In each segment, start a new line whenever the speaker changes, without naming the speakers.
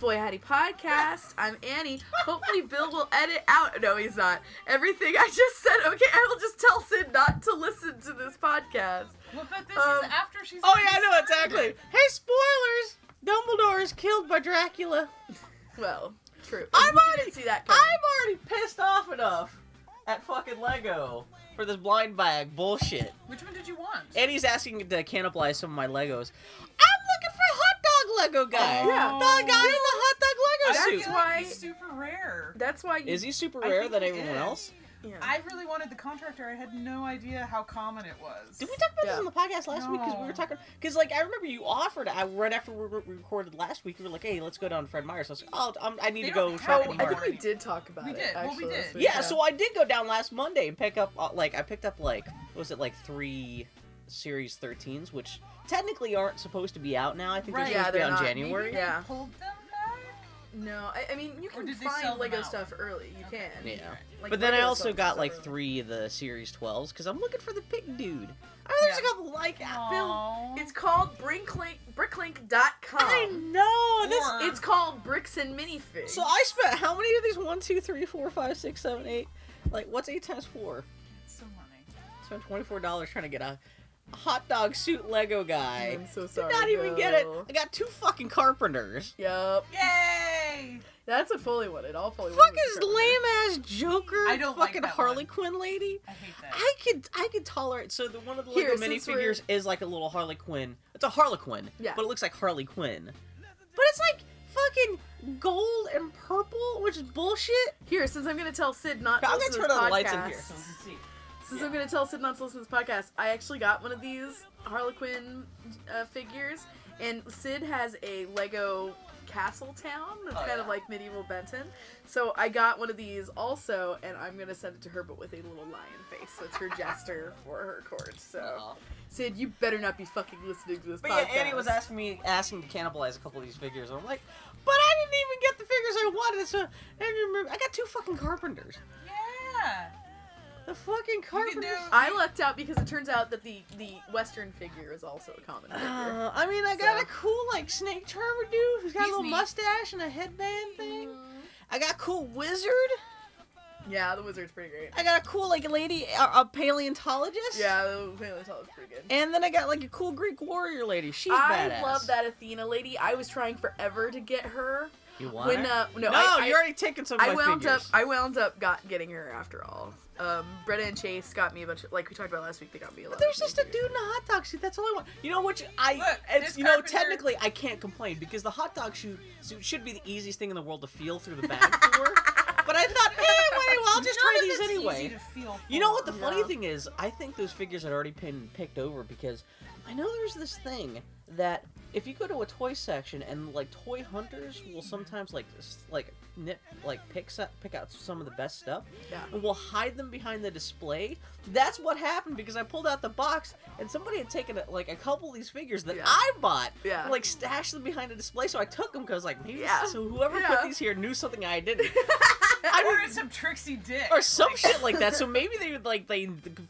Boy Hattie podcast. I'm Annie. Hopefully, Bill will edit out. No, he's not. Everything I just said. Okay, I will just tell Sid not to listen to this podcast.
Well, but this
Um,
is after she's.
Oh yeah, I know exactly. Hey, spoilers! Dumbledore is killed by Dracula.
Well, true.
I'm
You
already-
didn't see that coming.
I'm already pissed off enough at fucking Lego for this blind bag bullshit.
Which one did you want?
And he's asking to cannibalize some of my Legos. I'm looking for hot dog Lego guy.
Oh, yeah.
The guy in the hot dog
That's
Lego
I
suit.
feel
why-
like he's super rare.
That's why you.
Is he super
I
rare
think
than
he
everyone
is.
else?
yeah.
I really wanted the contractor. I had no idea how common it was.
Did we talk about
Yeah.
this on the podcast last week? Because we were
No.
talking. Because like I remember you offered. I right after we re- recorded last week, you were like, "Hey, let's go down to Fred Meyer's." I was like, "Oh, I'm, I need
They
to
don't
go
have
shop
any
I
anymore."
think we
already.
did talk about
We
it.
did. Well, we
actually,
did.
this week,
Yeah, so I did go down last Monday and pick up uh, like I picked up like what was it like three series 13s, which technically aren't supposed to be out now. I think
Right.
they're
Yeah,
supposed
they're
to be out
not.
in
Maybe
January.
they
Yeah.
pulled them back.
No, I, I mean you
Or
can
did they sell
find
them
Lego
out?
stuff early. You
Okay.
can.
Yeah.
Like,
but then I
Lego
also
stuff
got
is
like
early.
three of the series 12s because I'm looking for the pig dude. I mean, there's
Yeah.
a couple like out.
Aw.
It's called Brinklink
I
Bricklink.com.
know this.
Or-
It's called Bricks and Minifigs.
So I spent how many of these? One, two, three, four, five, six, seven, eight. Like what's eight times four?
so funny.
Spent twenty four dollars trying to get a hot dog suit Lego guy.
I'm so
Did
sorry.
not even get it.
Bill.
I got two fucking carpenters.
Yep.
Yay!
That's a fully wanted. All fully
Fuck
wanted.
is lame ass Joker.
I don't like
fucking
that
Harley
one.
Quinn lady.
I hate that.
I could I could tolerate. So the one of the
Here,
Lego
since we're-
minifigures is like a little Harley Quinn. It's a Harlequin.
Yeah.
But it looks like Harley Quinn. But it's like fucking gold and purple, which is bullshit.
Here, since I'm gonna tell Sid not to
I'm
listen
gonna
to
turn on
this
the
podcast.
lights in here.
So let's see.
Since I'm gonna tell Sid not to listen to this podcast, I actually got one of these Harlequin uh, figures, and Sid has a Lego castle town that's
Oh,
kind of
yeah.
like medieval Benton. So I got one of these also, and I'm gonna send it to her, but with a little lion face. So it's her jester for her court. So Sid, you better not be fucking listening to this
But
podcast.
yeah, Annie was asking me asking to cannibalize a couple of these figures. I'm like, but I didn't even get the figures I wanted. So I remember I got two fucking carpenters.
Yeah.
The fucking
You can
carpenters.
do.
I lucked out because it turns out that the the Western figure is also a common figure.
Uh, I mean, I got
So-
a cool like snake charmer dude who's got
He's
a little
neat.
mustache and a
Mm-hmm.
headband thing. I got a cool wizard.
Yeah, the wizard's pretty great.
I got a cool like lady, a, a paleontologist.
Yeah, the paleontologist is pretty good.
And then I got like a cool Greek warrior lady. She's
I
badass.
love that Athena lady. I was trying forever to get her.
You want
when
her?
uh, no,
No,
I, I-
you're already taking some of
I,
my
wound
figures.
up. I wound up got getting her after all. Um, Bretta and Chase got me a bunch of like we talked about last week. They got me a
But
lot.
there's
of
just a
figures.
dude in a hot dog suit. That's all I want. You know which I
Look,
it's,
this
you know
carpenter-
technically I can't complain because the hot dog shoot suit should be the easiest thing in the world to feel through the bag for. But I thought, hey, wait, well, I'll just
None
try
of
these
it's
anyway.
Easy to feel
You know what
for.
the funny
Yeah.
thing is? I think those figures had already been picked over because I know there's this thing that if you go to a toy section and like toy hunters will sometimes like s- like nip like pick up pick out some of the best stuff
Yeah.
and will hide them behind the display. That's what happened because I pulled out the box and somebody had taken like a couple of these figures that
Yeah.
I bought
Yeah.
like stashed them behind a display. So I took them because like maybe
Yeah.
so whoever
Yeah.
put these here knew something I didn't.
I
I
or
mean-
it's some tricksy dick.
or some shit like that. So maybe they would like they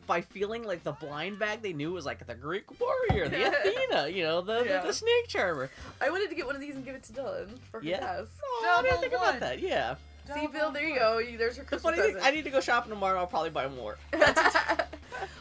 by feeling like the blind bag they knew was like the Greek warrior, the Athena, you know, the,
Yeah.
the, the snake charmer.
I wanted to get one of these and give it to Dylan for her
Yeah.
house.
Oh, I didn't
Double
think
one.
about that. Yeah.
See, Bill, there you go. You- There's her
The
Christmas
funny thing,
present.
I need to go shopping tomorrow. I'll probably buy more.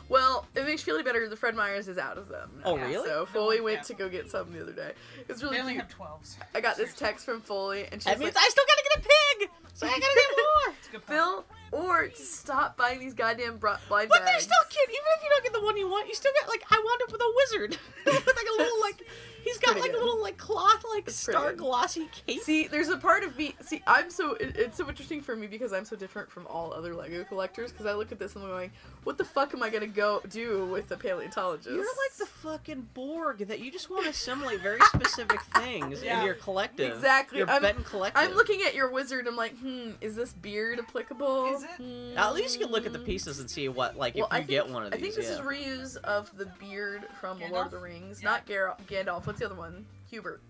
well, it makes you feel better. The Fred Meyers is out of them.
Oh,
now,
really?
So Foley
No,
went
yeah.
to go get some the other day. It's really
They only
cute.
have twelves.
I got this text from Foley, and she's
That
like,
means I still gotta get a pig, so I gotta get more.
"Bill, or just stop buying these goddamn bro- blind
But they're
bags."
still cute. Even if you don't get the one you want, you still get like I wound up with a wizard with like a little like he's got
pretty
like
good.
a little like cloth like
It's pretty
star
good.
glossy cape.
See, there's a part of me. See, I'm so it, it's so interesting for me because I'm so different from all other Lego collectors. Because I look at this and I'm going, "What the fuck am I gonna go do with the paleontologist?"
You're like the fucking Borg that you just want to assimilate very specific things
Yeah.
in your collective.
Exactly.
Your
I'm-
Benton collective.
I'm looking at your wizard. I'm like, hmm, is this beard applicable?
Is it?
Hmm.
At least you can look at the pieces and see what, like,
Well,
if you
I think,
get one of these.
I think this
yeah.
is reuse of the beard from The Lord of
Gandalf?
the Rings,
Yeah.
not Gar- Gandalf. What's the other one? Hubert.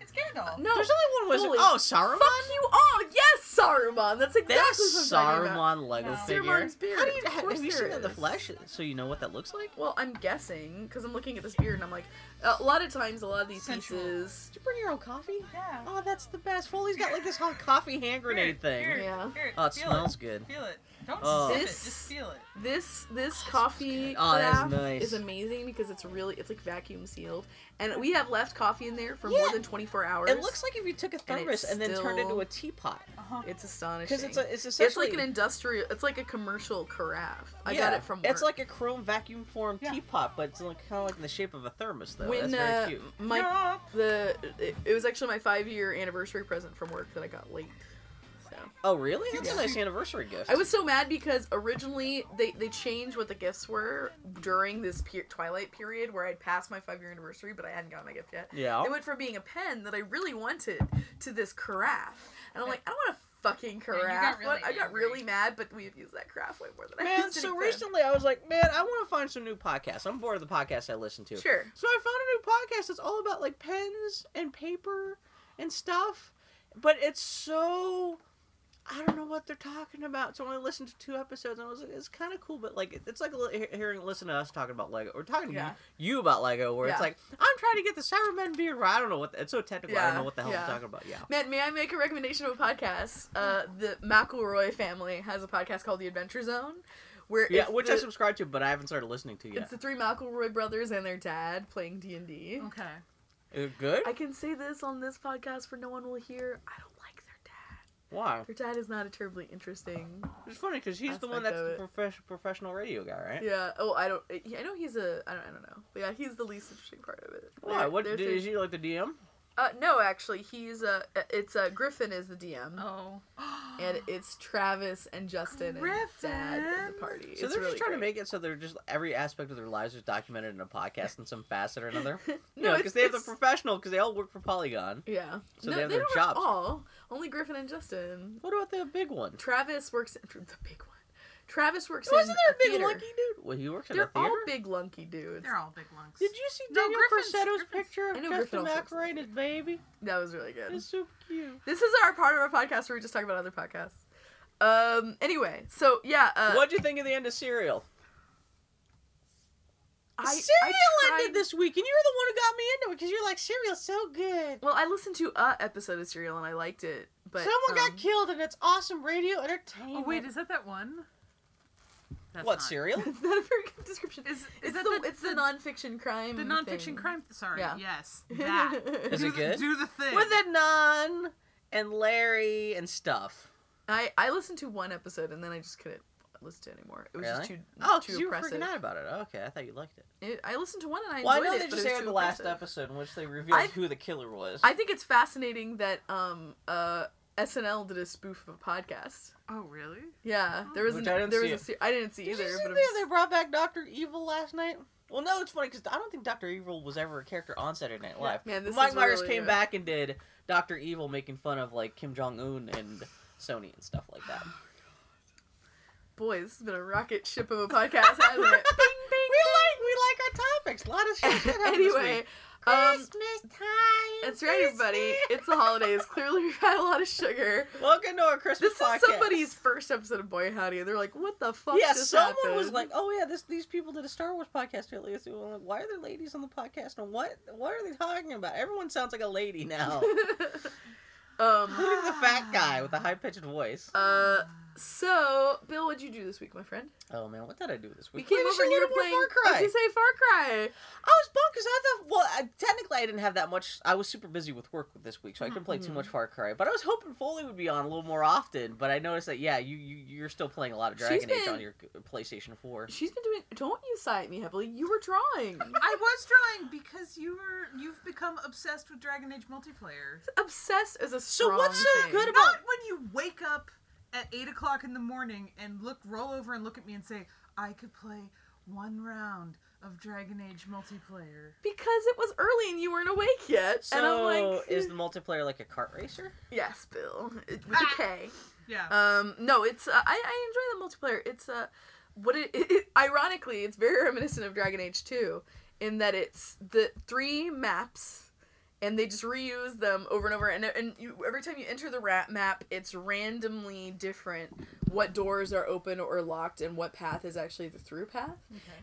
It's scandal.
No,
There's only one wizard.
Holy
Oh, Saruman.
fuck you all. Yes, Saruman. That's exactly
That's
what I'm talking about.
Saruman Lego
No.
figure.
Saruman's beard.
How do you
Of
have,
course
have you
there
seen it in the
is.
flesh? So you know what that looks like.
Well, I'm guessing because I'm looking at this beard and I'm like, a lot of times, a lot of these
Sensual.
pieces.
Did you bring your own coffee?
Yeah.
Oh, that's the best. Foley's got like this hot coffee hand grenade thing.
Here,
Yeah.
here,
Oh, it
feel
smells
It.
good.
Feel it. Don't
Oh.
sip it.
This-
Just feel it.
This this
Oh,
coffee
good. Oh, that's
craft
nice.
is amazing because it's really it's like vacuum sealed, and we have left coffee in there for more
Yeah.
than 24 hours.
It looks like if you took a
And
thermos
it's
and, then turned it into
still-
a teapot.
Uh-huh.
it's astonishing.
Because it's a, it's
it's
essentially
like an industrial. It's like a commercial carafe. I got
yeah,
it from. Work.
It's like a chrome vacuum formed
Yeah.
teapot, but it's like, kind of like in the shape of a thermos though.
when
that's very
uh,
cute.
my
Yup.
the it, it was actually my five year anniversary present from work that I got late. So
Oh really? That's a
Yeah.
nice anniversary gift.
I was so mad because originally they, they changed what the gifts were during this pe- twilight period where I'd passed my five year anniversary, but I hadn't gotten my gift yet.
Yeah.
It went from being a pen that I really wanted to this carafe, and I'm like, I don't want a fucking
you
carafe.
got really
What- I got
angry.
really mad, but we've used that carafe way more than I
Man,
used
so
any pen.
recently I was like, man, I want to find some new podcasts. I'm bored of the podcasts I listen to.
Sure.
So I found a new podcast that's all about like pens and paper and stuff, but it's so I don't know what they're talking about. So I only listened to two episodes and I was like, it's kind of cool, but like it's like li- hearing listen to us talking about Lego. We're talking to
Yeah.
you, you about Lego, where it's
Yeah.
like I'm trying to get the Cybermen beer. Right? I don't know what the, it's so technical. I don't
Yeah,
know what the hell
yeah.
I'm talking about. Yeah.
Man, may I make a recommendation of a podcast? Uh, the McElroy family has a podcast called The Adventure Zone, where
Yeah,
it's
which
the,
I subscribe to, but I haven't started listening to yet.
it's the three McElroy brothers and their dad playing D and D.
Okay.
Is it good?
I can say this on this podcast where no one will hear. I don't like their dad.
Why?
Their dad is not a terribly interesting.
It's funny because he's the one
aspect
that's
of
the profession, professional radio guy, right?
"Oh, Yeah. Oh, I don't. I know he's a. I don't. I don't know. But yeah, he's the least interesting part of it.
Why?
They're-
What
they're
did,
three-
is he like the DM?
Uh, no, actually, he's a. eh, It's a Griffin is the DM,
Oh.
and it's Travis and Justin and Dad in the
Griffin?
party.
So
It's
they're
really
just trying
great.
to make it so they're just every aspect of their lives is documented in a podcast in some facet or another. You
No,
know,
it's-
because they have the
it's-
professional because they all work for Polygon.
Yeah.
So they have their
don't
jobs.
all. Only Griffin and Justin.
What about the big one?
Travis works in the big one. Travis works in
Wasn't there a big
theater.
lunky dude? Well, he works in a
They're
theater.
all big lunky dudes.
They're all big lunks.
Did you see
No,
Daniel
Griffin's-
Corsetto's
Griffin's-
picture
I
of
know
Justin
Griffin also works in
McElroy and his baby?
That was really good.
It's super cute.
This is our part of our podcast where we just talk about other podcasts. Um. Anyway, so yeah. Uh,
What'd you think of the end of Serial?
I,
Serial
I tried-
ended this week, and you're the one who got me into it because you're like, Serial's so good.
Well, I listened to a episode of Serial and I liked it, but
Someone
um,
got killed, and it's awesome radio entertainment.
Oh wait, is that that one? That's
what
not-
Serial?
It's not a very good description.
Is,
it's
is that
the,
the,
it's the, nonfiction crime.
the nonfiction crime? Sorry.
Yeah.
Yes.
thing.
That.
Is
do
it
the,
good?
Do the thing.
with a nun and Larry and stuff.
I I listened to one episode and then I just couldn't listen to it anymore. It was just too
Really? Oh, 'cause
too
you were
oppressive.
freaking out about it. Okay, I thought you liked it.
It- I listened to one and I
well, I
enjoyed
know
it.
they
but
just
it was
aired
too
the last
oppressive.
episode in which they revealed
I-
who the killer was.
I think it's fascinating that um uh SNL did a spoof of a podcast.
Oh really?
Yeah, there was
Which
an,
I didn't
there
see
was a se- I didn't see
Oh. Did
either.
you see
but it
that they
was-
brought back Doctor Evil last night? Well, no, it's funny because I don't think Doctor Evil was ever a character on Saturday Night Live.
Man, this
Mike
is
Myers
really
came
good.
back and did Doctor Evil making fun of like Kim Jong Un and Sony and stuff like that.
Boy, this has been a rocket ship of a podcast,
we
hasn't
like
it?
we like our topics. A lot of shit. happened this
anyway,
week.
um,
time.
that's right, everybody.
Christmas.
It's the holidays. Clearly, we've had a lot of sugar.
Welcome to our Christmas
This
podcast.
is somebody's first episode of Boy Howdy, and they're like, "What the fuck?"
Yeah,
just
someone was
happened?"
like, "Oh yeah, this these people did a Star Wars podcast earlier. So I'm like, why are there ladies on the podcast? And what what are they talking about? Everyone sounds like a lady now,
um,
including the fat guy with the high pitched voice.
uh, so Bill, what'd you do this week, my friend?
Oh man, what did I do this
We
week?
came
Maybe I
over
should
and you
load
were
up more
playing.
Far Cry.
Did you say Far Cry?
I was bummed because I thought, well, I, technically I didn't have that much. I was super busy with work this week, so I couldn't play too
Mhm.
much Far Cry. But I was hoping Foley would be on a little more often. But I noticed that, yeah, you, you you're still playing a lot of
She's
Dragon Age
been-
on your PlayStation Four.
She's been doing. Don't you sigh at me heavily. You were drawing.
I was drawing because you were you've become obsessed with Dragon Age multiplayer.
Obsessed is a
So
strong
what's so
thing.
good about-
Not when you wake up at eight o'clock in the morning and look, roll over and look at me and say, "I could play one round of Dragon Age multiplayer."
because it was early and you weren't awake yet.
So
and I'm like, "Hmm,
is the multiplayer like a kart racer?
yes, Bill, It- with
Ah,
a K.
Yeah.
Um, no, it's uh, I, I enjoy the multiplayer. It's uh, what it, it, it- ironically, it's very reminiscent of Dragon Age Two in that it's the three maps and they just reuse them over and over. And and you, every time you enter the rat map, it's randomly different what doors are open or locked and what path is actually the through path.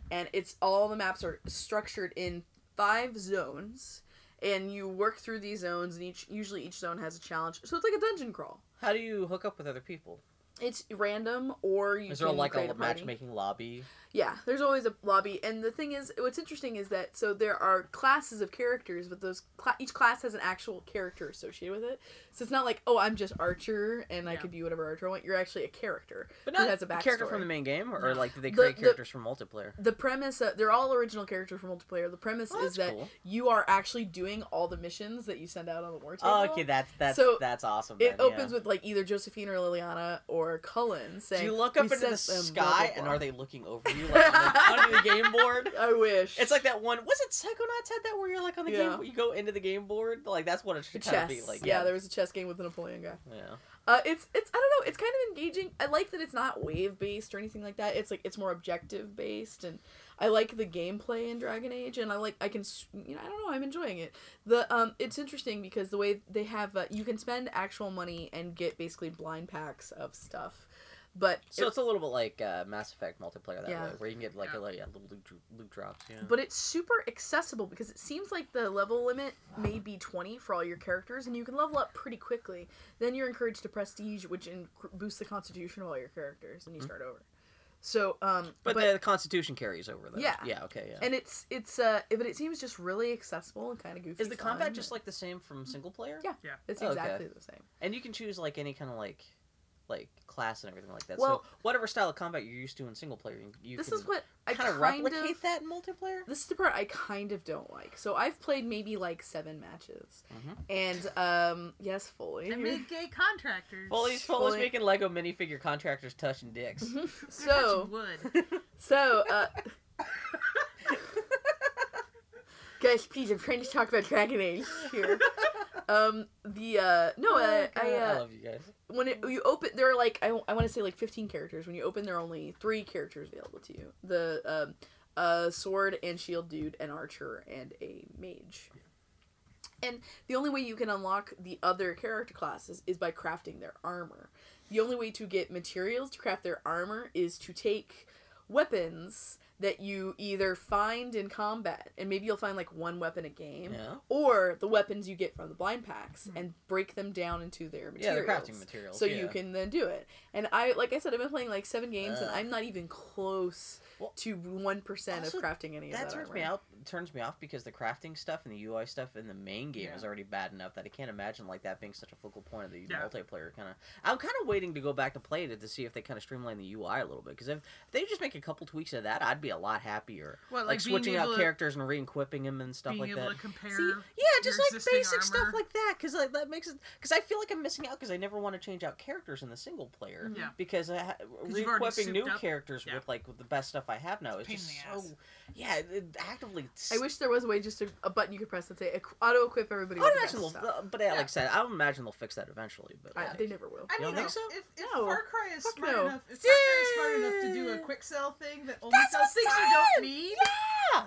And it's all the maps are structured in five zones, and you work through these zones, and each usually each zone has a challenge. So it's like a dungeon crawl.
How do you hook up with other people?
It's random, or you
Is
can
there like
create
a,
a party.
matchmaking lobby?
Yeah, there's always a lobby, and the thing is, what's interesting is that so there are classes of characters, but those cla each class has an actual character associated with it. So it's not like, oh, I'm just archer and I
Yeah.
could be whatever archer I want. You're actually a character.
But
Who
not
has a
character
backstory?
from the main game, or, or, like did they
The-
create
the-
characters from multiplayer?
The premise, uh, they're all original characters for multiplayer. The premise
Oh,
is
that's
that
cool.
you are actually doing all the missions that you send out on the war table.
Oh, okay, that's that's
So,
that's awesome.
It
then, yeah.
opens with like either Josephine or Liliana or Cullen saying,
Do you look
"We
up into the
sent them
sky
blah, blah,
and
blah."
are they looking over you like, like, under the game board?
I wish
It's like that one. Was it Psychonauts had that where you're like on the
Yeah.
game, you go into the game board? Like that's what it
the
should kind
chess.
of be like.
yeah, there was a chess game with the Napoleon guy.
yeah.
Uh, it's it's I don't know. It's kind of engaging. I like that it's not wave based or anything like that. It's like it's more objective based, and I like the gameplay in Dragon Age, and I like I can s- you know I don't know. I'm enjoying it. The um it's interesting because the way they have uh, you can spend actual money and get basically blind packs of stuff, but
So
it-
it's a little bit like uh, Mass Effect multiplayer that
Yeah.
way, where you can get like
Yeah.
a little, yeah, little loot, dro- loot drops. Yeah.
but it's super accessible because it seems like the level limit may be 20 for all your characters and you can level up pretty quickly then you're encouraged to prestige which in- boosts the constitution of all your characters and you start over so um
Hmm. But,
but,
the Constitution carries over though.
Yeah.
Yeah. Okay. Yeah.
and it's it's uh but it seems just really accessible and kind of goofy
is the combat
fun. Mm-hmm.
just like the same from single player?
Yeah. it's
Oh, okay.
exactly the same
And you can choose like any kind of like like class and everything like that.
Well-
so whatever style of combat you're used to in single player, you- you
this
can
is what i
kind of replicate that in multiplayer.
this is the part I kind of don't like. So I've played maybe like seven matches,
Mhm.
and um, yes, fully.
I made gay contractors.
Foley's Foley's
Foley-
making Lego minifigure contractors touching dicks.
They're
so
touching wood.
So, uh. Guys, please, I'm trying to talk about Dragon Age here. Um, the, uh, no, uh, I,
I
uh,
love you guys.
when it, you open, there are like, I, I want to say like 15 characters. When you open, there are only three characters available to you the, um, uh, sword and shield dude, an archer, and a mage. And the only way you can unlock the other character classes is by crafting their armor. The only way to get materials to craft their armor is to take weapons that you either find in combat, and maybe you'll find like one weapon a game,
Yeah. Mm-hmm.
or the weapons you get from the blind packs and break them down into their
Yeah,
materials.
they're crafting materials.
So
yeah.
you can then do it. And I, like I said, I've been playing like seven games, and
Ugh.
I'm not even close
Well,
to one percent of
also,
crafting any of that.
That turns
armor.
me out turns me off because the crafting stuff and the UI stuff in the main game
Yeah.
is already bad enough that I can't imagine like that being such a focal point of the
Yeah.
multiplayer kind of. I'm kind of waiting to go back to play it to see if they kind of streamline the UI a little bit because if, if they just make a couple tweaks to that, I'd be a lot happier.
What,
Like,
like, being
switching out
able to-
characters and re-equipping them and stuff
being
like
able
that.
to compare.
See, yeah, just
your
like
existing
basic stuff
armor.
like that, because like, that makes it. Because I feel like I'm missing out because I never want to change out characters in the single player.
Yeah.
Because I ha-
you've already
re-equipping new
souped up.
characters
Yeah.
with like with the best stuff I have now is
It's a pain
just
in the
so. Yeah, it, it actively.
I wish there was a way just to, a button you could press and say auto equip everybody.
I would
with the
imagine
best
they'll,
stuff."
uh, but yeah, like I said, I would imagine they'll fix that eventually. But
I,
like,
they never will.
I
You don't
mean,
think
if,
so?
if, if
No.
Far Cry is
Fuck
smart
no.
enough, if Far Cry is smart enough to do a
Yeah.
quick sell thing that only
That's
sells
what
things you
I'm
don't need,
yeah,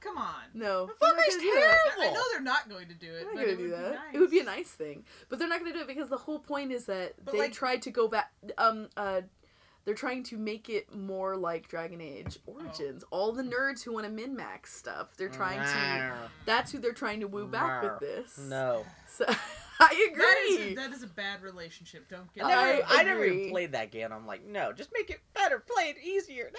come on.
No,
The
they're not
fucker's
gonna do that.
I
terrible.
know they're not going to do it.
They're not
but
gonna
it
do
would
that.
Be nice.
It would be a nice thing, but they're not gonna do it because the whole point is that
But,
they
like-
tried to go back. Um, uh, they're trying to make it more like Dragon Age
Oh.
Origins. All the nerds who want to min max stuff, they're trying to. That's who they're trying to woo back with this.
No,
so, I
That is, a,
agree.
that is a bad relationship. Don't get
I
I
that.
never, I never even
agree.
played that game. I'm like, no, just make it better, play it easier.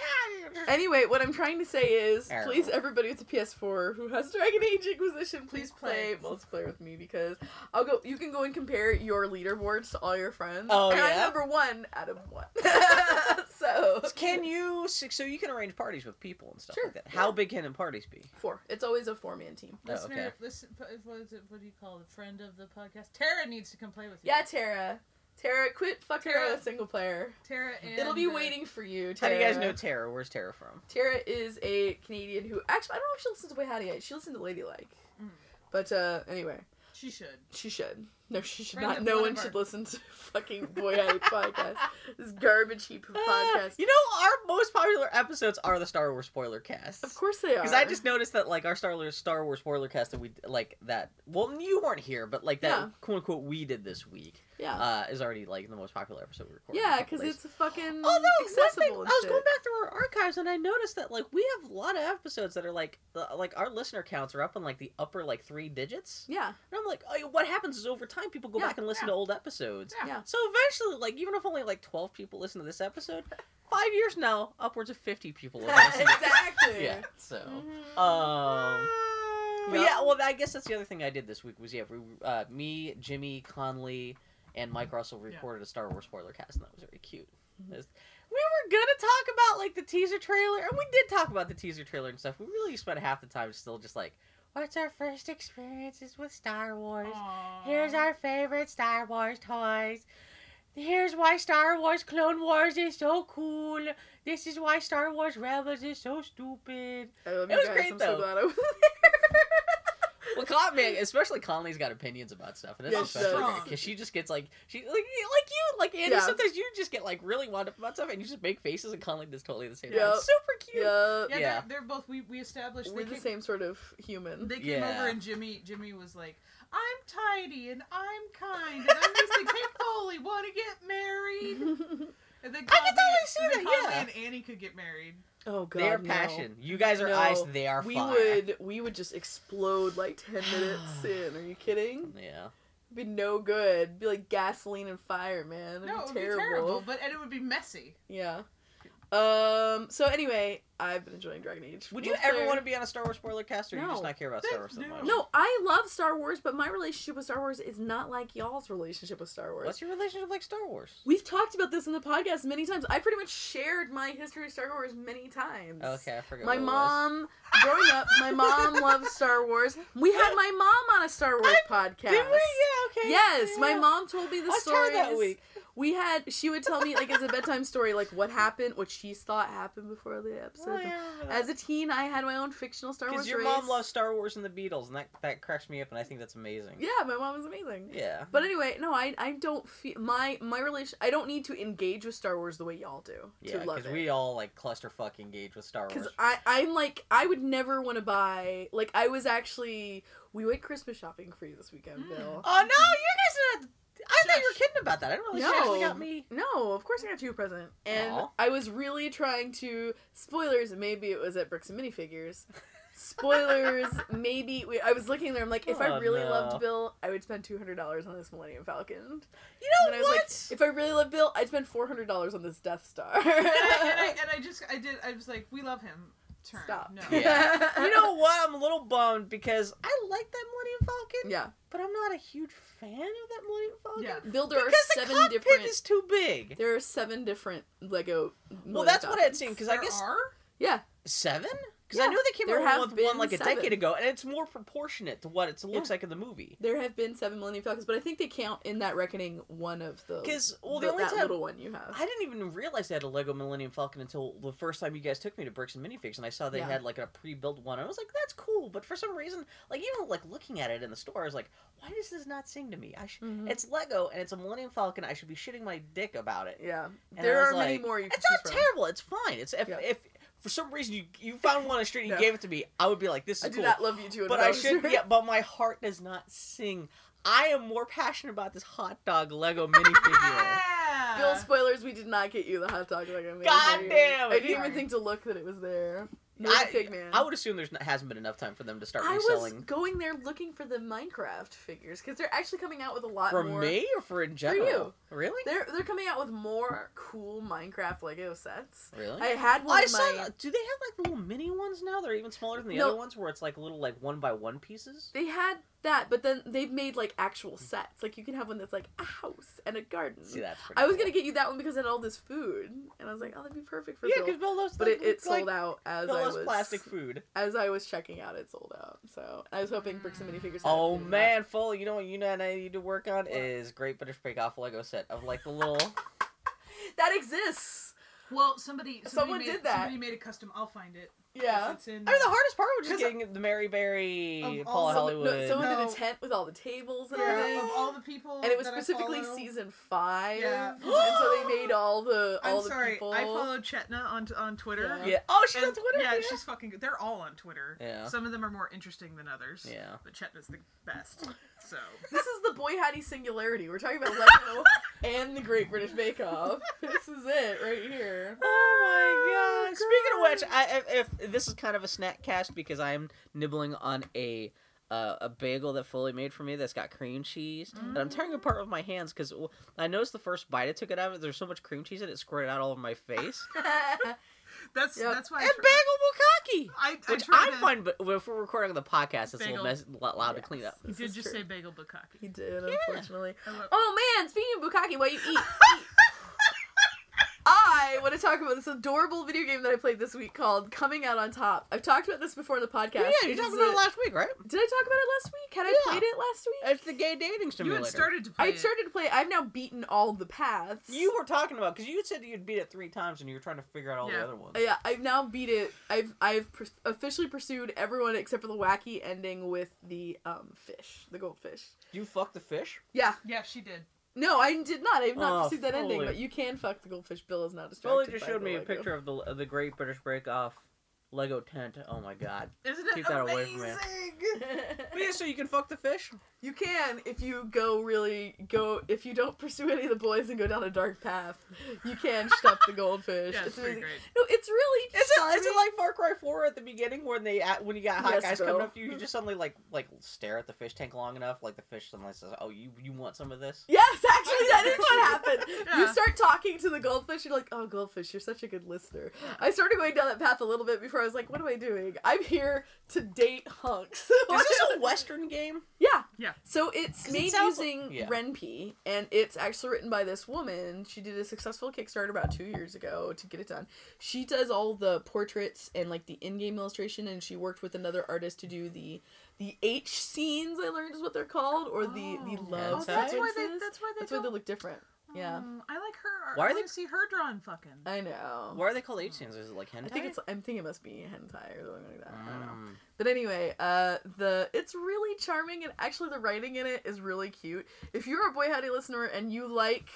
Anyway, what I'm trying to say is,
Arrow.
please, everybody with the PS4 who has Dragon Age Inquisition, please
Please
play
play.
multiplayer with me because I'll go. You can go and compare your leaderboards to all your friends.
Oh,
and I'm
yeah?
number one out of one. so
Can you so you can arrange parties with people and stuff
Sure,
like that?
yeah.
How big can the parties be?
four. It's always a four man team.
Oh,
Listener,
okay.
listen, p- what, is it, what do you call it? Friend of the podcast? Tara needs to come play with you.
Yeah, Tara. Tara, quit fucking
Tara.
around with single player.
Tara and.
It'll be
uh,
waiting for you.
How
Tara.
do you guys know Tara? Where's Tara from?
Tara is a Canadian who actually I don't know if she listens to Way Howdy yet. She listens to Ladylike,
Mm.
but uh, anyway,
She should.
she should. No, she should
Bring
not.
up
No
one
one
of
should
our-
listen to fucking Boy I Hate Podcast. This garbage heap of podcast.
Uh, You know, our most popular episodes are the Star Wars spoiler casts.
Of course they are.
Because I just noticed that like our Star Wars Star Wars spoiler cast that we like that well you weren't here but like that
Yeah.
quote unquote we did this week
yeah,
uh, is already like the most popular episode we recorded.
yeah,
a couple
because
days
it's fucking
Although one
accessible.
thing, I
and
was
shit.
going back through our archives and I noticed that like we have a lot of episodes that are like the, like our listener counts are up in like the upper like three digits.
Yeah,
And I'm like, oh, what happens is over time people go
Yeah,
back and listen
yeah.
to old episodes.
Yeah.
So eventually, like even if only like twelve people listen to this episode, five years now, upwards of fifty people will listen.
exactly.
yeah. So.
Mhm.
Um.
Oh.
Mm-hmm.
But
Yep.
yeah, well, I guess that's the other thing I did this week was yeah, we, uh, me, Jimmy, Conley, and Mike Russell recorded a Star Wars spoiler cast, and that was very cute.
Mhm.
It was- We were gonna talk about like the teaser trailer, and we did talk about the teaser trailer and stuff. We really spent half the time still just like, what's our first experiences with Star Wars?
Aw.
Here's our favorite Star Wars toys. Here's why Star Wars Clone Wars is so cool. This is why Star Wars Rebels is so stupid.
I love
It
you
was
guys.
great,
I'm
though.
so glad I was
Well, Con- man, especially Conley's got opinions about stuff, and it's
Yeah, she
especially
does.
because she just gets like she like, like you like Andy.
Yeah.
Sometimes you just get like really wound up about stuff, and you just make faces, and Conley does totally the same. thing.
Yep.
It's super cute.
there.
Yeah,
Yeah.
They're, they're both. We, we established
We're
they
the
came,
same sort of human.
They came
Yeah.
over and Jimmy Jimmy was like, "I'm tidy and I'm kind and I'm these things. Hey Foley, want to get
Mm-hmm.
married?" And then
I could
Conley-
totally see
and then
that,
Conley
yeah.
and Annie could get married.
oh god.
Their
no.
passion. You guys are
No.
ice. They are
We
fire.
would we would just explode like ten minutes in. Are you kidding?
Yeah.
It'd be no good. It'd be like gasoline and fire, man. It'd
no,
be
it would
terrible.
be terrible, but and it would be messy.
Yeah. Um. So anyway, I've been enjoying Dragon Age.
Would you ever want to be on a Star Wars spoiler cast, or you just
No.
not care about Star Wars that
No.
much?
be-
No, I love Star Wars, but my relationship with Star Wars is not like y'all's relationship with Star Wars.
What's your relationship like Star Wars?
We've talked about this in the podcast many times. I pretty much shared my history of Star Wars many times.
Oh, Okay, I forgot.
My
what it was.
mom, growing up, my mom loved Star Wars. We had my mom on a Star Wars podcast.
Did we? Yeah. Okay.
Yes, my
Yeah.
mom told me the
I
story
tried that week.
We had. She would tell me like as a bedtime story, like what happened, what she thought happened before the episode.
Oh, yeah, I remember that.
As a teen, I had my own fictional Star Wars
Because your
race.
mom loves Star Wars and the Beatles, and that that cracks me up, and I think that's amazing.
Yeah, my mom is amazing.
Yeah.
But anyway, no, I I don't feel my my relation. I don't need to engage with Star Wars the way y'all do
Yeah,
to love
because
it.
we all like cluster fuck engage with Star
Because
Wars.
I I'm like I would never want to buy like I was actually we went Christmas shopping for you this weekend,
Mm.
Bill.
Oh no, you guys are not. I thought you were
Shush.
kidding about that. I didn't realize you actually got me.
No, of course I got you a present. And
Aw.
I was really trying to spoilers, maybe it was at Bricks and Minifigures. Spoilers, maybe we, I was looking there. I'm like, if
Oh,
I really
no.
loved Bill, I would spend two hundred dollars on this Millennium Falcon.
You
and
know
I was
what?
like, if I really loved Bill, I'd spend four hundred dollars on this Death Star.
And I, and, I, and I just I did I was like, we love him. Turn.
Stop.
No.
Yeah. you know what? I'm a little bummed because I like that Millennium Falcon,
Yeah,
but I'm not a huge fan of that Millennium Falcon.
Yeah.
Bill. There
Because
are
the
seven
cockpit
different.
is too big.
There are seven different Lego.
Well,
Millennium
that's what I had
Falcons.
seen because I
There
guess
are.
Yeah,
seven. Because I
Yeah,
know they came
there
out
have
with one
been
like a
seven.
decade ago, and it's more proportionate to what it looks
Yeah.
like in the movie.
there have been seven Millennium Falcons, but I think they count in that reckoning one of the.
Because well, the,
Oh, the-
only
that
time
little one you have.
I didn't even realize they had a Lego Millennium Falcon until the first time you guys took me to Bricks and Minifigs, and I saw they
Yeah.
had like a pre-built one. I was like, "That's cool," but for some reason, like even like looking at it in the store, I was like, "Why does this not sing to me?" I should.
Mhm.
It's Lego and it's a Millennium Falcon. I should be shitting my dick about it.
Yeah,
I
there
was
are many
like,
more. You can
It's not
choose from.
terrible. It's fine. It's if,
Yeah.
if for some reason you you found one on the street and you
No.
gave it to me, I would be like, "This is
I do
cool."
not love you two.
but I should. Yeah, but my heart does not sing. I am more passionate about this hot dog Lego minifigure.
Yeah.
Bill, spoilers. We did not get you the hot dog. Like I made
God
for you.
damn
I
it,
didn't even
sorry.
think to look that it was there. No
I-
pig man.
I would assume there's not, hasn't been enough time for them to start
I was
reselling
going there looking for the Minecraft figures because they're actually coming out with a lot
for
more.
me or for in general.
you.
Really?
They're they're coming out with more cool Minecraft Lego sets.
really?
I had one.
I
of
saw.
my,
Do they have like little mini ones now? They're even smaller than the
No.
other ones, where it's like little like one by one pieces.
They had that, but then they've made like actual sets. Like you can have one that's like a house and a garden.
See, that's. Pretty
I was
cool.
gonna get you that one because it had all this food, and I was like, "Oh, that'd be perfect for
Yeah,
Bill."
because Bill loves.
But
like,
it, it
like,
sold out as
Bill
I
loves
was
plastic food.
as I was checking out. It sold out, so I was hoping Bricks and Minifigures. had
Oh
it, but
man, Foley, you know what you know what I need to work on
What?
is Great British Bake Off Lego set of like the little.
that exists.
Well, somebody, somebody
Someone
made,
did that.
Somebody made a custom. I'll find it.
Yeah.
It's in,
I mean, the hardest part was just
'Cause-
getting the Mary Berry,
Of all
Paula
Someone,
some-
Hollywood.
no, someone did
No.
a tent with all the tables and
yeah,
everything.
of all the people.
and it was
that I
specifically
follow-
season five.
Yeah.
and so they made all the all
I'm
the
sorry,
people.
I follow Chetna on on Twitter.
Yeah.
yeah. Oh, she's
And-
on Twitter.
Yeah, she's fucking good. They're all on Twitter.
Yeah.
Some of them are more interesting than others.
Yeah.
But Chetna's the best. So
This is the Boy Hattie singularity. We're talking about Lego and the Great British Bake Off. This is it right here.
Oh my god! Speaking of which, I, I- if, if this is kind of a snack cast because I'm nibbling on a uh, a bagel that Foley made for me that's got cream cheese, and I'm
Mm.
tearing it apart with my hands because I noticed the first bite I took it out of it, there's so much cream cheese in it, it squirted out all over my face.
that's
Yep.
that's why
and
I, tr-
bagel bukkake,
I, I
which
tried
I
to-
find, but if we're recording on the podcast, it's a little
Bagel.
mess, lo- loud to clean
Yes.
up.
He
This
did
is
just
true.
say bagel bukkake.
he did,
Yeah.
unfortunately.
I love-
Oh man, speaking of bukkake, while you eat, eat. I want to talk about this adorable video game that I played this week called Coming Out on Top. I've talked about this before in the podcast.
Yeah, you
It
talked
is
about
a-
it last week, right?
Did I talk about it last week? Had I
Yeah.
played it last week?
It's the gay dating
You
simulator.
had started to play.
I
it.
started to play. I've now beaten all the paths.
You were talking about because you had said you'd beat it three times and you were trying to figure out all the
Yeah.
other ones.
Yeah, I've now beat it. I've I've pr- officially pursued everyone except for the wacky ending with the um fish, the goldfish.
You fucked the fish.
Yeah,
Yeah, she did.
no, I did not. I've not
Oh,
pursued that ending,
Foley.
but you can fuck the goldfish. Bill is not distracted.
Foley just
by
showed
the
me a
Lego.
picture of the of the Great British Break Off Lego tent. Oh my god.
Isn't it
Keep that away
amazing?
from me. yeah, so you can fuck the fish.
you can if you go really go if you don't pursue any of the boys and go down a dark path. You can stop the goldfish.
yeah, it's pretty
amazing.
great.
No, it's really
Is it, is
charming.
it like Far Cry Four at the beginning when they at, when you got hot
Yes,
guys
Bill.
coming up to you, you just suddenly like like stare at the fish tank long enough, like the fish suddenly says, "Oh, you you want some of this?"
Yes, actually, that is what happened. You
Yeah.
start talking to the goldfish, you're like, oh, goldfish, you're such a good listener. I started going down that path a little bit before I was like, what am I doing? I'm here to date hunks.
Is this a Western game?
yeah.
Yeah.
So it's
'Cause it
made
sounds like-
using
yeah.
Renpy, and it's actually written by this woman. She did a successful Kickstarter about two years ago to get it done. She does all the portraits and like the in-game illustration, and she worked with another artist to do the the H scenes. I learned is what they're called, or the the
Oh.
love.
Oh,
that's why they.
sequences.
That's why they.
That's why they
don't-
look different. Yeah.
Mm, I like her.
Why
Why
are
I
they- Uh,
want to see her drawing fucking.
I know.
Why are they called H scenes? Is it like hentai?
I think it's. I'm thinking it must be hentai or something like that. I don't know.
Mm.
But anyway, uh, the it's really charming and actually the writing in it is really cute. If you're a Boy Howdy listener and you like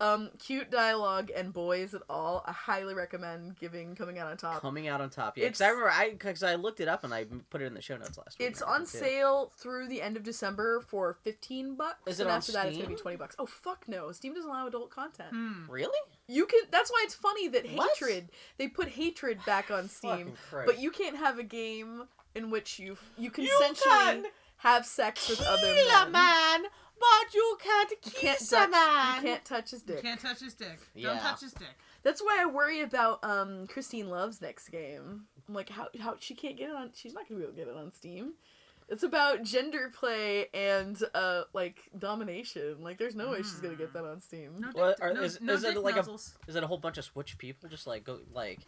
um, cute dialogue and boys at all, I highly recommend giving coming out on top.
coming out on top. Yeah, because I
Uh, It's-
remember I because I looked it up and I put it in the show notes last week.
it's
I think,
on
too.
sale through the end of December for fifteen bucks.
Is it
and
on
after that it's gonna be
Steam?
twenty bucks. Oh fuck no. Steam doesn't allow adult content.
Hmm.
Really?
You can that's why it's funny that
What?
hatred they put hatred back on Steam.
Fucking Christ.
But you can't have a game in which you you
You
consensually
can
have sex with other
kill a
men.
man, but you can't
You
kiss
can't touch,
a man.
you can't touch his
You
dick.
can't touch his dick.
Yeah.
Don't touch his dick.
That's why I worry about um Christine Love's next game. I'm like, how how she can't get it on? She's not gonna be able to get it on Steam. It's about gender play and uh like domination. Like, there's no way she's gonna
Mm.
get that on Steam.
No dick.
Well, are-
no,
is-
no
is it
dick
like a-
nozzles.
Is that a whole bunch of switch people just like go like?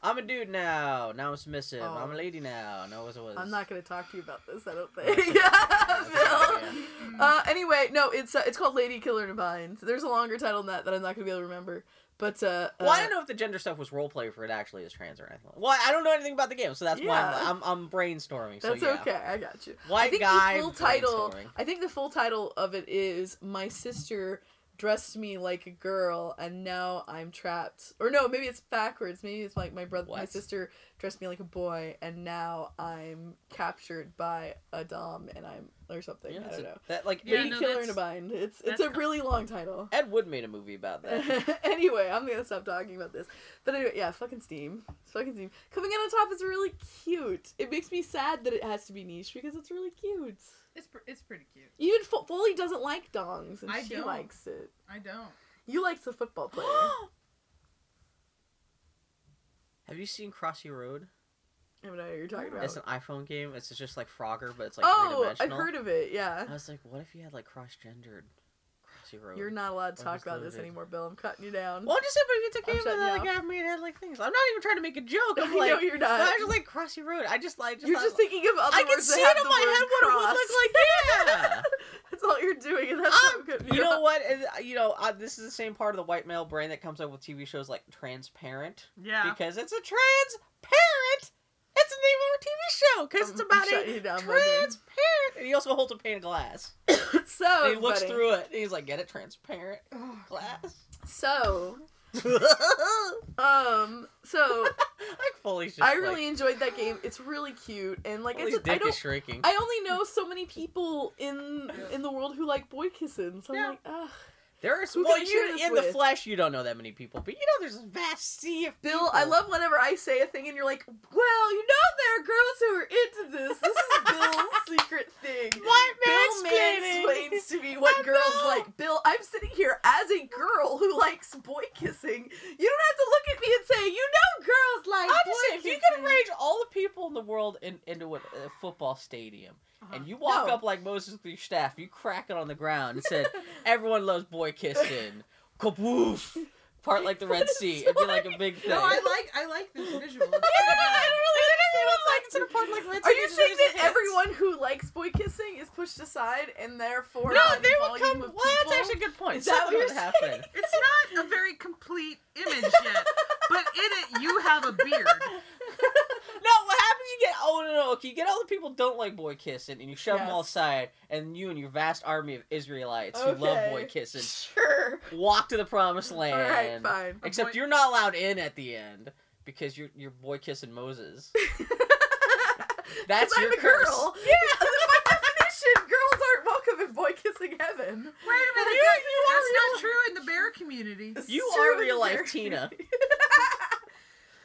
I'm a dude now. Now I'm submissive. I'm a
Oh.
lady now. No, it was. It was.
I'm not gonna talk to you about this. I don't
Okay.
think. yeah,
Okay,
Phil.
Mm.
Uh, anyway, no, it's uh, it's called Lady Killer in Vines. There's a longer title than that that I'm not gonna be able to remember. But uh,
Well, I
uh,
don't know if the gender stuff was role play for it actually is trans or anything. Well, I don't know anything about the game, so that's why
Yeah.
I'm, I'm, I'm brainstorming. So
That's
yeah.
okay. I got you. I
White
think
guy
the full title.
brainstorming.
I think the full title of it is "My Sister Dressed Me Like a Girl, and Now I'm Trapped." Or no, maybe it's backwards. Maybe it's like my brother, my
What?
sister dressed me like a boy, and now I'm captured by a dom, and I'm or something.
Yeah,
I
that's
don't
it.
know.
That like
Yeah,
Lady
no,
Killer in a
that's-
Bind. It's it's
that's
a
co-
really long title.
Ed Wood made a movie about that.
anyway, I'm gonna stop talking about this. But anyway, yeah, fucking Steam. It's fucking Steam. Coming out on top is really cute. It makes me sad that it has to be niche because it's really cute.
It's pr- it's pretty cute.
Even Fo- Foley doesn't like dongs, and
I
she
don't.
likes it.
I don't.
You like the football player.
Have you seen Crossy Road?
I don't know what you're talking about.
It's an iPhone game. It's just like Frogger, but it's like
oh, I've
three-dimensional.
heard of it. Yeah.
I was like, what if you had like cross gendered Crossy Road?
You're not allowed to
Or
talk
just
about this
limited.
anymore, Bill. I'm cutting you down.
Well, I'm just saying, but if it's a
I'm
game
shutting
that like
you
I made had like things. I'm not even trying to make a joke. I'm
I
like,
know you're not.
I just like Crossy Road. I just like, just
you're
thought-
just thinking of other
I can
words that
see
have
it in
the
my
word
head what it would
cross.
look like. Yeah.
That's all you're doing, and that's what
Um,
I'm cutting
You know
off.
what? And, uh, You know, uh, this is the same part of the white male brain that comes up with TV shows like Transparent
Yeah.
because it's a transparent name of our TV show because it's
I'm
about
shutting
a
you down, Logan.
transparent. And he also holds a pane of glass.
so
and he looks
everybody,
through it and he's like, "Get it, transparent
Oh,
glass."
So
like
um so
Foley's just.
I
like,
really enjoyed that game. It's really cute and like
Foley's
it's I
dick is
don't
shrinking.
I only know so many people in in the world who like boy kissing. So
Yeah.
I'm like, ah. ugh.
there are some.
who
Well,
can I share
you
this
in the
with?
flesh, you don't know that many people, but you know there's a vast sea of.
Bill,
people.
I love whenever I say a thing and you're like, well, you know there are girls who are into this. This is Bill's secret thing.
What
Bill
mansplaining?
mansplains to me what
I
girls
know.
like. Bill, I'm sitting here as a girl who likes boy kissing. You don't have to look at me and say, you know girls like
I'm
boy
just saying, if you
kissing.
could arrange all the people in the world in, into a, a football stadium,
Uh-huh.
and you walk
No.
up like Moses with your staff, you crack it on the ground and said, "Everyone loves boy kissing," kaboof, part like the Red Sea, it'd be like a big thing.
No, I like I like this visual. It's
Yeah,
pretty.
I
It's in a part like the Red
Are
Sea,
you
it's
saying
just-
that everyone who likes boy kissing is pushed aside and therefore
No,
by
they would
volume
come.
of
Well, that's
people-
actually a good point.
Is that what
Something
you're
would happen.
It's not a very complete image yet, but in it you have a beard.
No, what happens? You get oh no no okay. You get all the people who don't like boy kissing, and you shove them all
Yes.
aside, and you and your vast army of Israelites who love
Okay.
boy kissing
Sure.
walk to the promised land.
All right, fine.
Except
boy-
you're not allowed in at the end because you're you're boy kissing Moses. That's
'Cause
your
I'm a
curse.
Girl. Yeah, by definition, girls aren't welcome in boy kissing heaven.
Wait a minute,
You-
that-
you are
that's
real-
not true in the bear community.
It's
You
true
are
in
real
theory.
life Tina.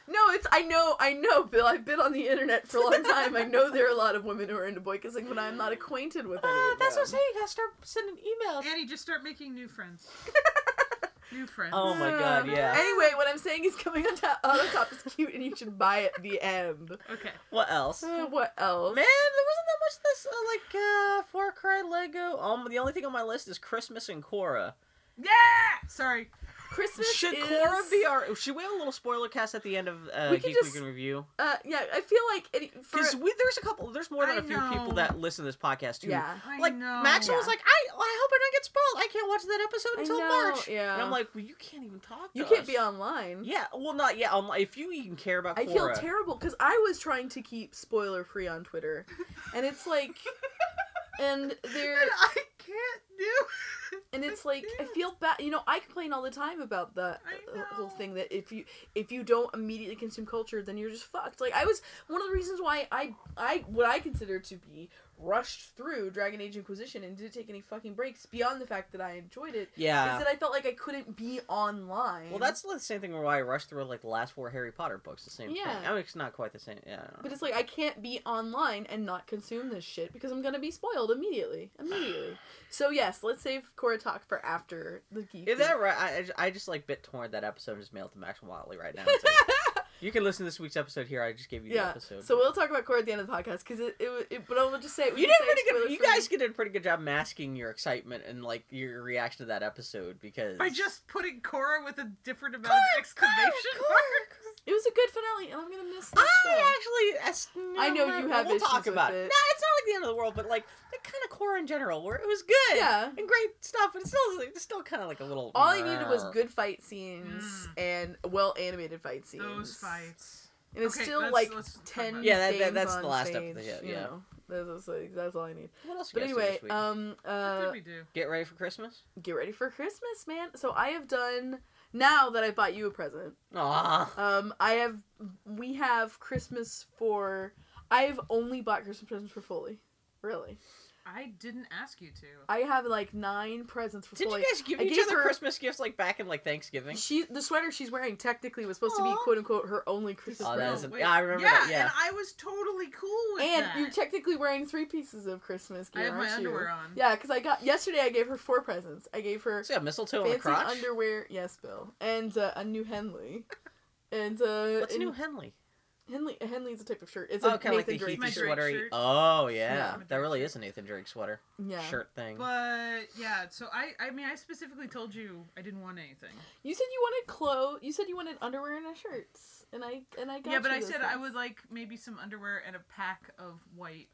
No, it's I know, I know, Bill. I've been on the internet for a long time. I know there are a lot of women who are into boy kissing, but I'm not acquainted with any
Uh,
of
that's what I'm
them.
saying. You gotta start sending emails.
Annie, just start making new friends. new friends.
Oh my god, yeah.
Um, Anyway, what I'm saying is coming on top, on top is cute, and you should buy it. The end.
Okay.
What else? Oh, Man,
Uh, what else?
there wasn't that much this uh, like uh, Far Cry Lego. Um, the only thing on my list is Christmas and Cora.
Yeah. Sorry.
Christmas
Should
is...
Cora be our? oh, Should we have a little spoiler cast at the end of uh,
We can
Geek
just-
Week in Review?
Uh, yeah, I feel like it, for
Because there's a couple, there's more than
I
a few people
know.
that listen to this podcast too.
yeah.
I
Like
know.
Max was
Yeah.
like, I, I hope I don't get spoiled. I can't watch that episode
I
until
know,
March.
yeah.
And I'm like, well, you can't even talk.
You
to
can't
us."
be online.
Yeah, well, not yeah. Online, if you even care about
I feel
Cora,
terrible because I was trying to keep spoiler free on Twitter, and it's like, and there,
And I can't do. it.
and it's like I feel bad. You know, I complain all the time about the
I
uh, whole
know.
thing that if you if you don't immediately consume culture, then you're just fucked. Like I was one of the reasons why I I what I consider to be rushed through Dragon Age Inquisition and didn't take any fucking breaks beyond the fact that I enjoyed it. Is
yeah.
that I felt like I couldn't be online.
Well, that's the same thing where I rushed through like the last four Harry Potter books. The same thing.
Yeah.
I mean, it's not quite the same. Yeah. I don't know.
But it's like I can't be online and not consume this shit because I'm gonna be spoiled immediately. Immediately. So yes, let's save Cora talk for after the geek. Week.
Is that right? I, I ju- I just like bit torn that episode and just mailed to Max Watley right now. and said, you can listen to this week's episode here. I just gave you the
Yeah.
episode.
So we'll talk about Cora at the end of the podcast because it, it, wa- it. But I will just say we
you
can
did
say
pretty good. You
spoiler-free.
guys did a pretty good job masking your excitement and like your reaction to that episode because
By just putting Cora with a different amount of exclamation
Cora,
marks.
It was a good finale, and I'm gonna miss. This show.
I actually, as-
I know you have
We'll
issues
talk about
with
it.
it.
No, it's not like the end of the world, but like the kind of core in general, where it was good,
Yeah.
and great stuff, but it's still, it's still kind of like a little.
All I needed was
meh.
good fight
Mm.
scenes and well animated fight scenes.
Those fights.
And it's
Okay,
still
let's-
like
let's talk
ten.
about it.
Yeah, that- that-
things
that's
on
the last
stage,
episode, yeah,
you
yeah.
know. That's, that's, that's all I need.
What else?
But
you guys do this
anyway,
week?
um,
What
uh,
did we do?
get ready for Christmas.
get ready for Christmas, man. So I have done now that I bought you a present.
Aww.
Um, I have we have Christmas for. I have only bought Christmas presents for Foley. Really,
I didn't ask you to.
I have like nine presents for
Did
Foley.
you guys give
I
each
gave
other
her-
Christmas gifts like back in like Thanksgiving?
she the sweater she's wearing technically was supposed to be
Aw.
quote unquote her only Christmas
Oh, that is
present.
a- yeah, I remember that, yeah.
and I was totally cool with
And
that.
you're technically wearing three pieces of Christmas
I
gear,
have my
aren't you?
underwear on.
Yeah, because I got yesterday. I gave her four presents. I gave her
So yeah, mistletoe on the
fancy
crotch.
underwear. Yes, Bill, and uh, a new Henley. And uh,
What's
and-
new Henley?
Henley Henley's a type of shirt. It's
oh,
a
kind of like
Nathan
the
Drake
Heathy
Heathy
shirt.
Drake
sweater.
shirt.
Oh
Yeah,
yeah,
I'm a
that
Drake
really
shirt.
is a Nathan Drake sweater
Yeah.
shirt thing.
But yeah, so I I mean I specifically told you I didn't want anything.
You said you wanted clothes. You said you wanted underwear and a shirt. And I and I got
yeah, but
you
I
those
said I
things.
would like maybe some underwear and a pack of white.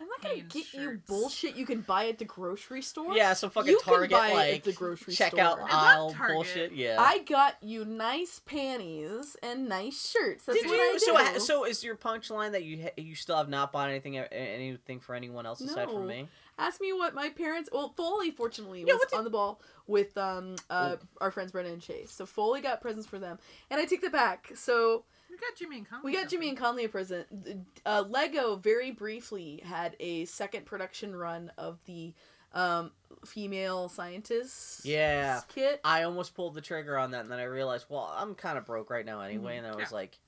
I I'm not gonna
Hanes
get you
shirts.
bullshit you can buy at the grocery store.
Yeah, some fucking
You can
Target
buy it at
like
the grocery
checkout
store. I
love
aisle
Target.
bullshit. Yeah.
I got you nice panties and nice shirts. That's
Did
what
you?
I
so,
do.
ha- so is your punchline that you ha- you still have not bought anything anything for anyone else aside
No.
from me?
Ask me what my parents. Well, Foley fortunately
Yeah,
was
what did- Oh.
on the ball with um uh our friends Brennan and Chase. So Foley got presents for them, and I take that back. So
We got Jimmy and Conley.
we got Jimmy and Conley a present. Uh, Lego very briefly had a second production run of the um female scientists.
Yeah.
Kit.
I almost pulled the trigger on that, and then I realized, well, I'm kind of broke right now anyway,
Mm-hmm.
and I was
Yeah.
like,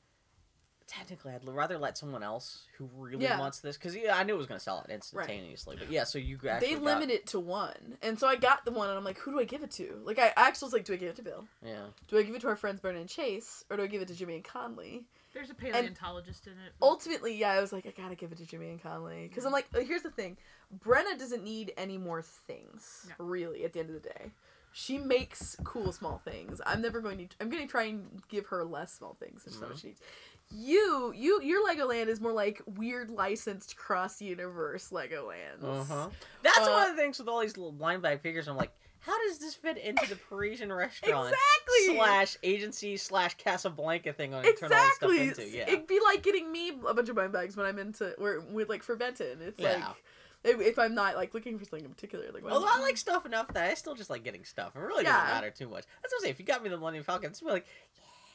technically, I'd rather let someone else who really
Yeah.
wants this, because yeah, I knew it was gonna sell it instantaneously. But yeah, so you actually
they
got-
limit it to one, and so I got the one, and I'm like, who do I give it to? Like I actually was like, do I give it to Bill?
yeah,
Do I give it to our friends Brennan and Chase, or do I give it to Jimmy and Conley?
There's a paleontologist in it.
ultimately, yeah, I was like, I gotta give it to Jimmy and Conley because I'm like, uh, here's the thing, Brenna doesn't need any more things,
No.
really. At the end of the day, she makes cool small things. I'm never going to. I'm gonna try and give her less small things. That's not what she needs. You, you, your Legoland is more like weird licensed cross universe Legolands.
uh-huh. That's
Uh,
one of the things with all these little blind bag figures. I'm like, how does this fit into the Parisian restaurant
Exactly.
slash agency slash Casablanca thing? I'm gonna turn all
Exactly.
this stuff into. Yeah,
It'd be like getting me a bunch of blind bags when I'm into or with like for Benton. It's
Yeah.
like if, if I'm not like looking for something in particular, like
Although I
well,
like stuff enough that I still just like getting stuff. It really
Yeah.
doesn't matter too much. That's what I'm saying. If you got me the Millennium Falcon, it's really like,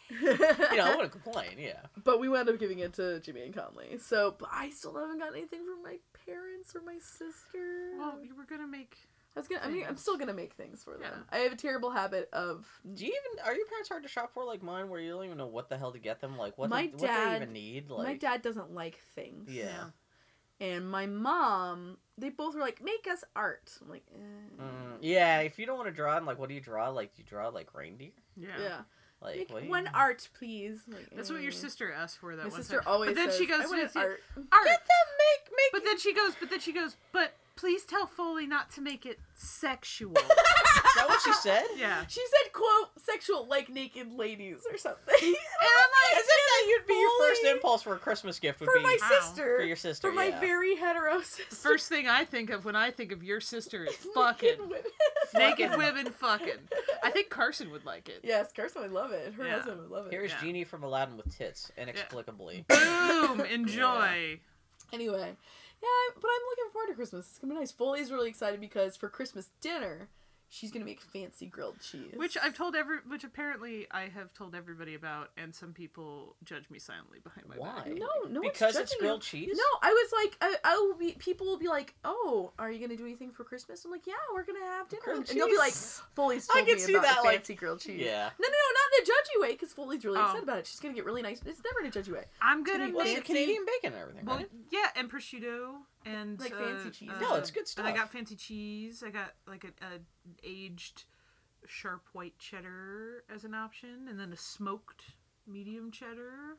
you know, I wouldn't complain. Yeah.
But we wound up giving it to Jimmy and Conley. So, but I still haven't gotten anything from my parents or my sister.
Well, you were gonna make.
I was gonna. I mean, I'm
things.
still gonna make things for them.
Yeah.
I have a terrible habit of.
Do you even are your parents hard to shop for like mine, where you don't even know what the hell to get them? Like what,
My
they, what they
dad-
even need? Like
my dad doesn't like things.
Yeah.
Yeah.
And my mom, they both were like, "Make us art." I'm like, eh.
Mm, yeah. If you don't want to draw, and like, what do you draw? Like, do you draw like reindeer?
Yeah.
yeah.
Like
Make
what do you-
one art, please. I'm like,
That's what
eh.
your sister asked for. That
My
one
sister
time.
always.
But then
says,
she goes
I
to
want
the-
art.
Art.
Get them. Make make.
But then she goes. But then she goes. But please tell Foley not to make it sexual.
Is that what she said?
yeah.
She said, "quote sexual like naked ladies" or something. And I'm like,
Isn't that you'd be your first
Holy-
impulse for a Christmas gift would
for
be
my
Wow.
sister.
for your sister?
for my
yeah.
very hetero sister.
First thing I think of when I think of your sister is
naked
fucking
women.
naked women fucking. I think Carson would like it.
Yes, Carson would love it. Her
Yeah.
husband would love it.
Here's
Yeah.
Genie from Aladdin with tits inexplicably.
Boom! Enjoy.
Anyway, yeah, I- but I'm looking forward to Christmas. It's gonna be nice. Foley's really excited because for Christmas dinner, she's gonna make fancy grilled cheese.
Which I've told every, which apparently I have told everybody about, and some people judge me silently behind my
Why?
back.
no, no, one's
because it's
judging
grilled
you.
cheese.
No, I was like, I, I will be. People will be like, "Oh, are you gonna do anything for Christmas?" I'm like, "Yeah, we're gonna have dinner,"
Grilled
and they'll be like,
cheese.
"Foley's
I
told
can
me
see
about
that,
the
like-
fancy grilled cheese."
Yeah.
No, no, no, not in a judgy way, because Foley's really
Oh.
excited about it. She's gonna get really nice. It's never in a judgy way.
I'm gonna
Well,
Well,
make
it's Canadian bacon and everything.
Well,
right?
yeah, and prosciutto and
Like
uh,
fancy cheese.
uh,
No, it's good
And I
stuff.
got fancy cheese. I got like a, a aged sharp white cheddar as an option, and then a smoked medium cheddar,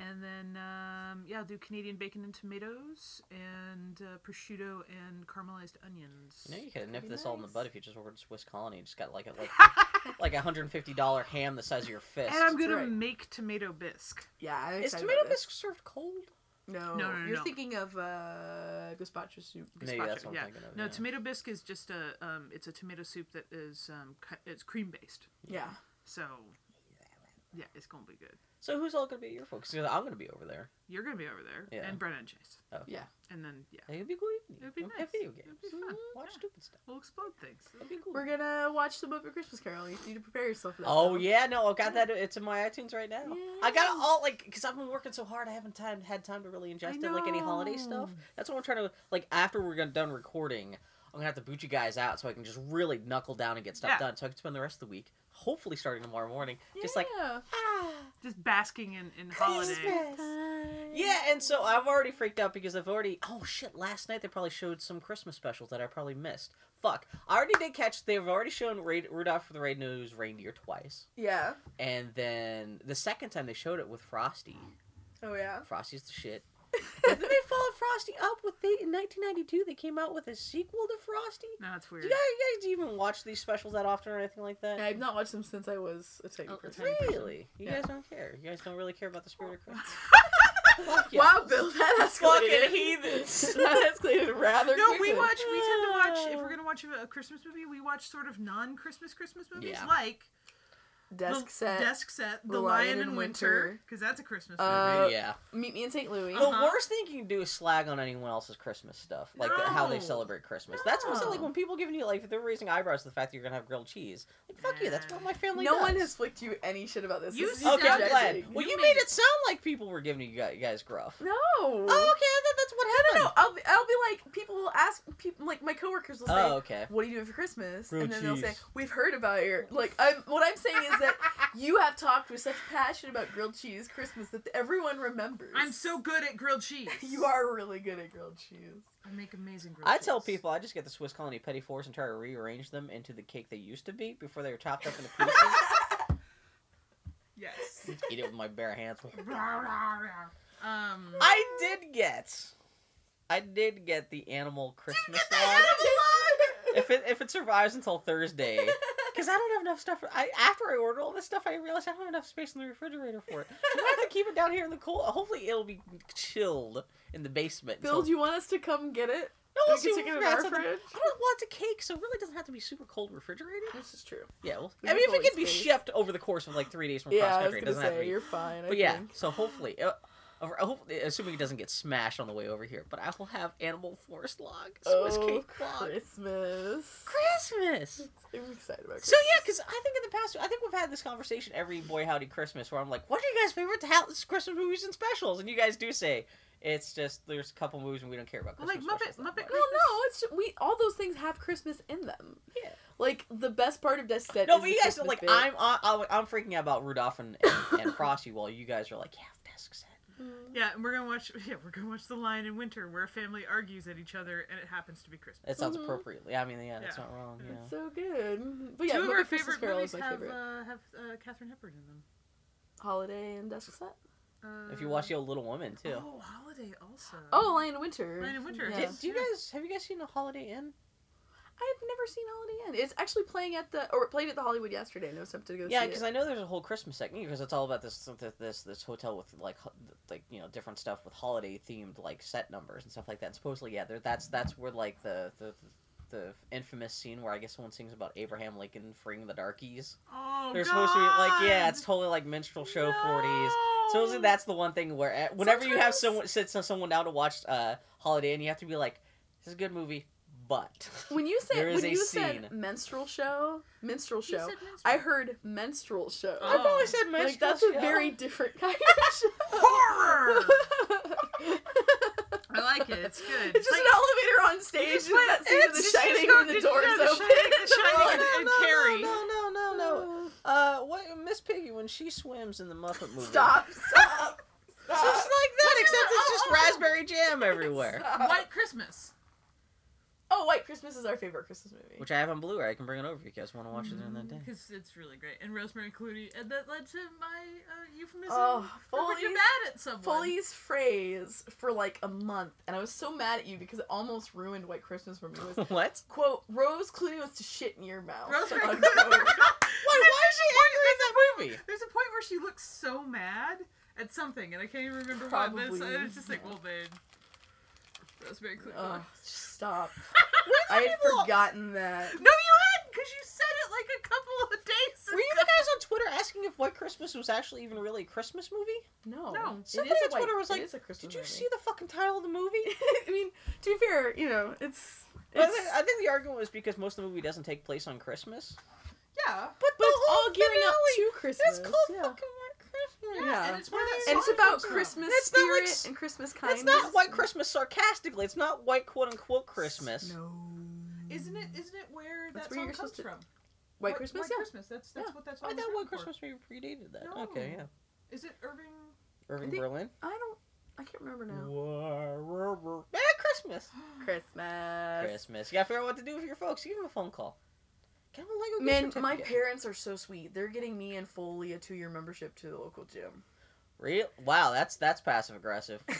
and then um, yeah, I'll do Canadian bacon and tomatoes, and uh, prosciutto and caramelized onions.
You know you could nip
be
this all in the
nice.
bud if you just ordered Swiss Colony and just got like a like like a hundred and fifty dollar ham the size of your fist.
and I'm
That's
gonna
right.
make tomato bisque.
Yeah, I'm
Is
excited about
tomato
this.
bisque served cold?
No,
No, no,
you're
no.
thinking of uh, gazpacho soup.
Maybe
Gazpacho,
that's what I'm
yeah.
thinking of,
No,
Oh, yeah.
tomato bisque is just a um, it's a tomato soup that is um, cu- it's cream based.
Yeah.
So, yeah, it's gonna be good.
So who's all gonna be at your folks? 'Cause I'm gonna be over there.
You're gonna be over there,
Yeah. Oh.
and Brenna and Chase,
Yeah.
and then yeah,
It'd be cool. evening.
It'd be
We'll
nice.
Play video
It'd
games.
be fun.
Watch
Yeah.
stupid stuff.
we'll explode things.
It'd be cool.
We're gonna watch the Muppet Christmas Carol. You need to prepare yourself for that.
Oh
though.
yeah, no, I've got that. It's in my iTunes right now. I got it
Yeah.
all like because I've been working so hard, I haven't time had time to really ingest it like any holiday stuff.
know.
That's what I'm trying to like. After we're gonna done recording, I'm gonna have to boot you guys out so I can just really knuckle down and get stuff
Yeah.
done. So I can spend the rest of the week, hopefully starting tomorrow morning, just like
Yeah.
ah.
Just basking in in holiday.
Yeah, and so I've already freaked out because I've already. Oh shit! Last night they probably showed some Christmas specials that I probably missed. Fuck! I already did catch. They've already shown Ra- Rudolph the Red Nosed Reindeer twice,
Yeah.
and then the second time they showed it with Frosty.
Oh yeah.
Frosty's the shit. But then they followed Frosty up with they in 1992. They came out with a sequel to Frosty.
No, it's
Do
weird.
you guys, you guys even watch these specials that often or anything like that?
I've not watched them since I was a tiny
Oh,
person.
okay.
Really? You
Yeah.
guys don't care. You guys don't really care about the spirit of Christmas. Fuck yeah.
Wow, Bill, that
Fucking
escalated.
heathens.
that escalated rather
No,
quickly.
we watch. We tend to watch. If we're gonna watch a, a Christmas movie, we watch sort of non-Christmas Christmas movies
Yeah.
like
Desk
the,
set.
Desk Set, The Lion, in Winter, because that's a Christmas
Uh,
Maybe, yeah. Oh,
Meet me in St. Louis.
The
Uh-huh.
worst thing you can do is slag on anyone else's Christmas stuff, like the- how they
No.
celebrate Christmas. That's what's like
No.
when people giving you like if they're raising eyebrows to the fact that you're gonna have grilled cheese. Like fuck you, that's what my family.
no
does.
one has flicked you any shit about this.
Oh, You
This is
Okay, I'm
Sounds
glad.
judging.
Well, you,
You
made,
made
it movie. sound like people were giving you guy- guys gruff.
No.
Oh, okay, that, that's what happened.
no, I'll be, I'll be like, people will ask people, like my coworkers will say,
Oh, okay.
"What do you do for Christmas?"
Grilled
and then they'll say,
cheese.
"We've heard about your like." I'm what I'm saying is that you have talked with such passion about grilled cheese Christmas that everyone remembers.
I'm so good at grilled cheese.
You are really good at grilled cheese.
I make amazing grilled
I
cheese.
tell people I just get the Swiss Colony Petty Fours and try to rearrange them into the cake they used to be before they were chopped up into pieces.
Yes.
Eat it with my bare hands.
um.
I did get, I did get the animal Christmas log. If it if it survives until Thursday, because I don't have enough stuff. I after I order all this stuff, I realized I don't have enough space in the refrigerator for it. I'm gonna have to keep it down here in the cold. Hopefully, it'll be chilled in the basement.
Bill,
until-
do you want us to come get it?
no,
We
we'll
can
see
stick it
what
in
we got.
our
So the-
fridge.
I don't want a cake, so it really doesn't have to be super cold refrigerated.
This is true.
Yeah, well,
We
I mean,
have
if it can be
always space.
shipped over the course of like three days from
yeah,
cross
I was
country, it
gonna
doesn't have to
say
be.
you're fine. I
But yeah,
think.
so hopefully, uh, over- I hope- assuming it doesn't get smashed on the way over here, but I will have animal forest log, Swiss
Oh,
cake log,
Christmas.
Christmas.
I'm excited about. Christmas.
So yeah, because I think in the past, I think we've had this conversation every Boy Howdy Christmas where I'm like, what are you guys' favorite ha- Christmas movies and specials? And you guys do say it's just there's a couple movies and we don't care about
Well,
Christmas.
like, Muppet-
specials that
Muppet
much.
Well, no, it's just, we all those things have Christmas in them.
Yeah.
Like the best part of Death Set.
No,
is
but
the
you guys are
Christmas
like,
bit.
I'm, I'm I'm freaking out about Rudolph and, and, and Frosty while you guys are like, yeah, desk set.
Mm.
Yeah, and we're gonna watch. Yeah, we're gonna watch The Lion in Winter, where a family argues at each other, and it happens to be Christmas.
That sounds
Mhm.
appropriately. I mean, yeah, that's
Mm-hmm. Yeah.
not wrong.
Yeah.
Yeah.
It's so good. But yeah,
Two of our
Muppet Christmas
favorite
Carol
movies
is my
have
favorite.
Uh, have uh, Catherine Hepburn in them.
Holiday and Desk Set.
Uh,
If you watch the old Little Women too.
Oh, Holiday also.
Oh, Lion in Winter.
Lion in Winter.
Yeah.
Did-
Yes.
I've
do you
yeah.
guys have you guys seen a Holiday Inn?
never seen Holiday Inn. It's actually playing at the or it played at the Hollywood yesterday. and I was tempted to go
Yeah,
see
because
it.
I know there's a whole Christmas segment because it's all about this this this hotel with like ho- like you know different stuff with holiday themed like set numbers and stuff like that. Supposedly, yeah, there- that's that's where like the the the infamous scene where I guess someone sings about Abraham Lincoln freeing the darkies.
Oh,
They're supposed to be like, yeah,
God!
it's totally like minstrel show 40s.
No!
Supposedly that's the one thing where uh, whenever you have
Sometimes-
someone sit so- someone down to watch uh, Holiday and you have to be like, this is a good movie, but
when you say
There is
when
a
you
scene.
said menstrual show, minstrel
You
show,
said minstrel.
I heard menstrual show.
I
Oh.
probably said
like
minstrel
that's
show.
a very different kind of show.
horror. I like it. It's good.
It's just
like,
an elevator on stage.
went-
That scene in
it's
The
just-
Shining
it's
when the
just-
doors
yeah, The
open.
Shining- The Shining
no,
and-
no,
and
no,
Carrie.
No, no, no, no. Uh, what Miss Piggy when she swims in the Muppet movie?
Stop! Stop!
It's just like
Stop!
that,
What's in
except
the-
it's
oh,
just
oh, oh.
raspberry jam everywhere.
Stop.
White Christmas.
Oh, White Christmas is our favorite Christmas movie.
Which I have on Blu-ray. I can bring it over if you guys want to watch it during that day.
Because Mm, it's really great. And Rosemary Clooney. And that led to my uh, euphemism
Oh,
for when you're
Foley's-
mad at someone.
Foley's phrase for like a month, and I was so mad at you because it almost ruined White Christmas for me. Was
What?
quote Rose Clooney wants to shit in your mouth.
Rosemary
Unquote.
Why? Why is she angry in that movie?
There's a point where she looks so mad at something, and I can't even remember what. But it's,
Probably,
I was just like,
yeah.
well, babe. Rosemary Clooney.
Ugh, just stop. I
Were you
had
people-
forgotten that.
No, you hadn't, because you said it like a couple of days ago.
Were you guys on Twitter asking if White Christmas was actually even really a Christmas movie?
No.
No.
It is
Somebody
a
on Twitter was
it
like,
is a Christmas
Did you
movie."
see the fucking title of the movie?
I mean, to be fair, you know, it's.
But I
it's-
think- I think the argument was because most of the movie doesn't take place on Christmas.
Yeah.
But,
but it's all gearing up to Christmas.
It's called
yeah.
fucking White Christmas.
Yeah.
And it's where that
And it's
song
about
comes from.
Christmas
That's not
spirit
like s-
and Christmas kindness.
It's not White Christmas sarcastically. It's not White quote unquote Christmas.
No.
Isn't it? Isn't it where
That's
that
where
song
you're
comes
supposed to-
from?
White Christmas?
White
yeah.
Christmas. That's that's
Yeah.
what that's.
I thought White Christmas maybe predated that.
No.
Okay, yeah.
Is it Irving?
Irving
think-
Berlin.
I don't. I can't remember now.
Yeah, Christmas.
Christmas.
Christmas. You gotta figure out what to do with your folks. Give them a phone call. Get them a Lego
Man,
gift
my
certificate.
parents are so sweet. They're getting me and Foley a two-year membership to the local gym.
Real? Wow, that's that's passive aggressive.
my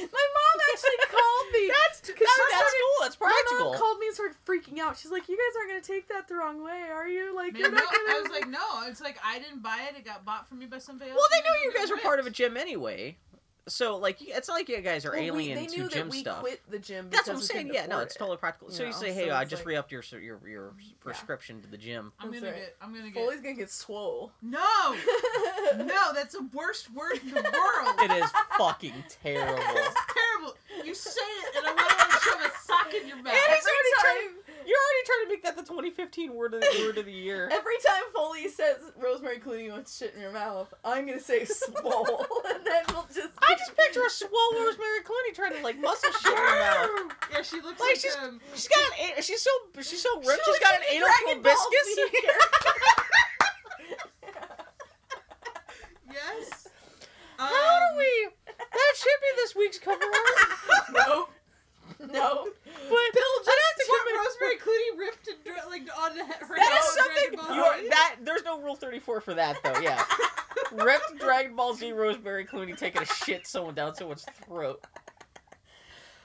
mom actually called me.
that's that's,
she started-
cool. That's
My
practical.
mom called me and started freaking out. She's like, "You guys aren't gonna take that the wrong way, are you? Like,
Man,
you're
no,
not gonna."
I was like, no. It's like I didn't buy it. It got bought for me by somebody else.
well, they
and
know
then
you
got
guys were part of a
ripped.
gym anyway. So like, you- it's not like you guys are
Well, we-
aliens
they
to
knew
gym
that we
stuff.
quit the gym.
That's what I'm
because we
saying.
couldn't
Yeah, no,
afford
it's
it.
totally practical.
you
So you
know,
say,
so
hey, I
it's
just
like-
re upped your your your prescription to the gym.
I'm
That's
gonna
right.
get. I'm gonna get.
Foley's gonna get swole.
No, no, that's the worst word in the world.
It is fucking terrible.
It's terrible. You say it, and I want to shove a sock in your mouth.
It is-
every
already trying-
time,
You're already trying to make that the 2015 word of the word of the year.
every time Foley says Rosemary Clooney wants shit in your mouth, I'm gonna say swole, and then we'll just.
I just picture a swole Rosemary Clooney trying to like muscle shit in her mouth.
Yeah, she looks
Like
like,
she's-
um,
She's got an, a- she's so she's so ripped.
She
She's
looks
got an
like a
anal
Dragon Ball Z
proboscis.
yes.
How
Um,
do we? That should be this week's cover art.
no, no.
But Bill just I
What Rosemary Clooney ripped and dra- like on the he- her
That
doll
is
Dragon Ball
something. You're,
Z.
that there's no rule 34 for that though. Yeah, ripped Dragon Ball Z Rosemary Clooney taking a shit someone down someone's throat.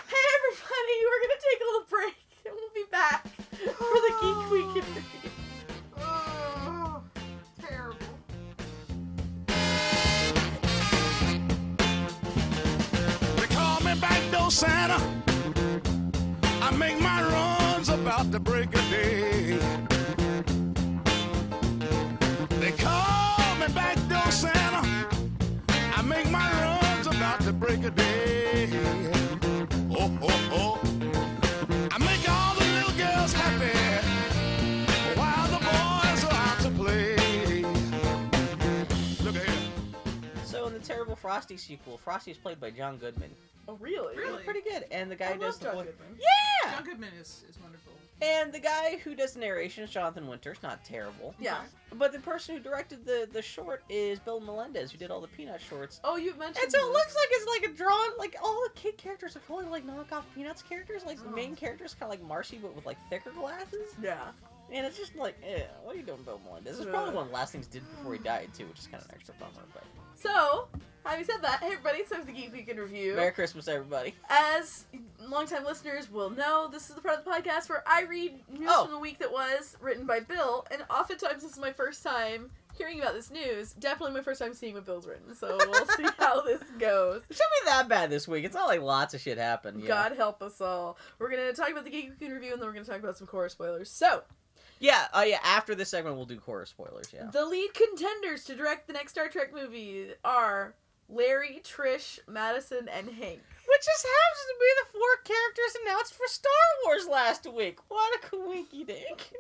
Hey everybody, we're gonna take a little break, and we'll be back for the Geek Week interview.
Oh, terrible.
They call me back door Santa. I make my runs about the break of day. They call me back door Santa. I make my runs about the break of day. Oh, oh, oh. I make all the little girls happy while the boys are out to play. Look at here.
So in the terrible Frosty sequel, Frosty is played by John Goodman.
Oh really?
Really?
Pretty good, and the guy
I
does
love
the
John
voice.
Goodman.
Yeah,
John Goodman is, is wonderful.
and the guy who does the narration is Jonathan Winters. Not terrible.
Yeah.
But the person who directed the the short is Bill Melendez, who did all the Peanut shorts.
Oh, you mentioned.
And so it
this.
looks like it's like a drawn, like all the kid characters are totally like knockoff Peanuts characters. Like the main
Oh.
characters kind of like Marcy, but with like thicker glasses.
Yeah. And it's
Just like, eh, what are you doing, Bill Melendez? This is probably one of the last things he did before he died too, which is kind of an extra bummer. But
So, having said that, hey everybody, it's time for the Geek Week interview.
Merry Christmas, everybody.
As longtime listeners will know, this is the part of the podcast where I read news
Oh.
from the week that was written by Bill, and oftentimes this is my first time hearing about this news. Definitely my first time seeing what Bill's written. So we'll see how this goes.
It shouldn't be that bad this week. It's not like lots of shit happened. Yeah.
God help us all. We're gonna talk about the Geek Week interview, and then we're gonna talk about some core spoilers. So,
Yeah. Oh yeah. After this segment, we'll do horror spoilers. Yeah.
The lead contenders to direct the next Star Trek movie are Larry, Trish, Madison, and Hank.
Which just happens to be the four characters announced for Star Wars last week. What a coinky dink.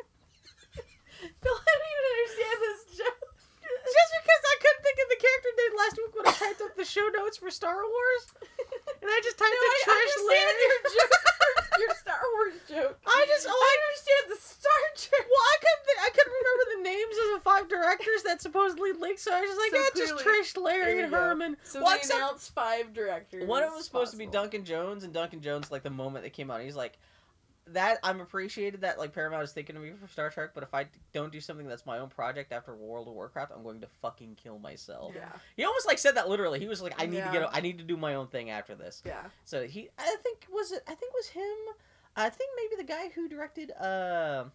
Bill, I don't even understand this joke.
Just because I couldn't think of the character name last week when I typed up the show notes for Star Wars, and I just typed
No,
in
I
Trish
understand
Laird.
your joke. your Star Wars joke.
I just oh, I
understand the Star Trek.
well, I couldn't thi- I couldn't remember the names of the five directors that supposedly linked, so I was just like,
So
yeah, just
clearly-
Trish, Larry,
There
and
you go.
Herman.
So
Well,
they
except-
announced five directors.
One of them was supposed to be
possible.
Duncan Jones, and Duncan Jones, like the moment that came out, he's like, "That I'm appreciated that like Paramount is thinking of me for Star Trek, but if I don't do something that's my own project after World of Warcraft, I'm going to fucking kill myself."
Yeah,
He almost like said that literally. He was like, "I need to
Yeah.
get, a, I need to do my own thing after this."
yeah.
So he, I think was it, I think was him. I think maybe the guy who directed uh,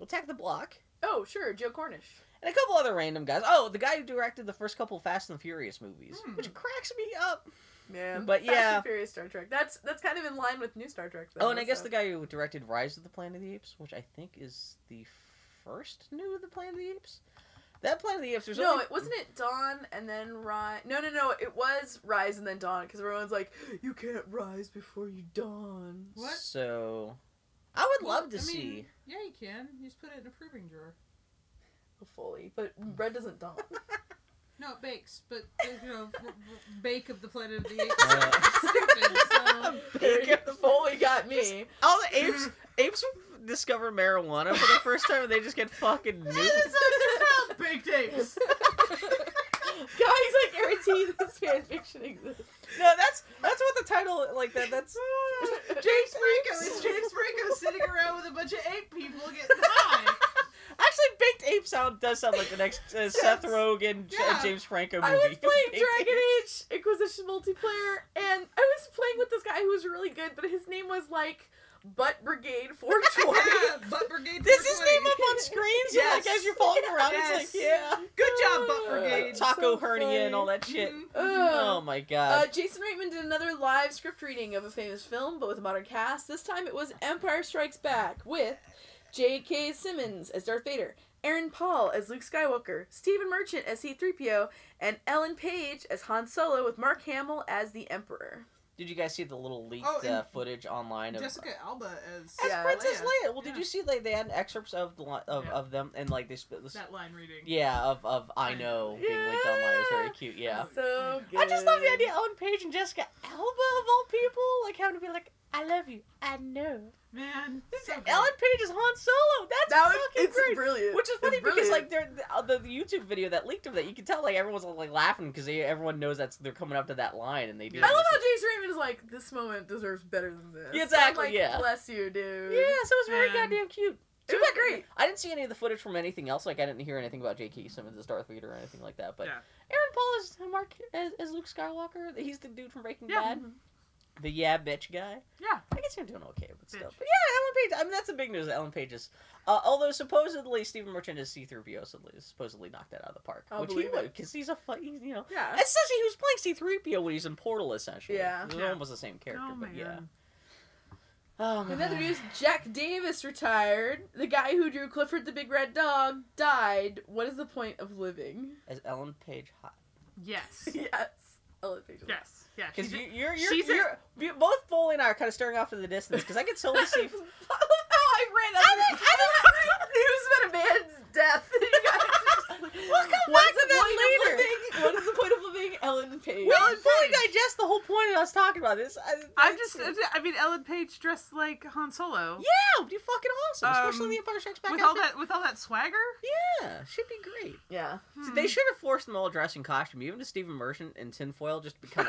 Attack the Block
Oh, sure, Joe Cornish.
and a couple other random guys. Oh, the guy who directed the first couple Fast and the Furious movies,
Hmm.
which cracks me up.
Man,
But
Fast
yeah.
and Furious Star Trek. That's that's kind of in line with new Star Trek. Though,
oh, and I guess
so-
the guy who directed Rise of the Planet of the Apes, which I think is the first new of the Planet of the Apes. That Planet of the Apes, there's
no,
only-
it wasn't it Dawn and then Rise. No, no, no, it was Rise and then Dawn because everyone's like, you can't rise before you dawn.
What?
So, I would love to
I mean,
see.
Yeah, you can. You just put it in a proving drawer.
Fully, but red doesn't dawn.
No, it bakes, but you know, r- r- bake of the Planet of the Apes.
Uh.
Stupid, so-
Foley got me.
All the apes, apes discover marijuana for the first time, and they just get fucking nuked.
Baked apes.
Guys, I guarantee this fan fiction exists.
No, that's that's what the title like that. That's
James Franco is James Franco sitting around with a bunch of ape people getting high.
actually baked ape sound does sound like the next uh, Seth Rogen J-
Yeah.
James Franco movie.
I was playing
Baked
Dragon
Ape.
Age Inquisition multiplayer, and I was playing with this guy who was really good, but his name was like Butt Brigade 420.
Butt Brigade.
This is
420.
name up on screens, so like
Yes.
as you're falling around, it's like yeah,
Yes. Good job, Butt
Uh,
Brigade.
It's
taco
so
hernia
funny.
and all that shit.
Mhm.
Ugh.
Oh my
Uh,
god.
Jason Reitman did another live script reading of a famous film, but with a modern cast. This time it was Empire Strikes Back with J.K. Simmons as Darth Vader, Aaron Paul as Luke Skywalker, Stephen Merchant as C-3PO, and Ellen Page as Han Solo with Mark Hamill as the Emperor.
Did you guys see the little leaked
Oh, and
uh, footage online of
Jessica Alba as uh,
as
Yeah,
Princess
Leia.
Leia? Well, did
Yeah.
you see like they had excerpts of the li- of,
Yeah.
of them and like they sp-
That line reading.
yeah of of I
I
know
know.
being linked online It was very
Yeah.
cute. Yeah.
So good.
I just love the idea Ellen Page and Jessica Alba of all people like having to be like I love you. I know.
Man. so good.
Ellen Page is Han Solo. That's
That was,
fucking
it's
great.
brilliant.
Which is
It's
funny because like
brilliant.
they're, the, the YouTube video that leaked of that, you can tell like everyone's like laughing because everyone knows that's they're coming up to that line and they do.
I love
this-
how Jason Reitman is like, this moment deserves better than this.
Yeah, exactly,
I'm like,
yeah.
Bless you, dude.
Yeah, so it's very
Um,
goddamn cute.
It was great.
I didn't see any of the footage from anything else. Like I didn't hear anything about J.K. Simmons as Darth Vader or anything like that. But
Yeah.
Aaron Paul is Mark as, as Luke Skywalker. He's the dude from Breaking
Yeah.
Mm-hmm.
Bad. The yeah bitch guy.
Yeah.
I guess I'm doing okay with stuff.
Bitch.
But yeah, Ellen Page. I mean, that's the big news. that Ellen Page is, uh, although supposedly Stephen Merchant is C-3PO, so they supposedly knocked that out of the park,
I'll
which he
believe
would
it.
because he's a fu- he's, you know
Yeah.
Essentially, he was playing C three PO when he's in Portal. Essentially,
Yeah.
it was
Yeah.
almost the same character,
Oh my
but yeah.
god.
Oh my
Another
god.
news: Jack Davis retired. The guy who drew Clifford the Big Red Dog died. What is the point of living?
Is Ellen Page hot?
Yes.
yes. Ellen Page.
Yes. Yeah.
Because
she's-
you, you're you're,
she's a-
you're, you both Foley and I are kind of staring off to the distance because I can totally see.
oh, I ran out of news about a man's death. You guys are just like,
We'll come
what
back
is
to
the
that
point
later.
of living? What is the point of living? Ellen Page.
We can fully
Page.
digest the whole point of us talking about this. I,
I'm just. uh, I mean, Ellen Page dressed like Han Solo.
yeah, it'd be fucking awesome, especially
Um,
the Empire Strikes Back.
With all
outfit.
that, with all that swagger.
yeah, should be great.
yeah.
So
Hmm.
They should have forced them all dressed in costume, even to Stephen Merchant in tinfoil, just to become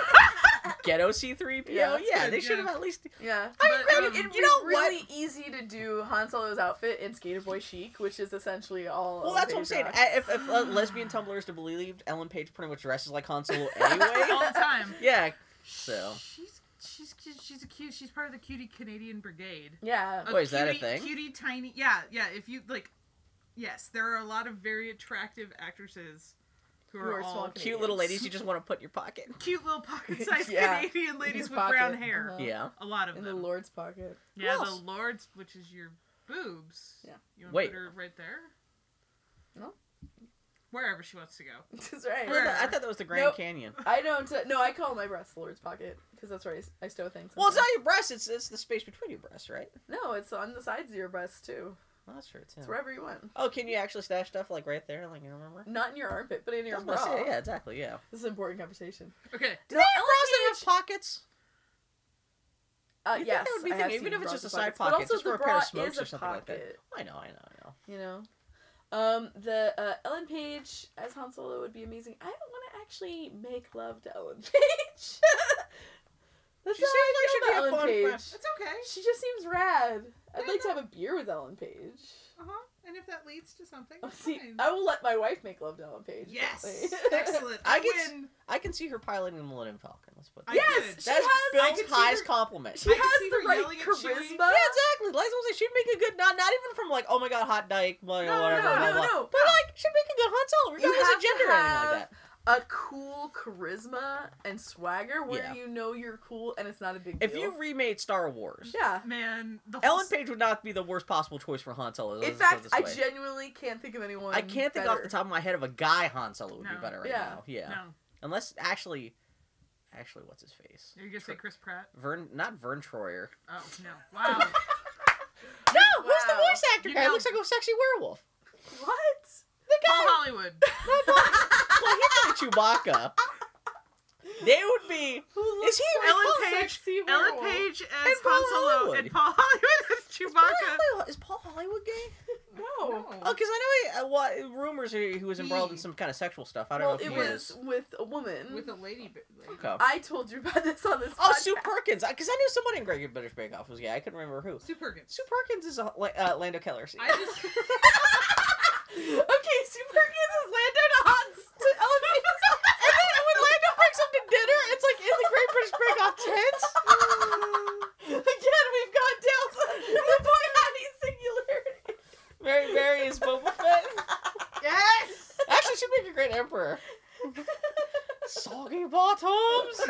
ghetto C3PO. Yeah,
Yeah,
good,
they should have
yeah.
at least.
Yeah.
I
But,
regret
um,
it.
It'd
You know
be
what?
really easy to do Han Solo's outfit in Skater Boy Chic, which is essentially all.
Well,
Ellen
that's what I'm
Page
saying.
rocked.
I- If, if uh, lesbian tumblers to believe, Ellen Page pretty much dresses like Han Solo anyway.
all the time.
yeah. So
She's she's cu- she's a cute. She's part of the cutie Canadian brigade.
yeah.
Wait, is that a
cutie-
thing?
Cutie tiny. Yeah, yeah. If you like, yes, there are a lot of very attractive actresses who are,
are
all
small
cute little ladies you just want to put in your pocket.
cute little pocket-sized
Yeah.
Canadian ladies
your
with brown
pocket.
hair.
Uh-huh.
Yeah.
A lot of
In the
them.
Lord's pocket.
yeah,
Who
the
else?
lords, which is your boobs.
Yeah. Oh.
You want
Wait.
to put her right there?
No.
Wherever she wants to go.
That's
I
right.
thought, that, I thought that was the Grand
Nope.
Canyon.
I don't. Uh, no, I call my breasts the Lord's pocket because that's where I, s- I stow things.
Well, it's not
sometimes.
your breasts. It's it's the space between your breasts, right?
no, it's on the sides of your breasts too.
Well, that's true too.
It's wherever you want.
Oh, can you actually stash stuff like right there? Like you remember?
Not in your armpit, but in your
That's what I
bra.
said, yeah, exactly. Yeah.
This is an important conversation.
Okay.
Do
No,
they
Ellen
bras that have pockets?
Uh,
You think
yes,
that would be
I
thing,
have
even
seen
if it's
bras
just
with
a side
pockets,
pocket,
But also
just
the
for a
bra
pair of smokes
is
or
a
something like that.
pocket,
I know, I know, I know.
You know, um, the uh, Ellen Page as Han Solo would be amazing. I don't want to actually make love to Ellen Page. that's how
seems like she'd
I
be a
feel about
fun
Ellen Page.
friend.
That's okay.
She just seems rad. I'd
Yeah,
like to
no.
have a beer with Ellen Page.
Uh huh. And if that leads to something,
Oh,
it's
see,
fine.
I will let my wife make love to Ellen Page.
Yes.
Like-
Excellent.
I
I,
get s-
win.
I can see her piloting the Millennium Falcon. Let's put
I
that.
yes,
could.
she
That's
has.
I
Bill's
could see
highest
her-
compliment.
she
I could see
has
her
the right
yelling at Chewie.
charisma.
yeah, exactly. Like I said, she'd make a good not not even from like oh my god hot dyke blah,
No, no,
whatever.
no,
blah,
no,
blah.
no.
But like she'd make a good Han Solo regardless
have
of
to
gender or anything like
have-
that.
A cool charisma and swagger where
Yeah.
you know you're cool and it's not a big
If
deal.
you remade Star Wars,
yeah.
Man, the whole
Ellen Page would not be the worst possible choice for Han Solo.
In
Let's put it
fact,
this
I
way.
genuinely can't think of anyone.
I can't think off
um, better.
the top of my head of a guy Han Solo would be
No.
better right
Yeah.
now. Yeah,
No,
unless actually, actually, what's his face?
you're gonna say Chris Pratt.
Vern, not Vern Troyer.
Oh no! Wow.
No, who's the
Wow.
voice actor
You
guy?
know-
Looks like a sexy werewolf.
What?
The
Paul
guy
Hollywood.
who played Chewbacca. They would be.
Who
Is he
looks
Ellen
like a
Page-
sexy
Ellen
werewolf?
Page as
And Paul
Han Solo
Hollywood.
and Paul Hollywood as Chewbacca.
Is Paul Hollywood gay?
No.
Oh, because I know he. Uh, what rumors are he was embroiled in
He-
some kind of sexual stuff. I don't
Well,
know if
it
he
was
is.
with a woman.
with a lady. b- lady.
Okay.
I told you about this on this.
oh,
podcast.
Sue Perkins. Because I knew somebody in Great British Bake Off was gay. I couldn't remember who.
Sue Perkins.
Sue Perkins is a, like, uh, Lando Keller's.
I just.
okay, Sue Perkins is Lando to Hans to Ellen Page's.
And then when Lando brings him to dinner, it's like in the Great British Bake Off tent.
Again, we've gone down
emperor. Soggy bottoms.
This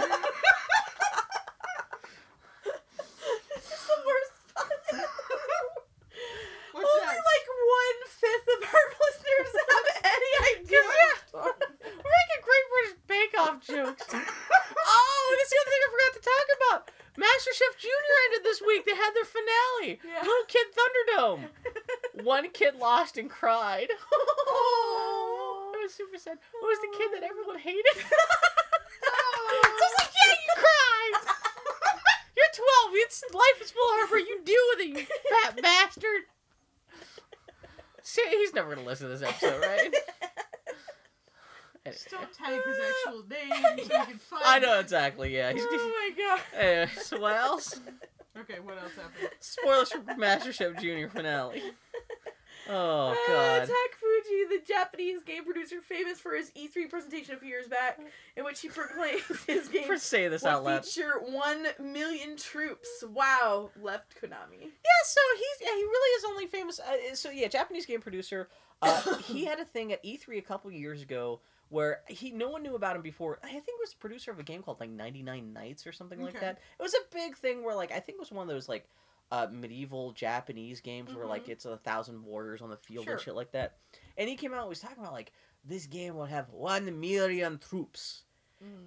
is the worst podcast.
What's
Only
next?
like one fifth of our listeners have any idea.
We're making Great British Bake Off jokes. oh, that's the other thing I forgot to talk about. Master Chef Junior ended this week. They had their finale.
Yeah.
Little Kid Thunderdome. One kid lost and cried. I was super sad. What was the kid that everyone hated? It's just like, yeah, you cried. You're 12. It's life is full harbor. You deal with it, you fat bastard. See, he's never gonna listen to this episode, right?
Just don't tag his actual name so you can find
I know
it.
exactly. Yeah. He's,
oh my god.
Anyway, so what else?
Okay, what else happened?
Spoilers for MasterChef Junior finale. Oh
Uh,
god.
Tak Fuji, the Japanese game producer famous for his E3 presentation a few years back, in which he proclaimed his game
For say this out
would
loud.
feature one million troops. Wow, left Konami.
Yeah, so he's yeah, he really is only famous. Uh, so yeah, Japanese game producer. Uh, he had a thing at E3 a couple years ago where he no one knew about him before. I think it was the producer of a game called like 99 Nights or something like
Okay.
that. It was a big thing where like I think it was one of those like uh, medieval Japanese games where like it's a thousand warriors on the field
Mm-hmm.
and
Sure.
shit like that. And he came out and was talking about like this game will have one million troops.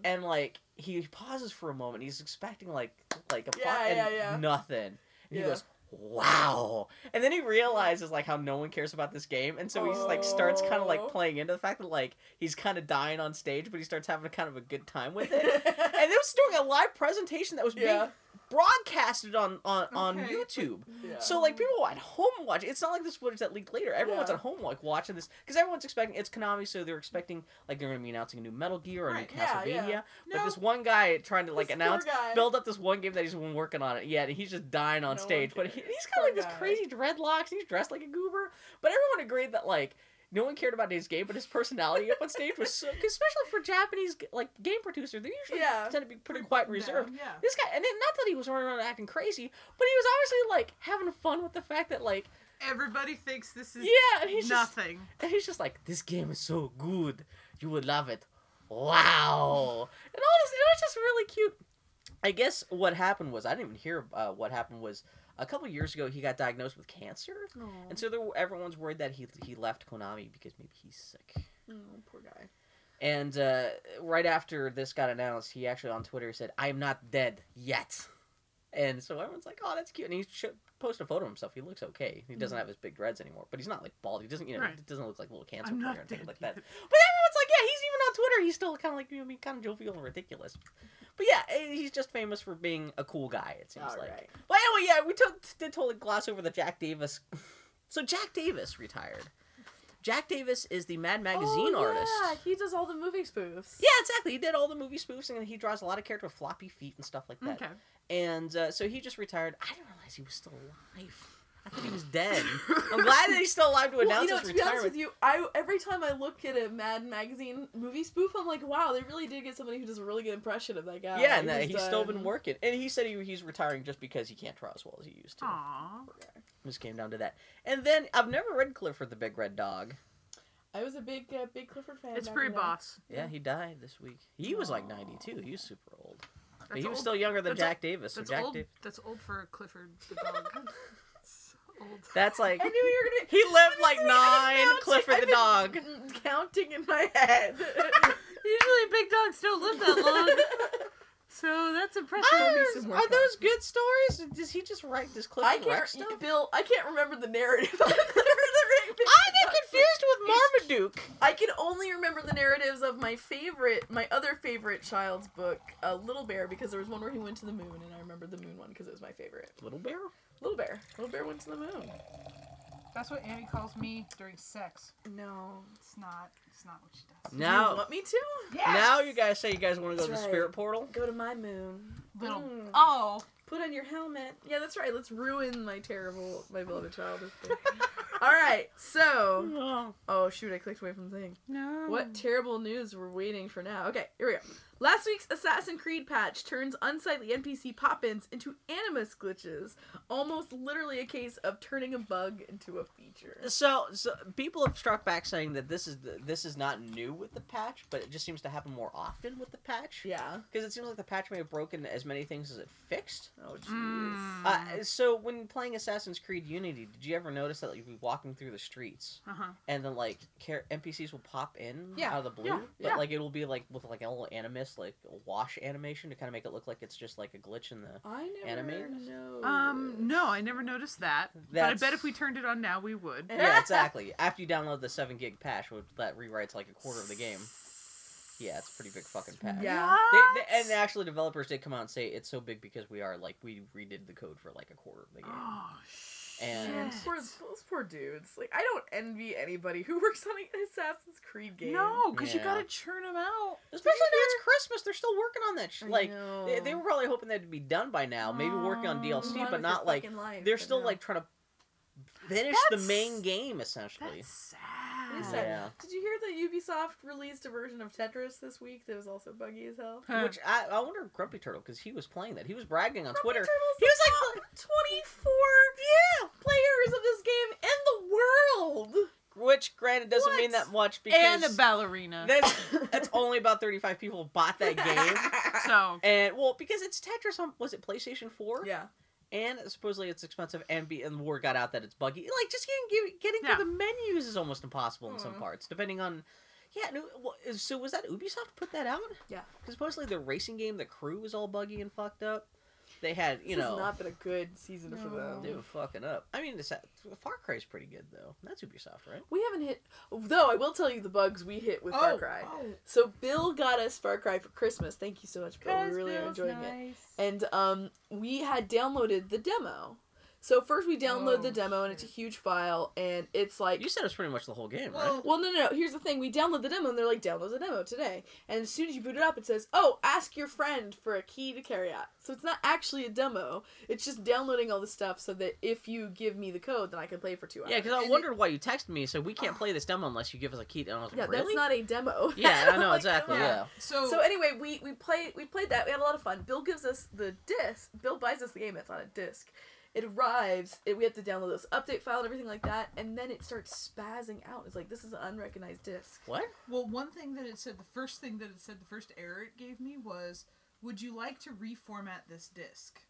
And like he pauses for a moment, he's expecting like like a
Yeah,
plot and
yeah, yeah.
nothing. And
Yeah.
he goes, "Wow!" And then he realizes like how no one cares about this game, and so he's like starts kind of
Oh.
like playing into the fact that like he's kind of dying on stage, but he starts having kind of a good time with it. and it was doing a live presentation that was
Yeah.
being broadcasted on on on
Okay.
YouTube.
Yeah.
So like people at home watch. It's not like this footage that leaked later. Everyone's
Yeah.
at home like watching this because everyone's expecting it's Konami, so they're expecting like they're gonna be announcing a new Metal Gear or a new
Right,
yeah, yeah.
Castlevania. But
No.
this one guy trying to like
This poor
announce,
guy.
build up this one game that he's been working on it. Yeah, and he's just dying on
No one
stage. But he,
cares.
he's got like
Poor
this
guy.
crazy dreadlocks. He's dressed like a goober. But everyone agreed that like. No one cared about his game, but his personality up on stage was so, 'cause especially for Japanese like game producer, they usually
Yeah.
tend to be pretty quiet, and reserved.
Down, Yeah.
This guy, and it, not that he was running around acting crazy, but he was obviously like having fun with the fact that like,
Everybody thinks this is
yeah, and he's just,
nothing.
and he's just like, this game is so good, you would love it, wow, and all this, it was just really cute. I guess what happened was I didn't even hear uh, what happened was a couple years ago he got diagnosed with cancer, and so there, were- everyone's worried that he he left Konami because maybe he's sick.
Oh, poor guy.
And uh, right after this got announced, he actually on Twitter said, "I am not dead yet," and so everyone's like, "Oh, that's cute." And he should post a photo of himself. He looks okay. He doesn't have his big dreads anymore, but he's not like bald. He doesn't, you know,
Mm-hmm. Right.
it doesn't look like a little cancer
I'm
player
not
or
dead
anything like that.
yet.
But everyone's like, "Yeah, he's even on Twitter. He's still kind of like you know, being kind of jovial and ridiculous." But yeah, eh, he's just famous for being a cool guy. It seems
All
like.
right.
Well, anyway, yeah, we took, did totally gloss over the Jack Davis. so Jack Davis retired. Jack Davis is the Mad Magazine
oh,
artist.
Yeah, he does all the movie spoofs.
Yeah, exactly. He did all the movie spoofs, and he draws a lot of character with floppy feet and stuff like that.
Okay.
And uh, so he just retired. I didn't realize he was still alive. I thought he was dead. I'm glad that he's still alive to
Well, you
announce
know, to
his
be honest
retirement.
with you, I every time I look at a Mad Magazine movie spoof, I'm like, wow, they really did get somebody who does a really good impression of that guy.
yeah, and that
who's
he's still
done-
been working. And he said he, he's retiring just because he can't draw as well as he used to.
Aw.
Poor guy.
Just came down to that. And then I've never read Clifford the Big Red Dog.
I was a big, uh, big Clifford fan.
It's
back
pretty
in the day.
boss.
Yeah, he died this week. He was like
Aw.
92. He was super old. But
That's
he was
old-
still younger than
that's
Jack Davis. So
That's
Jack
old.
Davis.
That's old for a Clifford the dog. It's old.
That's like
I knew you were gonna.
he lived like
I've been
nine. Clifford the dog.
counting- I've been Counting in my head.
Usually big dogs don't live that long, so that's
Ah,
impressive.
Are, are those good stories? Does he just write this
I
Clifford
can't,
Rex stuff?
Bill. I can't remember the narrative. of the Ring Fit
I get confused with Marmaduke.
I can only remember the narratives of my favorite, my other favorite child's book, uh, Little Bear, because there was one where he went to the moon, and I remember the moon one because it was my favorite.
Little Bear?
Little Bear, Little Bear went to the moon.
That's what Annie calls me during sex.
No,
It's not. It's not what she does.
you
Now,
want me to
now you guys say you guys want to go to the
That's right.
Spirit Portal.
go to my moon?
Little.
Mm.
Oh.
Put on your helmet. Yeah, that's right. Let's ruin my terrible, my beloved childhood. thing. All right, so oh shoot, I clicked away from the thing.
No.
What terrible news we're waiting for now? Okay, here we go. Last week's Assassin Creed patch turns unsightly NPC pop-ins into animus glitches, almost literally a case of turning a bug into a feature.
So, so people have struck back saying that this is this is not new with the patch, but it just seems to happen more often with the patch.
Yeah.
Because it seems like the patch may have broken as many things as it fixed.
Oh jeez.
Mm.
Mm-hmm.
Uh, so when playing Assassin's Creed Unity, did you ever notice that like, you'd be walking through the streets
Uh huh.
and then like char- NPCs will pop in
Yeah,
out of the blue,
yeah,
but
yeah.
like it'll be like with like a little animus like a wash animation to kind of make it look like it's just like a glitch in the.
I never
Anime?
know.
Um, no, I never noticed that. But I bet
That's-
if we turned it on now, we would.
Yeah, exactly. After you download the seven gig patch, which that rewrites like a quarter of the game. Yeah, it's a pretty big fucking patch.
Yeah.
They,
What?
they, and actually, developers did come out and say it's so big because we are like we redid the code for like a quarter of the game.
Oh,
And-
shit.
Poor, those poor dudes. Like, I don't envy anybody who works on an Assassin's Creed game.
No, because you
Yeah.
gotta churn them out.
Especially now it's Christmas, they're still working on that. Sh-
I
like
know.
they, they were probably hoping that'd be done by now. Maybe working on
Oh.
DLC,
Fun
but
with your
not like
fucking life,
they're
but
still
no.
like trying to finish the
That's-
main game essentially.
That's sad.
It is sad.
Ah, Yeah.
Did you hear that Ubisoft released a version of Tetris this week that was also buggy as hell?
Huh.
Which I, I wonder if Grumpy Turtle because he was playing that. He was bragging on Twitter.
He was like 24 yeah. players of this game in the world.
Which, granted, doesn't mean
What?
that much
and
because
a ballerina.
that's, that's only about 35 people bought that game.
so
And well, because it's Tetris on was it PlayStation 4?
Yeah. and
And supposedly it's expensive and be, and the word got out that it's buggy. Like just getting getting
Yeah.
through the menus is almost impossible in some
Aw.
parts, depending on yeah, no, well, is- so was that Ubisoft put that out?
Yeah.
Because supposedly the racing game, the crew was all buggy and fucked up. They had, you
this
know,
has not been a good season for
No.
them.
They were fucking up. I mean, it's, Far Cry's pretty good though. That's Ubisoft, right?
We haven't hit. Though I will tell you the bugs we hit with Far Cry. So Bill got us Far Cry for Christmas. Thank you so much, Bill. We really are enjoying it. and um, we had downloaded the demo. So first we download
Oh,
the demo, and it's a
shit.
huge file, and it's like,
You said it's pretty much the whole game, right?
Well-
well, no, no, no. Here's the thing: we download the demo, and they're like, download the demo today. And as soon as you boot it up, it says, oh, ask your friend for a key to carry out. So it's not actually a demo; it's just downloading all the stuff so that if you give me the code, then I can play for two hours.
yeah, because I
And
wondered why you texted me. So we can't play this demo unless you give us a key. And I was
it-
like,
yeah,
really?
that's not a demo.
yeah, I know
Like,
exactly.
come on.
Yeah.
So,
So anyway, we we played we played that. We had a lot of fun. Bill gives us the disc. Bill buys us the game. It's on a disc. It arrives. It, we have to download this update file and everything like that. And then it starts spazzing out. It's like this is an unrecognized disc.
What?
well, one thing that it said, the first thing that it said, the first error it gave me was, "Would you like to reformat this disc?"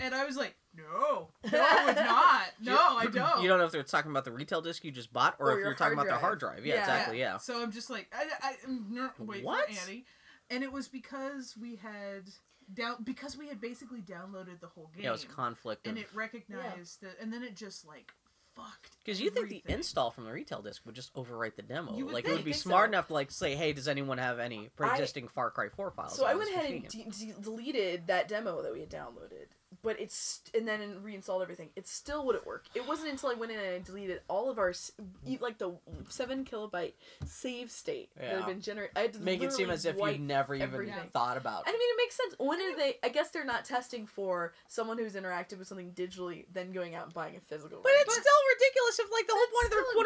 And I was like, "No, no, I would not. No, I don't."
You don't know if they're talking about the retail disc you just bought, or,
Oh. Or
if
your
you're talking
hard
about the
drive.
hard drive. Yeah,
Yeah.
exactly. Yeah.
So I'm just like, I, I, I'm ner- wait
What?
for Annie, and it was because we had down because we had basically downloaded the whole game.
Yeah, it was a conflict.
and it recognized that, and then it just like fucked.
Because you think the
everything.
install from the retail disc would just overwrite the demo.
You would
like it
think.
would be
Think so.
smart enough to like say, hey, does anyone have any pre-existing Far Cry 4 files?
So I
on
went
this
ahead and
machine?
de- de- deleted that demo that we had downloaded. But it's and then reinstalled everything. It still wouldn't work. It wasn't until I went in and I deleted all of our s- e- like the seven kilobyte save state that
Yeah.
had been generated. I had to
make it seem
literally
as if you
wipe
never even
everything.
thought about.
And I mean, it makes sense. When are they? I guess they're not testing for someone who's interacted with something digitally, then going out and buying a physical.
But
version.
it's still ridiculous if like the whole
That's
point of their
still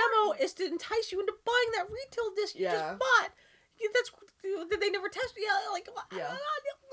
Quino demo is to entice you into buying that retail disc you
Yeah.
just bought. Yeah, That's that they never test. Yeah, like ah, what-
Yeah.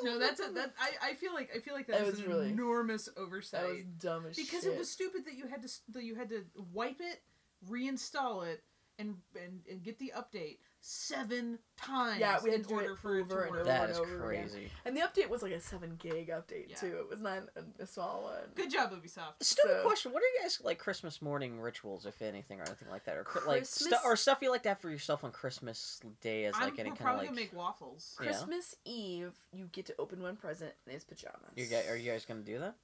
No, that's a, that. I, I feel like I feel like
That
that was
was
an
really-
enormous
that
oversight
was dumb as
because
shit.
it was stupid that you had to s- that you had to wipe it, reinstall it, and and, and get the update seven times.
Yeah, we had
in
to do it
order for it to
over and
work.
over.
That is
over again.
crazy.
and the update was like a seven gig update
Yeah.
too. It was not a, a small one.
Good job, Ubisoft.
Stupid
So-
question. What are you guys like Christmas morning rituals, if anything, or anything like that, or cri- like stu-
Christmas-
or stuff you like to have for yourself on Christmas day as
I'm,
like
we're
any
probably
kind of like
gonna make waffles.
Yeah.
Christmas Eve, you get to open one present, and it's pajamas.
you guys, are you guys gonna do that?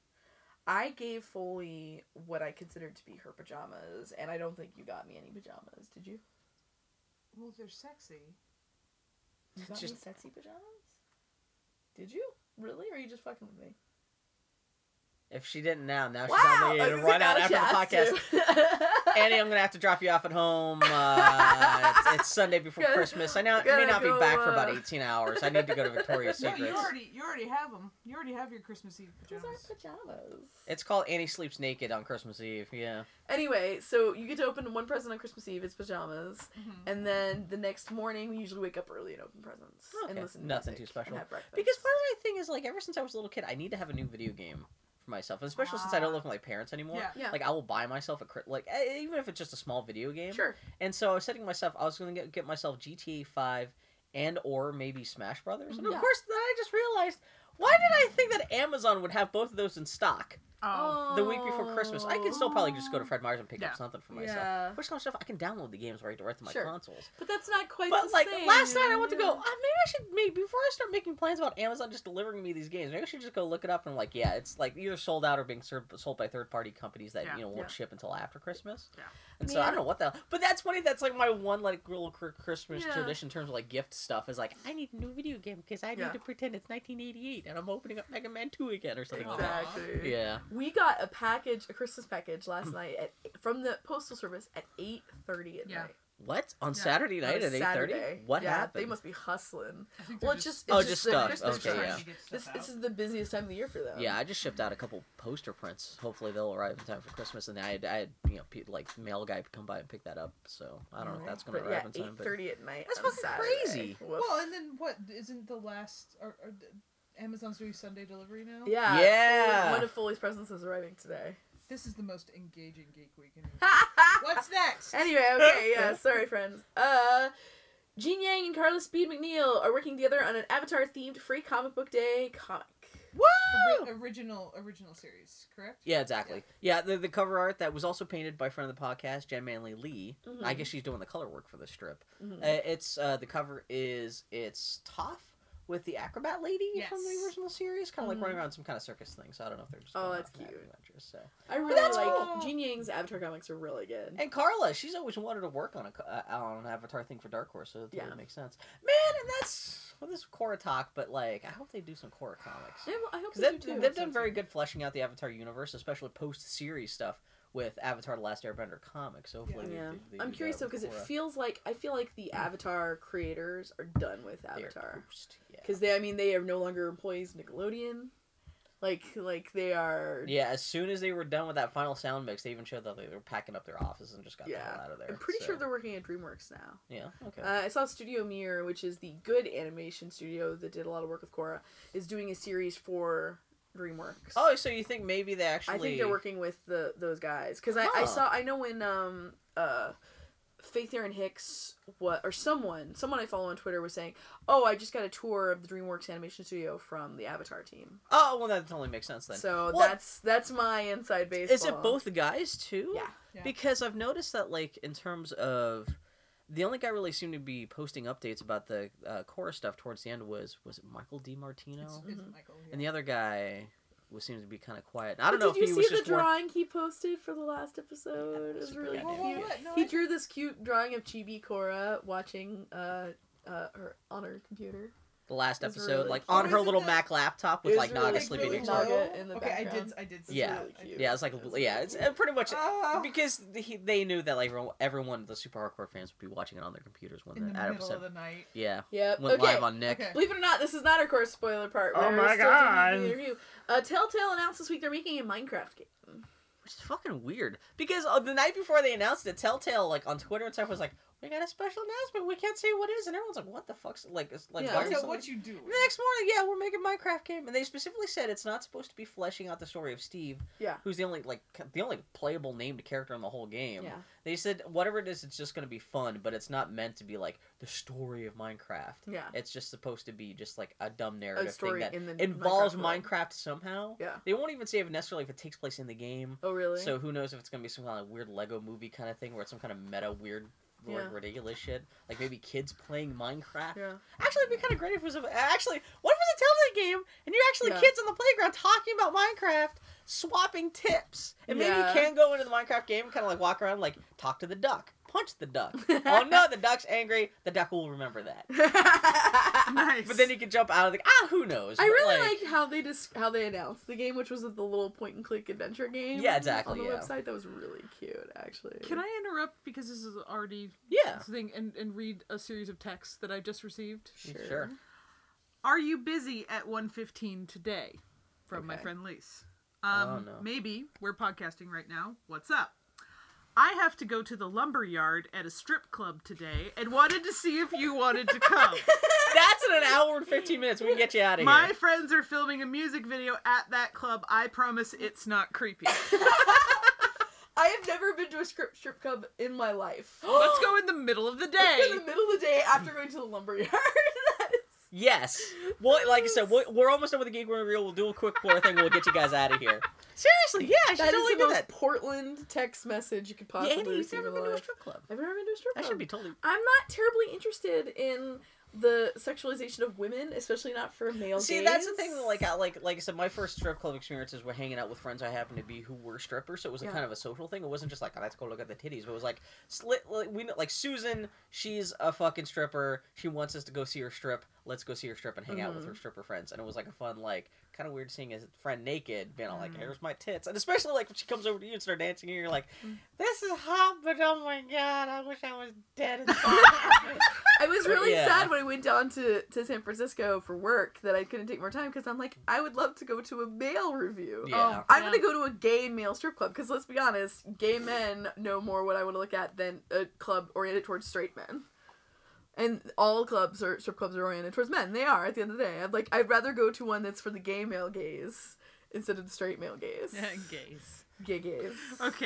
I gave Foley what I considered to be her pajamas, and I don't think you got me any pajamas. Did you?
Well, they're sexy.
You got me
Just-
sexy pajamas? Did you? Really? Or are you just fucking with me?
If she didn't now, now she's
Wow. Oh,
obligated to
I
run out
gotta
after the
say,
podcast.
now she has to.
Annie, I'm gonna have to drop you off at home. Uh, it's, it's Sunday before
Gotta-
Christmas. I now may
gotta
not be
go,
back for about
uh,
18 hours. I need to go to Victoria's
No, you
Secret.
already you already have them. You already have your Christmas Eve
Those aren't
pajamas.
pajamas.
It's called Annie sleeps naked on Christmas Eve. Yeah,
Anyway, so you get to open one present on Christmas Eve. It's pajamas,
Mhm.
and then the next morning we usually wake up early and open presents and
Oh, Okay,
listen. To
nothing
music
too special.
and have breakfast.
because part of my thing is like ever since I was a little kid, I need to have a new video game for myself, and especially since I don't
Ah.
live with my parents anymore.
Yeah.
yeah,
Like I will buy myself a cri- like eh, even if it's just a small video game.
sure,
And so I was setting myself. I was gonna get, get myself GTA Five and or maybe Smash Brothers. And of
Yeah.
course, then I just realized why did I think that Amazon would have both of those in stock
Oh,
um, the week before Christmas? I could still probably just go to Fred Meyer's and pick
Yeah.
up something for myself.
Yeah,
Which kind of stuff I can download the games right right to my
Sure.
consoles.
but that's not quite.
But
the
like
same,
last night, I went to go. Uh,
yeah.
maybe I should maybe before I start making plans about Amazon just delivering me these games. Maybe I should just go look it up and like yeah, it's like either sold out or being served, sold by third party companies that
Yeah.
you know won't
Yeah.
ship until after Christmas.
Yeah.
And so I
Yeah.
don't know what the but that's funny. That's like my one like little cr- Christmas
Yeah.
tradition in terms of like gift stuff is like I need a new video game because I need
Yeah.
to pretend it's 1988 and I'm opening up Mega Man 2 again or something like that.
Exactly.
Yeah.
We got a package, a Christmas package last night at, from the postal service at eight thirty at
Yeah.
night.
What on
Yeah.
Saturday
on
night
a
at 8:30?
Saturday.
What
Yeah,
happened?
They must be hustling.
I think
Well,
they're
it's just it's
Oh,
just,
just
the
stuff.
Christmas
Okay,
time.
yeah.
trying to get stuff
This
out.
this is the busiest time of the year for them.
Yeah, I just shipped out a couple poster prints. Hopefully they'll arrive in time for Christmas, and I had, I had you know pe- like mail guy come by and pick that up. So I don't know if that's gonna
But
arrive
yeah,
in time.
eight
But
thirty at night.
That's
on
fucking
Saturday.
crazy.
Whoops.
Well, and then what? Isn't the last or, or the- Amazon's doing Sunday delivery now?
yeah.
Yeah.
One of Foley's presents is arriving today.
This is the most engaging geek weekend. What's next?
Anyway, okay, yeah, sorry, friends. Uh, Gene Yang and Carlos Speed McNeil are working together on an Avatar-themed free comic book day comic.
Ori- original original series, correct?
yeah, exactly. Yeah, the, the cover art that was also painted by friend of the podcast, Jen Manley Lee. I
Mhm.
guess she's doing the color work for this strip.
Mhm.
Uh, it's uh, the cover is it's Toph with the acrobat lady from the
Yes.
original series, kind of
Mhm.
like running around some kind of circus thing. So I don't know if they're just
Oh,
going
that's
off on that
cute.
adventure, So
I really
that's
like
cool.
Gene Yang's Avatar comics are really good.
And Carla, she's always wanted to work on a co- uh, on an Avatar thing for Dark Horse, so that totally
Yeah.
makes sense. Man, and that's well, this is Korra talk, but like I hope they do some Korra comics
Yeah, well, I hope
because
they do
they've,
too.
they've done very good fleshing out the Avatar universe, especially post series stuff with Avatar: The Last Airbender comics. So hopefully,
Yeah,
they- they,
I'm
do
curious
that
though because
with
it
Korra.
feels like I feel like the Avatar creators are done with
Mm. They are
Avatar
toast, Yeah.
because they, I mean, they are no longer employees of Nickelodeon. Like, like they are
Yeah, as soon as they were done with that final sound mix, they even showed that they were packing up their office and just got the
Yeah.
hell out of there.
I'm pretty sure
so-
they're working at DreamWorks now.
Yeah. Okay.
Uh, I saw Studio Mirror, which is the good animation studio that did a lot of work with Korra, is doing a series for DreamWorks.
oh, so you think maybe they actually?
I think they're working with the those guys because I, I
Huh.
saw I know when um uh Faith Aaron Hicks what or someone someone I follow on Twitter was saying oh I just got a tour of the DreamWorks animation studio from the Avatar team
Oh, well, that totally makes sense then.
so
Well,
that's that's my inside baseball
Is it both guys too?
yeah
Yeah.
Because I've noticed that, like, in terms of the only guy really seemed to be posting updates about the uh, Cora stuff towards the end was was it Michael DiMartino,
It's,
Martino
it's
Mhm.
Michael.
and the other guy was seemed to be kind of quiet. I
But
don't know if
did
he
you
was
see the
just work-
drawing he posted for the last episode it was
super
really
Whoa,
goddamn
cute.
whoa,
Yeah.
what? No,
He
I-
drew this cute drawing of Chibi Cora watching uh, uh, her on her computer.
the last
It was
episode,
really
like
cute.
on her
Wasn't
little
that-
Mac laptop
It
with
was
like
really,
Naga
like,
sleeping
really
next to her.
low. Naga in the
okay, I did.
background.
I did. see
Yeah.
that. I did.
Really
Yeah, it's like
It was
yeah,
really
it's
cute.
uh, pretty much
Ah.
because he, they knew that like everyone- everyone, the super hardcore fans would be watching it on their computers when
in the
that
middle
episode.
of the night.
Yeah,
Yep.
went
okay.
live on Nick.
Okay.
Believe it or not, this is not our course spoiler part.
Oh
We're
my
still doing the
God.
Interview. Uh, Telltale announced this week they're making a Minecraft game.
which is fucking weird because uh, the night before they announced it, Telltale like on Twitter and stuff was like, "We got a special announcement. We can't say what it is," and everyone's like, "What the fuck's like?" It's, like
Yeah.
why
I'll
are
tell
some-
what you do.
The next morning, yeah, we're making Minecraft game, and they specifically said it's not supposed to be fleshing out the story of Steve,
Yeah.
who's the only like ca- the only playable named character in the whole game.
Yeah.
They said whatever it is, it's just gonna be fun, but it's not meant to be like the story of Minecraft.
Yeah.
It's just supposed to be just like a dumb narrative thing
story
that
in the
involves
Minecraft world.
Minecraft, somehow.
Yeah.
They won't even say if necessarily if it takes place in the game.
Oh really?
So who knows if it's gonna be some kind of weird Lego movie kind of thing where it's some kind of meta weird like,
Yeah.
ridiculous shit. Like maybe kids playing Minecraft.
yeah.
Actually it'd be kinda great if it was a, actually what if it was a Telltale game and you're actually
Yeah.
kids on the playground talking about Minecraft, swapping tips. And maybe
Yeah.
you can go into the Minecraft game and kinda like walk around like talk to the duck. punch the duck. oh no, the duck's angry. The duck will remember that.
I
Nice.
But then you can jump out of the ah, who knows? But,
really liked how they dis- how they announced the game, which was the little point and click adventure game.
Yeah, exactly,
On the
yeah.
website, that was really cute, actually.
Can I interrupt because this is already
Yeah.
thing and, and read a series of texts that I just received?
Sure.
Are you busy at 1.15 today? From my
Okay.
friend Lise. Um,
Oh, no.
Maybe. We're podcasting right now. What's up? I have to go to the lumber yard at a strip club today and wanted to see if you wanted to come.
That's in an hour and fifteen minutes. We can get you out of
My
here.
friends are filming a music video at that club. I promise it's not creepy.
I have never been to a script strip club in my life.
Let's go in the middle of the day.
in the middle of the day after going to the lumberyard. that is
Yes. Well, like I said, we'll, we're almost done with the gig. We're real. We'll do a quick floor thing. We'll get you guys out of here. Seriously, yeah, I should
that is
totally
the
do
most
that.
Portland text message you could
Yeah,
possibly
Andy, you've
receive
never
in
been to a
life.
strip club.
I've never been to a strip
That
club.
should be totally.
I'm not terribly interested in the sexualization of women, especially not for male.
See, that's the
gaze.
thing. That, like, I, like, like I said, my first strip club experiences were hanging out with friends I happened to be who were strippers, so it was a
Yeah.
kind of a social thing. It wasn't just like, oh, let's go look at the titties, but it was like, slit, like we know, like Susan, she's a fucking stripper. She wants us to go see her strip. Let's go see her strip and hang out with
Mhm.
her stripper friends. And it was like a fun, like, kind of weird seeing a friend naked, being all like,
Mhm.
"Here's my tits," and especially like when she comes over to you and start dancing, and you're like, "This is hot, but oh my god, I wish I was dead." And
I was really
Yeah.
sad when I went down to, to San Francisco for work that I couldn't take more time because I'm like, I would love to go to a male review.
Oh,
yeah.
I'm gonna go to a gay male strip club because let's be honest, gay men know more what I want to look at than a club oriented towards straight men. And all clubs or strip clubs are oriented towards men. They are at the end of the day. I'm like, I'd rather go to one that's for the gay male gaze instead of the straight male gaze. gay
Gays.
gaze.
Okay.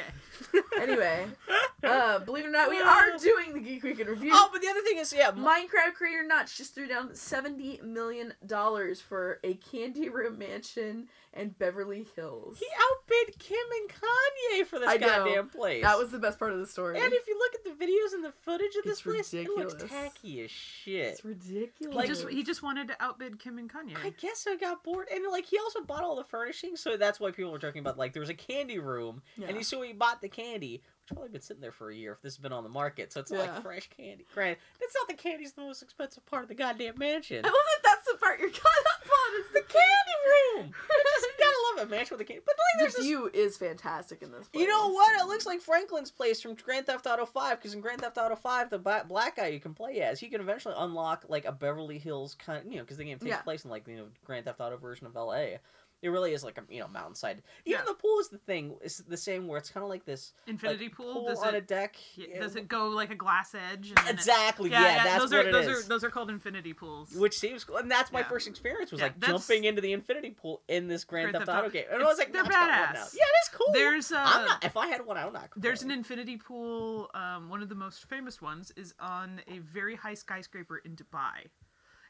anyway, uh, believe it or not, we are doing the Geek Week in review.
Oh, but the other thing is, yeah,
Minecraft creator Notch just threw down seventy million dollars for a Candy Room mansion and Beverly Hills.
He outbid Kim and Kanye for this
I know.
goddamn place.
That was the best part of the story.
And if you look at the videos and the footage of this
It's
place, it looks
ridiculous.
tacky as shit.
it's ridiculous.
Like-
he just he just wanted to outbid Kim and Kanye.
I guess I got bored, and like he also bought all the furnishings, so that's why people were joking about like there was a candy room,
Yeah.
and he so he bought the candy, which probably been sitting there for a year if this has been on the market, so it's not
Yeah.
like fresh candy. Granted, it's not the candy's the most expensive part of the goddamn mansion.
I love that that's the part you're caught up on. Is the
candy room. You just gotta love a mansion with a candy. But like there's
the
this
view is fantastic in this. Place.
You know what? It looks like Franklin's place from Grand Theft Auto 5 because in Grand Theft Auto 5, the ba- black guy you can play as, he can eventually unlock like a Beverly Hills kind, you know, because the game takes
Yeah.
place in like you know Grand Theft Auto version of LA. It really is like a you know mountainside. Even
Yeah.
the pool is the thing. It's the same where it's kind of like this
Infinity
like,
pool. Does
on a
it,
deck.
yeah,
Yeah,
does
w-
it go like a glass edge? And then it-
exactly? Yeah, that's
those
what
are
it
those
is.
are those are called infinity pools.
Which seems cool, and that's my
Yeah.
first experience was
Yeah,
like
that's-
jumping into the infinity pool in this Grand, Theft, Auto game, and I
It's-
was like,
they're
"Knock's got one now."
badass.
Yeah, it is cool.
there's uh
I'm not. If I had one, I would not.
there's
complain.
an infinity pool. Um, one of the most famous ones is on a very high skyscraper in Dubai,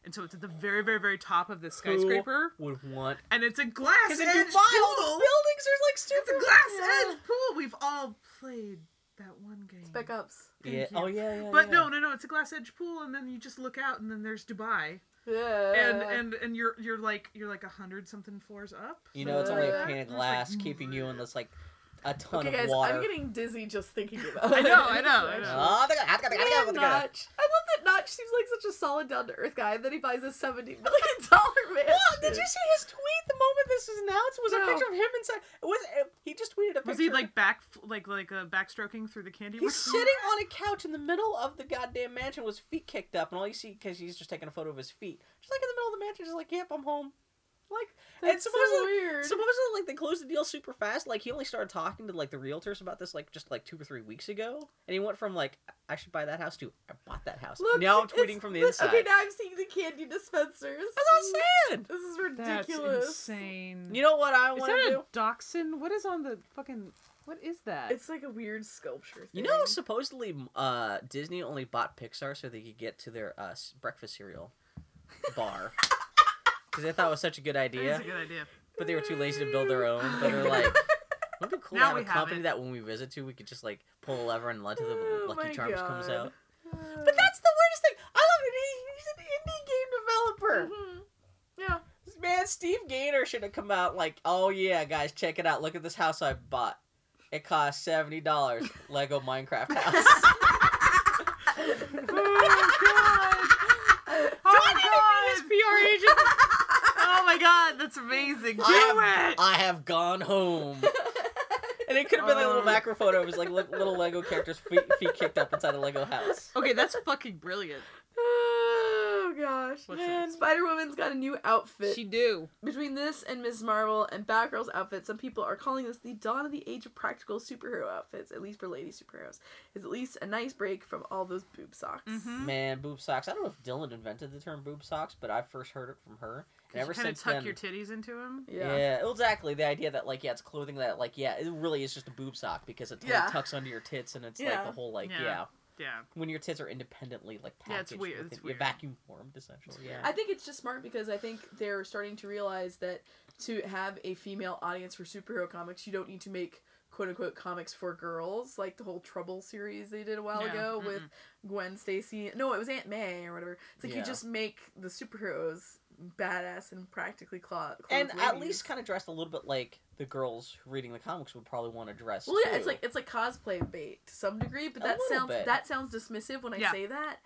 and so it's at the very very very top of this
Who
skyscraper,
would want
and it's a glass
Because
edge
in Dubai,
pool.
all the buildings are like stupid.
It's a glass edge pool. We've all played that one game.
Spec Ops.
Thank
Yeah.
you.
Oh yeah. yeah
But
yeah.
no, no, no. It's a glass edge pool, and then you just look out, and then there's Dubai,
Yeah.
Uh.
and and and you're you're like you're like a hundred something floors up.
You know, it's only
uh,
a pane of
It's like- mm-hmm.
glass keeping you in this like a ton
okay, guys,
of water.
I'm getting dizzy just thinking about it.
I know, I know, I know.
Ah,
Oh, they got- I got- I got- I got- I
Man,
got-
Notch. I love that Notch seems like such a solid, down to earth guy, and then he buys a seventy million dollar man.
Oh, Did you see his tweet the moment this was announced? Was a
No.
picture of him inside? It was it- he just tweeted a picture?
Was he like back like like uh, backstroking through the candy?
He's
room?
sitting on a couch in the middle of the goddamn mansion with his feet kicked up, and all you see because he's just taking a photo of his feet, just like in the middle of the mansion, just like, "Yep, I'm home." Like, and
That's so
supposedly,
weird.
Supposedly, like they closed the deal super fast. Like he only started talking to like the realtors about this like just like two or three weeks ago, and he went from like I should buy that house to I bought that house.
Look,
now I'm
it's-
tweeting from the
look-
inside.
Okay, now I'm seeing the candy dispensers.
That's what I'm
This is
That's
ridiculous.
insane.
saying. You know what I
is
want
that
to
a
do?
dachshund? What is on the fucking? What is that?
It's like a weird sculpture. Thing.
You know, supposedly uh, Disney only bought Pixar so they could get to their uh, s- breakfast cereal bar because they thought it was such a good
That is
idea,
a good idea.
but they were too lazy to build their own. But they're like. Wouldn't it be cool
Now
to
we
have a
have
company
it.
that when we visit to, we could just like pull a lever and let to
Oh
the
my
Lucky Charms comes
God.
out?
Uh,
But that's the weirdest thing. I love it. He, he's an indie game developer.
mhm. Yeah.
Man, Steve Gaynor should have come out like, oh yeah, guys, check it out. Look at this house I bought. It cost seventy dollars. Lego Minecraft house.
Oh god! Oh god!
PR agent.
Oh my god! That's amazing. Do
I
it.
have, I have gone home. And it could have been like a little
Oh.
macro photo of his like li- little Lego character's feet, feet kicked up inside a Lego house.
Okay, that's fucking brilliant.
Oh gosh.
What's that?
Spider Woman's got a new outfit.
She do.
Between this and Ms. Marvel and Batgirl's outfit, some people are calling this the dawn of the age of practical superhero outfits, at least for lady superheroes. It's at least a nice break from all those boob socks.
Mhm.
Man, boob socks. I don't know if Dylan invented the term boob socks, but I first heard it from her.
Did
And
you
ever
kind of
since
tuck
then,
your titties into him?
Yeah.
yeah. exactly. The idea that like yeah, it's clothing that like yeah, it really is just a boob sock because it totally
Yeah.
tucks under your tits and it's like
Yeah.
the whole like
Yeah.
yeah.
Yeah.
when your tits are independently like packaged,
Yeah, it's weird,
within-
it's
yeah,
weird.
vacuum formed essentially. Yeah,
I think it's just smart because I think they're starting to realize that to have a female audience for superhero comics, you don't need to make quote unquote comics for girls, like the whole Trouble series they did a while
Yeah,
ago with Gwen Stacy. No, it was Aunt May or whatever. It's like you
Yeah.
just make the superheroes badass and practically claw.
and at least kind of dressed a little bit like the girls reading the comics would probably want to dress.
Well, yeah, it's
too.
like it's like cosplay bait to some degree, but
A
that
little
sounds
bit.
that sounds dismissive when I
Yeah.
say that.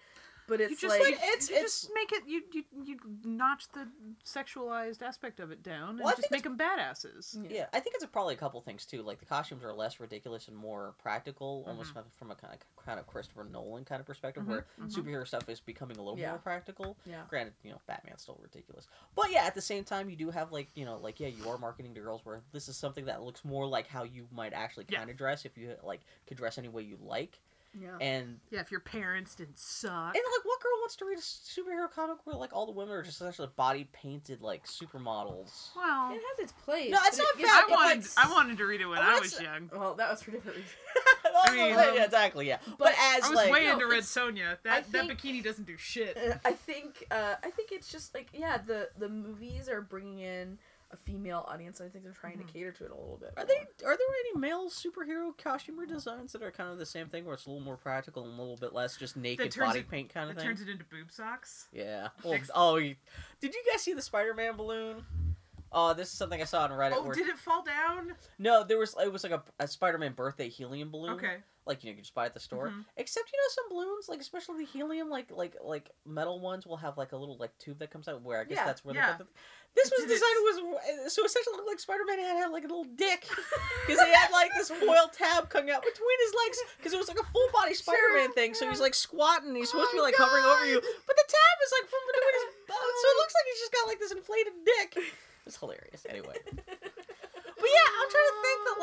But it's
you just
like,
like,
it's-
you
it's-
just make it you you you notch the sexualized aspect of it down and
Well, I
just make
think
them badasses.
Yeah.
Yeah, I think it's probably a couple things too. Like the costumes are less ridiculous and more practical, almost
Mm-hmm.
kind of from a kind of, kind of Christopher Nolan kind of perspective,
Mhm,
where
mhm.
superhero stuff is becoming a little
Yeah.
more practical.
yeah.
Granted, you know Batman's still ridiculous, but yeah, at the same time, you do have like you know like yeah, you are marketing to girls where this is something that looks more like how you might actually
Yeah.
kind of dress if you like could dress any way you like.
Uh,
Yeah.
And
Yeah, if your parents didn't suck.
and like what girl wants to read a superhero comic where like all the women are just essentially body painted like supermodels?
well,
It has its place.
No, it's
but
not
it gives-
bad.
I
it's
wanted
like-
I wanted to read it when
Oh,
I
it's-
was young.
Well, that was for different reasons.
I
mean,
yeah, exactly, yeah. But,
but
as
I was
like
way
no,
into Red
it's-
Sonja. That that
think-
bikini doesn't do shit.
Uh, I think uh, I think it's just like yeah, the the movies are bringing in a female audience. And I think they're trying
Mhm.
to cater to it a little bit.
Are they
more.
are there any male superhero costumer designs that are kind of the same thing, where it's a little more practical and a little bit less just naked
turns
body
it-
paint kind of
It
thing?
turns it into boob socks.
Yeah. Well,
Fix-
oh, you- did you guys see the Spider-Man balloon? Oh, this is something I saw on Reddit.
Oh,
where,
did it fall down?
No, there was it was like a, a Spider-Man birthday helium balloon.
Okay.
Like you, know, you just buy at the store.
Mhm.
Except you know some balloons, like especially the helium, like like like metal ones, will have like a little like tube that comes out. Where I guess
Yeah,
that's where they
yeah.
got the.
It
This was
did it.
designed was so essentially it looked like Spider-Man had, had like a little dick. Because he had like this foil tab coming out between his legs, because it was like a full body Spider-Man thing. So he's like squatting, and he's supposed to be like hovering over you, but the tab is like from between his. so it looks like he's just got like this inflated dick. It's hilarious. Anyway, but yeah, I'm trying to think that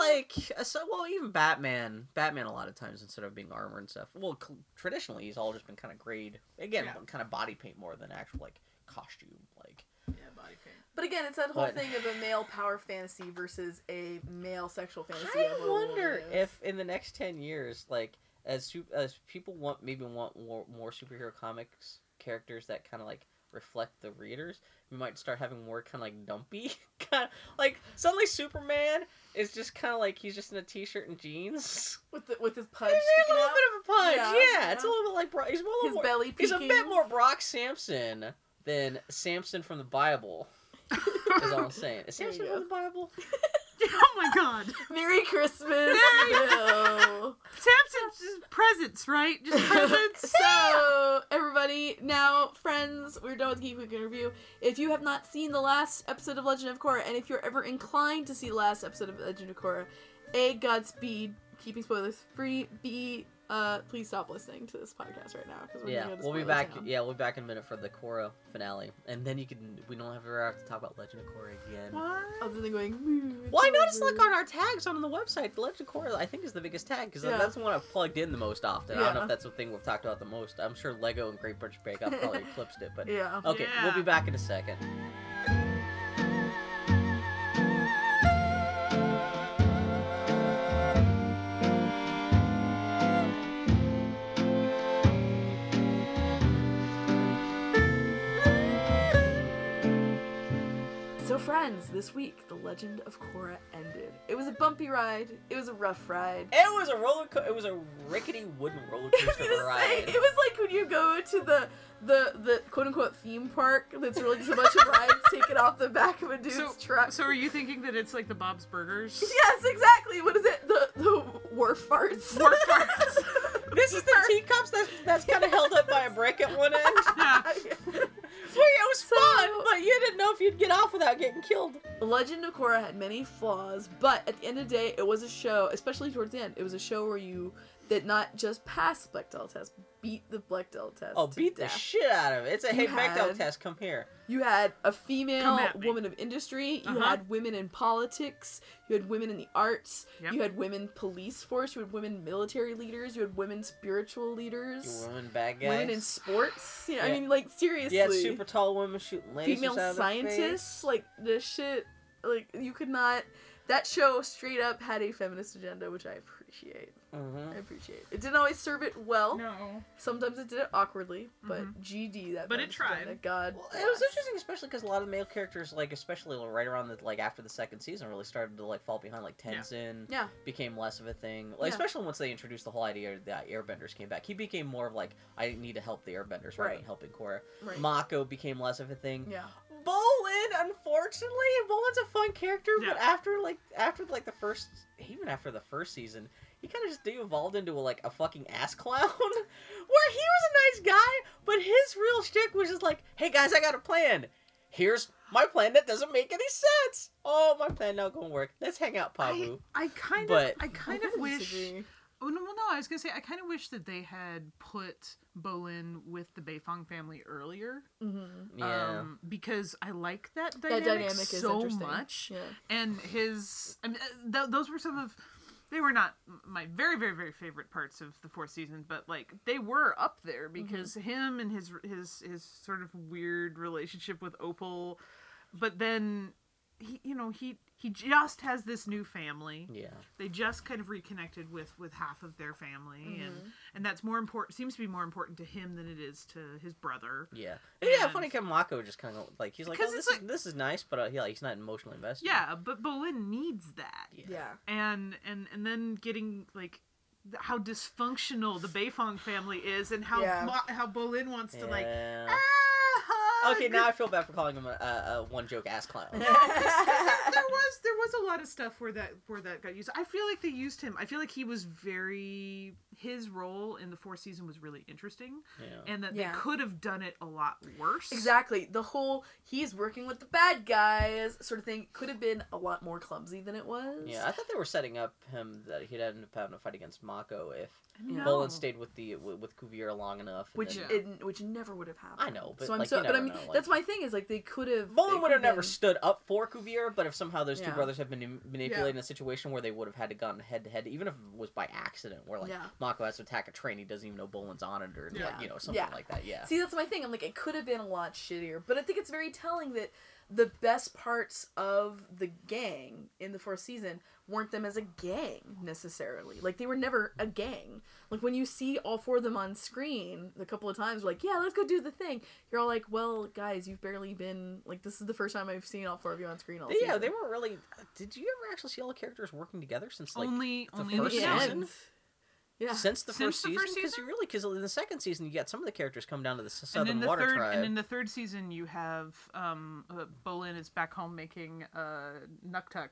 like, uh, so, well, even Batman, Batman a lot of times instead of being armor and stuff, well, c traditionally he's all just been kind of grade again,
Yeah.
kind of body paint more than actual like costume, like
Yeah, body paint.
But again, it's that whole
But-
thing of a male power fantasy versus a male sexual fantasy.
I
of what a woman
wonder
is.
if in the next ten years, like as su- as people want maybe want more, more superhero comics characters that kind of like reflect the readers, we might start having more kind of like dumpy kind like suddenly Superman is just kind of like he's just in a t-shirt and jeans.
with the, with his
He's
punch,
a
sticking
little
out,
bit of a punch,
Yeah,
yeah. It's a
yeah.
little bit like Bro- he's a little
his
more,
belly peeking.
he's a bit more Brock Sampson than Samson from the Bible. Is all I'm saying. Is
There you
Samson
go.
from the Bible?
oh my god.
Merry Christmas.
Merry-
Bill.
Samson's just presents, right? Just presents.
so everybody now friends we're done with geek week in review if you have not seen the last episode of legend of korra and if you're ever inclined to see the last episode of legend of korra a godspeed keeping spoilers free b uh please stop listening to this podcast right now because we're
Yeah,
gonna go to
we'll be
spoiler
back.
town.
Yeah, we'll be back in a minute for the Korra finale, and then you can. We don't have ever have to talk about Legend of Korra again.
what?
other than going "Ooh, it's
Well, I noticed
over."
like on our tags on the website, the Legend of Korra I think is the biggest tag because
Yeah.
that's the one I've plugged in the most often. I don't know
Yeah.
if that's the thing we've talked about the most. I'm sure Lego and Great British Bake Off probably eclipsed it, but
yeah
okay, we'll
Yeah.
be back in a second.
So, friends, this week the Legend of Korra ended. It was a bumpy ride. It was a rough ride.
It was a roller. Co- it was a rickety wooden roller
I
coaster
was
of a
gonna say,
ride.
it was like when you go to the the the quote unquote theme park that's really just a bunch of rides taken off the back of a dude's
So,
truck.
so are you thinking that it's like the Bob's Burgers?
yes, exactly. What is it? The the wharf farts.
Wharf farts.
They this is the teacups that's, that's kind of held up by a brick at one end.
Yeah.
Wait, it was fun, but you didn't know if you'd get off without getting killed.
The Legend of Korra had many flaws, but at the end of the day, it was a show, especially towards the end, it was a show where you did not just pass the Bechdel test, beat the Bechdel test.
Oh,
to
beat the
death.
shit out of it. It's a hey,
You
Bechdel
had-
test. Come here.
You had a
Come
female
at me.
woman of industry, you
Uh-huh.
had women in politics, you had women in the arts,
Yep.
you had women police force, you had women military leaders, you had women spiritual
You
leaders,
women, bad guys.
women in sports. You know,
Yeah.
I mean, like, seriously.
Yeah, super tall women shooting lasers
female
out of their face.
scientists like this shit like you could not that show straight up had a feminist agenda which i appreciate
Mhm.
i appreciate it didn't always serve it well
No.
sometimes it did it awkwardly but
Mhm.
gd that
But it
feminist
tried.
agenda, god
Well, it was
bless.
interesting, especially because a lot of the male characters, like especially right around the like after the second season, really started to like fall behind. Like
Yeah.
Tenzin
Yeah.
became less of a thing,
Yeah.
like especially once they introduced the whole idea that Airbenders came back. He became more of like I need to help the Airbenders rather than
Right.
helping Korra.
right.
Mako became less of a thing.
yeah
Bolin, unfortunately, and Bolin's a fun character, but
Yeah.
after like after like the first, even after the first season, he kind of just de-evolved into like a fucking ass clown, where he was a nice guy, but his real shtick was just like, "Hey guys, I got a plan. Here's my plan that doesn't make any sense. Oh, my plan not gonna work. Let's hang out,
I, um,
Pabu."
I kind
But-
of I kind
I
of wish
disagree.
Oh no, well, no, I was gonna say I kind of wish that they had put Bolin with the Beifong family earlier,
Mhm.
yeah.
um, because I like that
that
dynamic,
dynamic is
so
interesting
much.
yeah
And his, I mean, uh, th- those were some of, they were not my very, very, very favorite parts of the fourth season, but like they were up there
Mm-hmm.
because him and his his his sort of weird relationship with Opal, but then he, you know, he he just has this new family
yeah,
they just kind of reconnected with with half of their family and
Mm-hmm.
and that's more important seems to be more important to him than it is to his brother
yeah, yeah.
And-
Funny, how Mako just kind of like he's like, "Oh,
Because
this
it's
is
like-
this is nice," but uh, yeah, he's not emotionally invested.
yeah but bolin needs that
yeah.
yeah
and and and then getting like th- how dysfunctional the Beifong family is and how
Yeah.
Mo- how bolin wants to like
Yeah.
ah, hug."
Okay, now I feel bad for calling him a, a, a one joke ass clown.
there was there was a lot of stuff where that where that got used. I feel like they used him. I feel like he was very his role in the fourth season was really interesting.
Yeah.
and that
Yeah.
they could have done it a lot worse.
Exactly. The whole he's working with the bad guys sort of thing could have been a lot more clumsy than it was.
Yeah, I thought they were setting up him that he'd end up having a fight against Mako if
No.
Bolin stayed with the with, with Cuvier long enough. and
which
then-
Yeah.
it, which never would have happened.
I know, but
so I'm
like,
so,
you
but I
never
mean,
know, like-
that's my thing is like they could have.
Bolin
they
would have
could've
never
been-
stood up for Cuvier, but if somehow those two
Yeah.
brothers had been manip- manipulating a situation where they would have had to gone head to head, even if it was by accident, where like
Yeah.
Mako has to attack a train, he doesn't even know Bolin's on it, or
Yeah.
like you know something
Yeah.
like that. Yeah,
See, that's my thing. I'm like, it could have been a lot shittier, but I think it's very telling that the best parts of the gang in the fourth season weren't them as a gang necessarily. Like they were never a gang. Like when you see all four of them on screen a couple of times, like, yeah, let's go do the thing. You're all like, well, guys, you've barely been like, this is the first time I've seen all four of you on screen all
They- yeah,
season.
they weren't really. Did you ever actually see all the characters working together since
Oh
like
only
the
only in the
first
In
beginning.
season?
Yeah.
since the
Since
first
the
season
first
because
season?
you really because in the second season you got some of the characters come down to the s-
And
southern
in the
water
third,
tribe
and in the third season, you have um, uh, Bolin is back home making uh, Nuktuk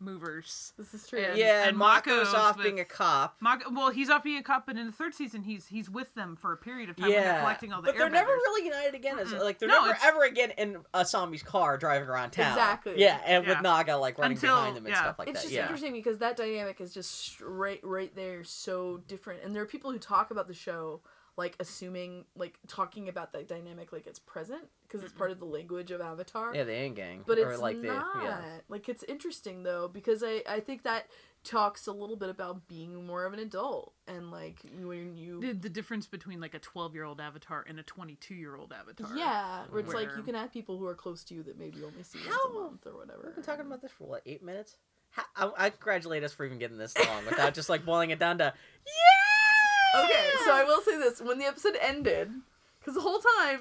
movers.
This is true.
and-
yeah and mako's,
Mako's
off
with-
being a cop
Mog- well, he's off being a cop, but in the third season, he's he's with them for a period of time. when they're
yeah
collecting all the
but they're
airbenders.
never really united again as
Mm-mm.
like they're
No,
never
it's-
ever again in asami's car driving around town
Exactly.
yeah and
Yeah.
with naga like running
Until-
behind them and
yeah.
stuff like
it's
that
just
yeah
interesting because that dynamic is just straight right there so different and there are people who talk about the show like assuming like talking about that dynamic like it's present because it's part of the language of avatar
Mm-hmm. yeah the end gang
but
or
it's
like
not
the yeah
like it's interesting though because i i think that talks a little bit about being more of an adult and like when you
the, the difference between like a twelve year old avatar and a twenty two year old avatar.
yeah where it's like
Where-
you can have people who are close to you that maybe you only see
How-
once a month or
we've
whatever
been talking about this for what eight minutes How- I, I congratulate us for even getting this long without just like boiling it down to
Okay, so I will say this: when the episode ended, because the whole time,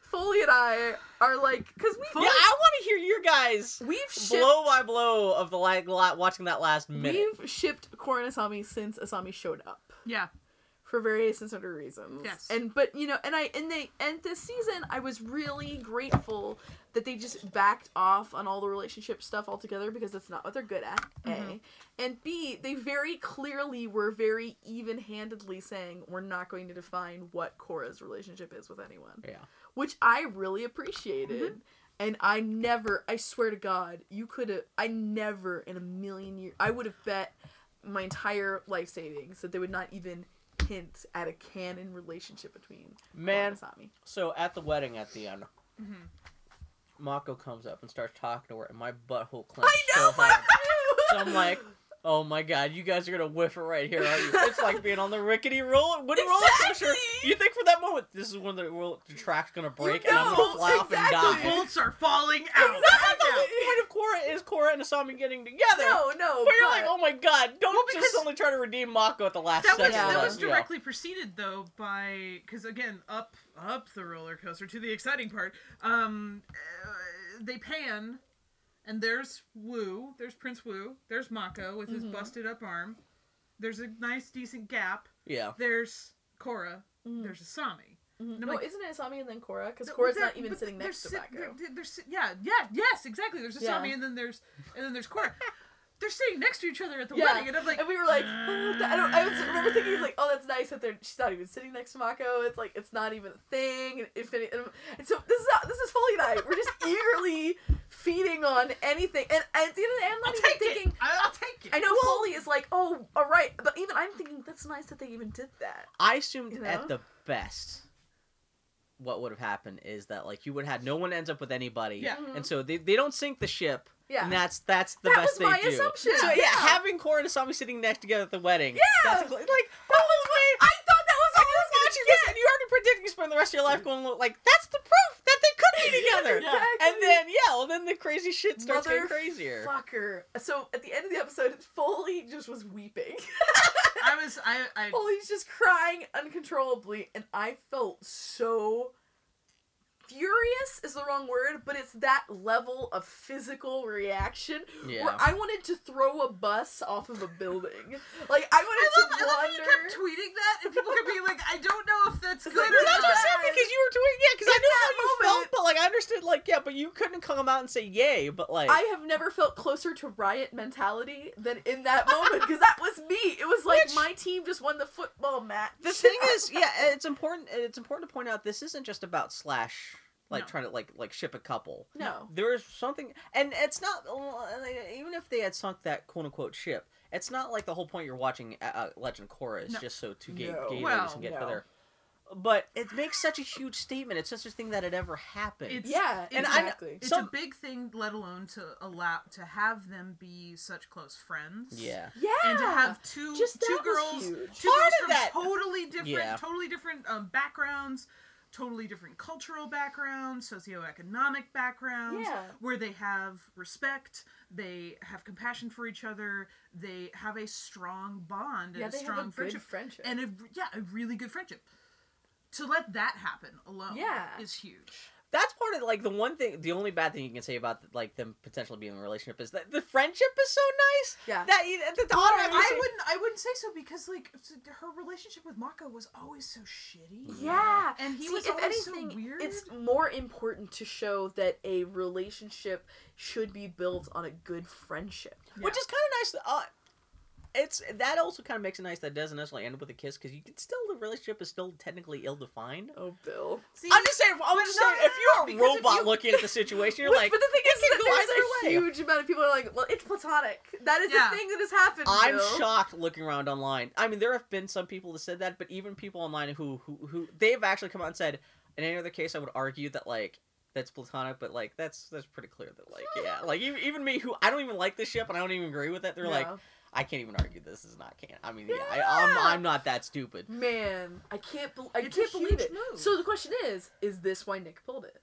Foley and I are like, because we
yeah i want to hear your guys
we've shipped
blow by blow of the like la- watching that last minute.
we've shipped Korra and Asami since Asami showed up.
yeah.
for various and sundry reasons.
Yes.
And but you know, and I and they and this season I was really grateful that they just backed off on all the relationship stuff altogether because that's not what they're good at.
Mhm.
A and B, they very clearly were very even handedly saying we're not going to define what Cora's relationship is with anyone
Yeah.
which I really appreciated. And I never, I swear to God, you could have, I never in a million years, I would have bet my entire life savings that they would not even hint at a canon relationship between
Man.
Paul and Masami.
So at the wedding at the end,
Mhm.
Mako comes up and starts talking to her, and my butthole clenches.
I know,
so
my
hard. So I'm like, oh my god, you guys are gonna whiff it right here, aren't you? It's like being on the rickety roll, wooden roller coaster.
Exactly!
You think for that moment, this is when the, roll, the track's gonna break and I'm
know,
gonna fly off
exactly.
and die.
Bolts are falling out.
That's the whole point of Korra is Korra and Asami getting together.
no, no,
Where you're
but-
like, oh my god, don't just
because-
only try to redeem Mako at the last
That was
second.
Yeah.
that
like,
was
you know.
directly preceded though by because again up up the roller coaster to the exciting part. Um, uh, they pan, and there's Wu. There's Prince Wu. There's Mako with his
Mhm.
busted up arm. There's a nice decent gap.
Yeah.
There's Korra.
Mhm.
"Oh." There's Asami.
Mhm.
and I'm
No,
like-
isn't it Asami and then Korra? Because
Th-
Korra's
they're-
not even
but
sitting
they're
next to
sit-
Mako.
They're, they're sit- yeah, yeah, yes, exactly. There's Asami
Yeah.
and then there's and then there's Korra. they're sitting next to each other at the
Yeah,
wedding, and I'm like,
and we were like, oh, that- I don't. I was remember thinking like, oh, that's nice that they're. She's not even sitting next to Mako. It's like it's not even a thing. And if any, and, and so this is how- this is Foley and I. We're just eagerly feeding on anything. And, and at the end of the day, I'm
I'll
not
take
even thinking.
it. I- I'll take it.
I know Foley is like, oh, all right, but even I'm thinking that's nice that they even did that.
I assumed
You know?
at the best what would have happened is that like you would have had no one ends up with anybody.
Yeah.
Mhm.
And so they, they don't sink the ship.
Yeah.
And that's that's the
That
best
was my
they do.
assumption.
So yeah,
Yeah.
having Korra and Asami sitting next together at the wedding. Yeah. That's a, cl- like
That was I thought that was all I was
watching this and you already predicting you spend the rest of your life going like that's the proof that they could be together.
Exactly.
And then yeah, well then the crazy shit starts getting
Mother
crazier.
Fucker. So at the end of the episode, Foley just was weeping.
I was I I
Foley's just crying uncontrollably, and I felt so furious is the wrong word, but it's that level of physical reaction where
Yeah.
I wanted to throw a bus off of a building. Like I
I love,
wanted
I
to
love how you
wander.
kept tweeting that, and people could be like, "I don't know if that's
It's
good
like,
or
Well, that's
not."
what
just sad
Yes.
because you were tweeting, yeah, because I
In
knew
that
how you felt,
moment-
but like I understood, like yeah, but you couldn't come out and say yay, but like
I have never felt closer to riot mentality than in that moment because that was me. It was like
Which-
my team just won the football match.
the thing is, yeah, it's important. It's important to point out this isn't just about slash like
No.
trying to like like ship a couple.
no.
There is something, and it's not even if they had sunk that quote unquote ship. It's not like the whole point you're watching uh, uh, Legend of Korra is
No.
just so two gay,
No.
gay
Well,
ladies can get
no.
together. But it makes such a huge statement. It's such a thing that had ever happened.
It's-
Yeah,
And
I-
exactly.
It's
Some-
a big thing, let alone to allow to have them be such close friends.
yeah.
yeah.
and to have two
Just
two
that was
girls,
huge.
two
Part
girls
of
from
that-
totally different,
Yeah.
totally different um, backgrounds, totally different cultural backgrounds, socioeconomic backgrounds,
Yeah.
where they have respect, they have compassion for each other, they have a strong bond and
yeah,
a
they
strong
have a
friendship,
good friendship.
and a yeah, a really good friendship. To let that happen alone
Yeah.
is huge.
that's part of like the one thing the only bad thing you can say about like them potentially being in a relationship is that the friendship is so nice
Yeah.
that you- that the
I,
automatically say-
wouldn't I wouldn't say so because like her relationship with Mako was always so shitty.
Yeah,
And he was always so weird.
It's more important to show that a relationship should be built on a good friendship.
which is kind of nice that, uh, it's that also kind of makes it nice that it doesn't necessarily end up with a kiss because you can still the relationship is still technically ill-defined
Oh, Bill.
See,
i'm just saying i'm just
no,
saying
no, no, no,
if
because
you're a robot
if you-
looking at the situation you're
Which-
like
but the thing is
can go
that there's a
either way.
huge amount of people who are like, well, it's platonic. That is
Yeah.
the thing that has happened.
I'm
Bill.
shocked looking around online. I mean, there have been some people that said that, but even people online who who who they've actually come out and said, in any other case, I would argue that like that's platonic, but like that's that's pretty clear that like yeah, like even, even me who I don't even like this ship and I don't even agree with it, they're like
Yeah.
I can't even argue this is not can. I mean, yeah, I, I'm I'm not that stupid.
man, I can't, bel I
It's a
can't believe
huge
it.
move.
So the question is, is this why Nick pulled it?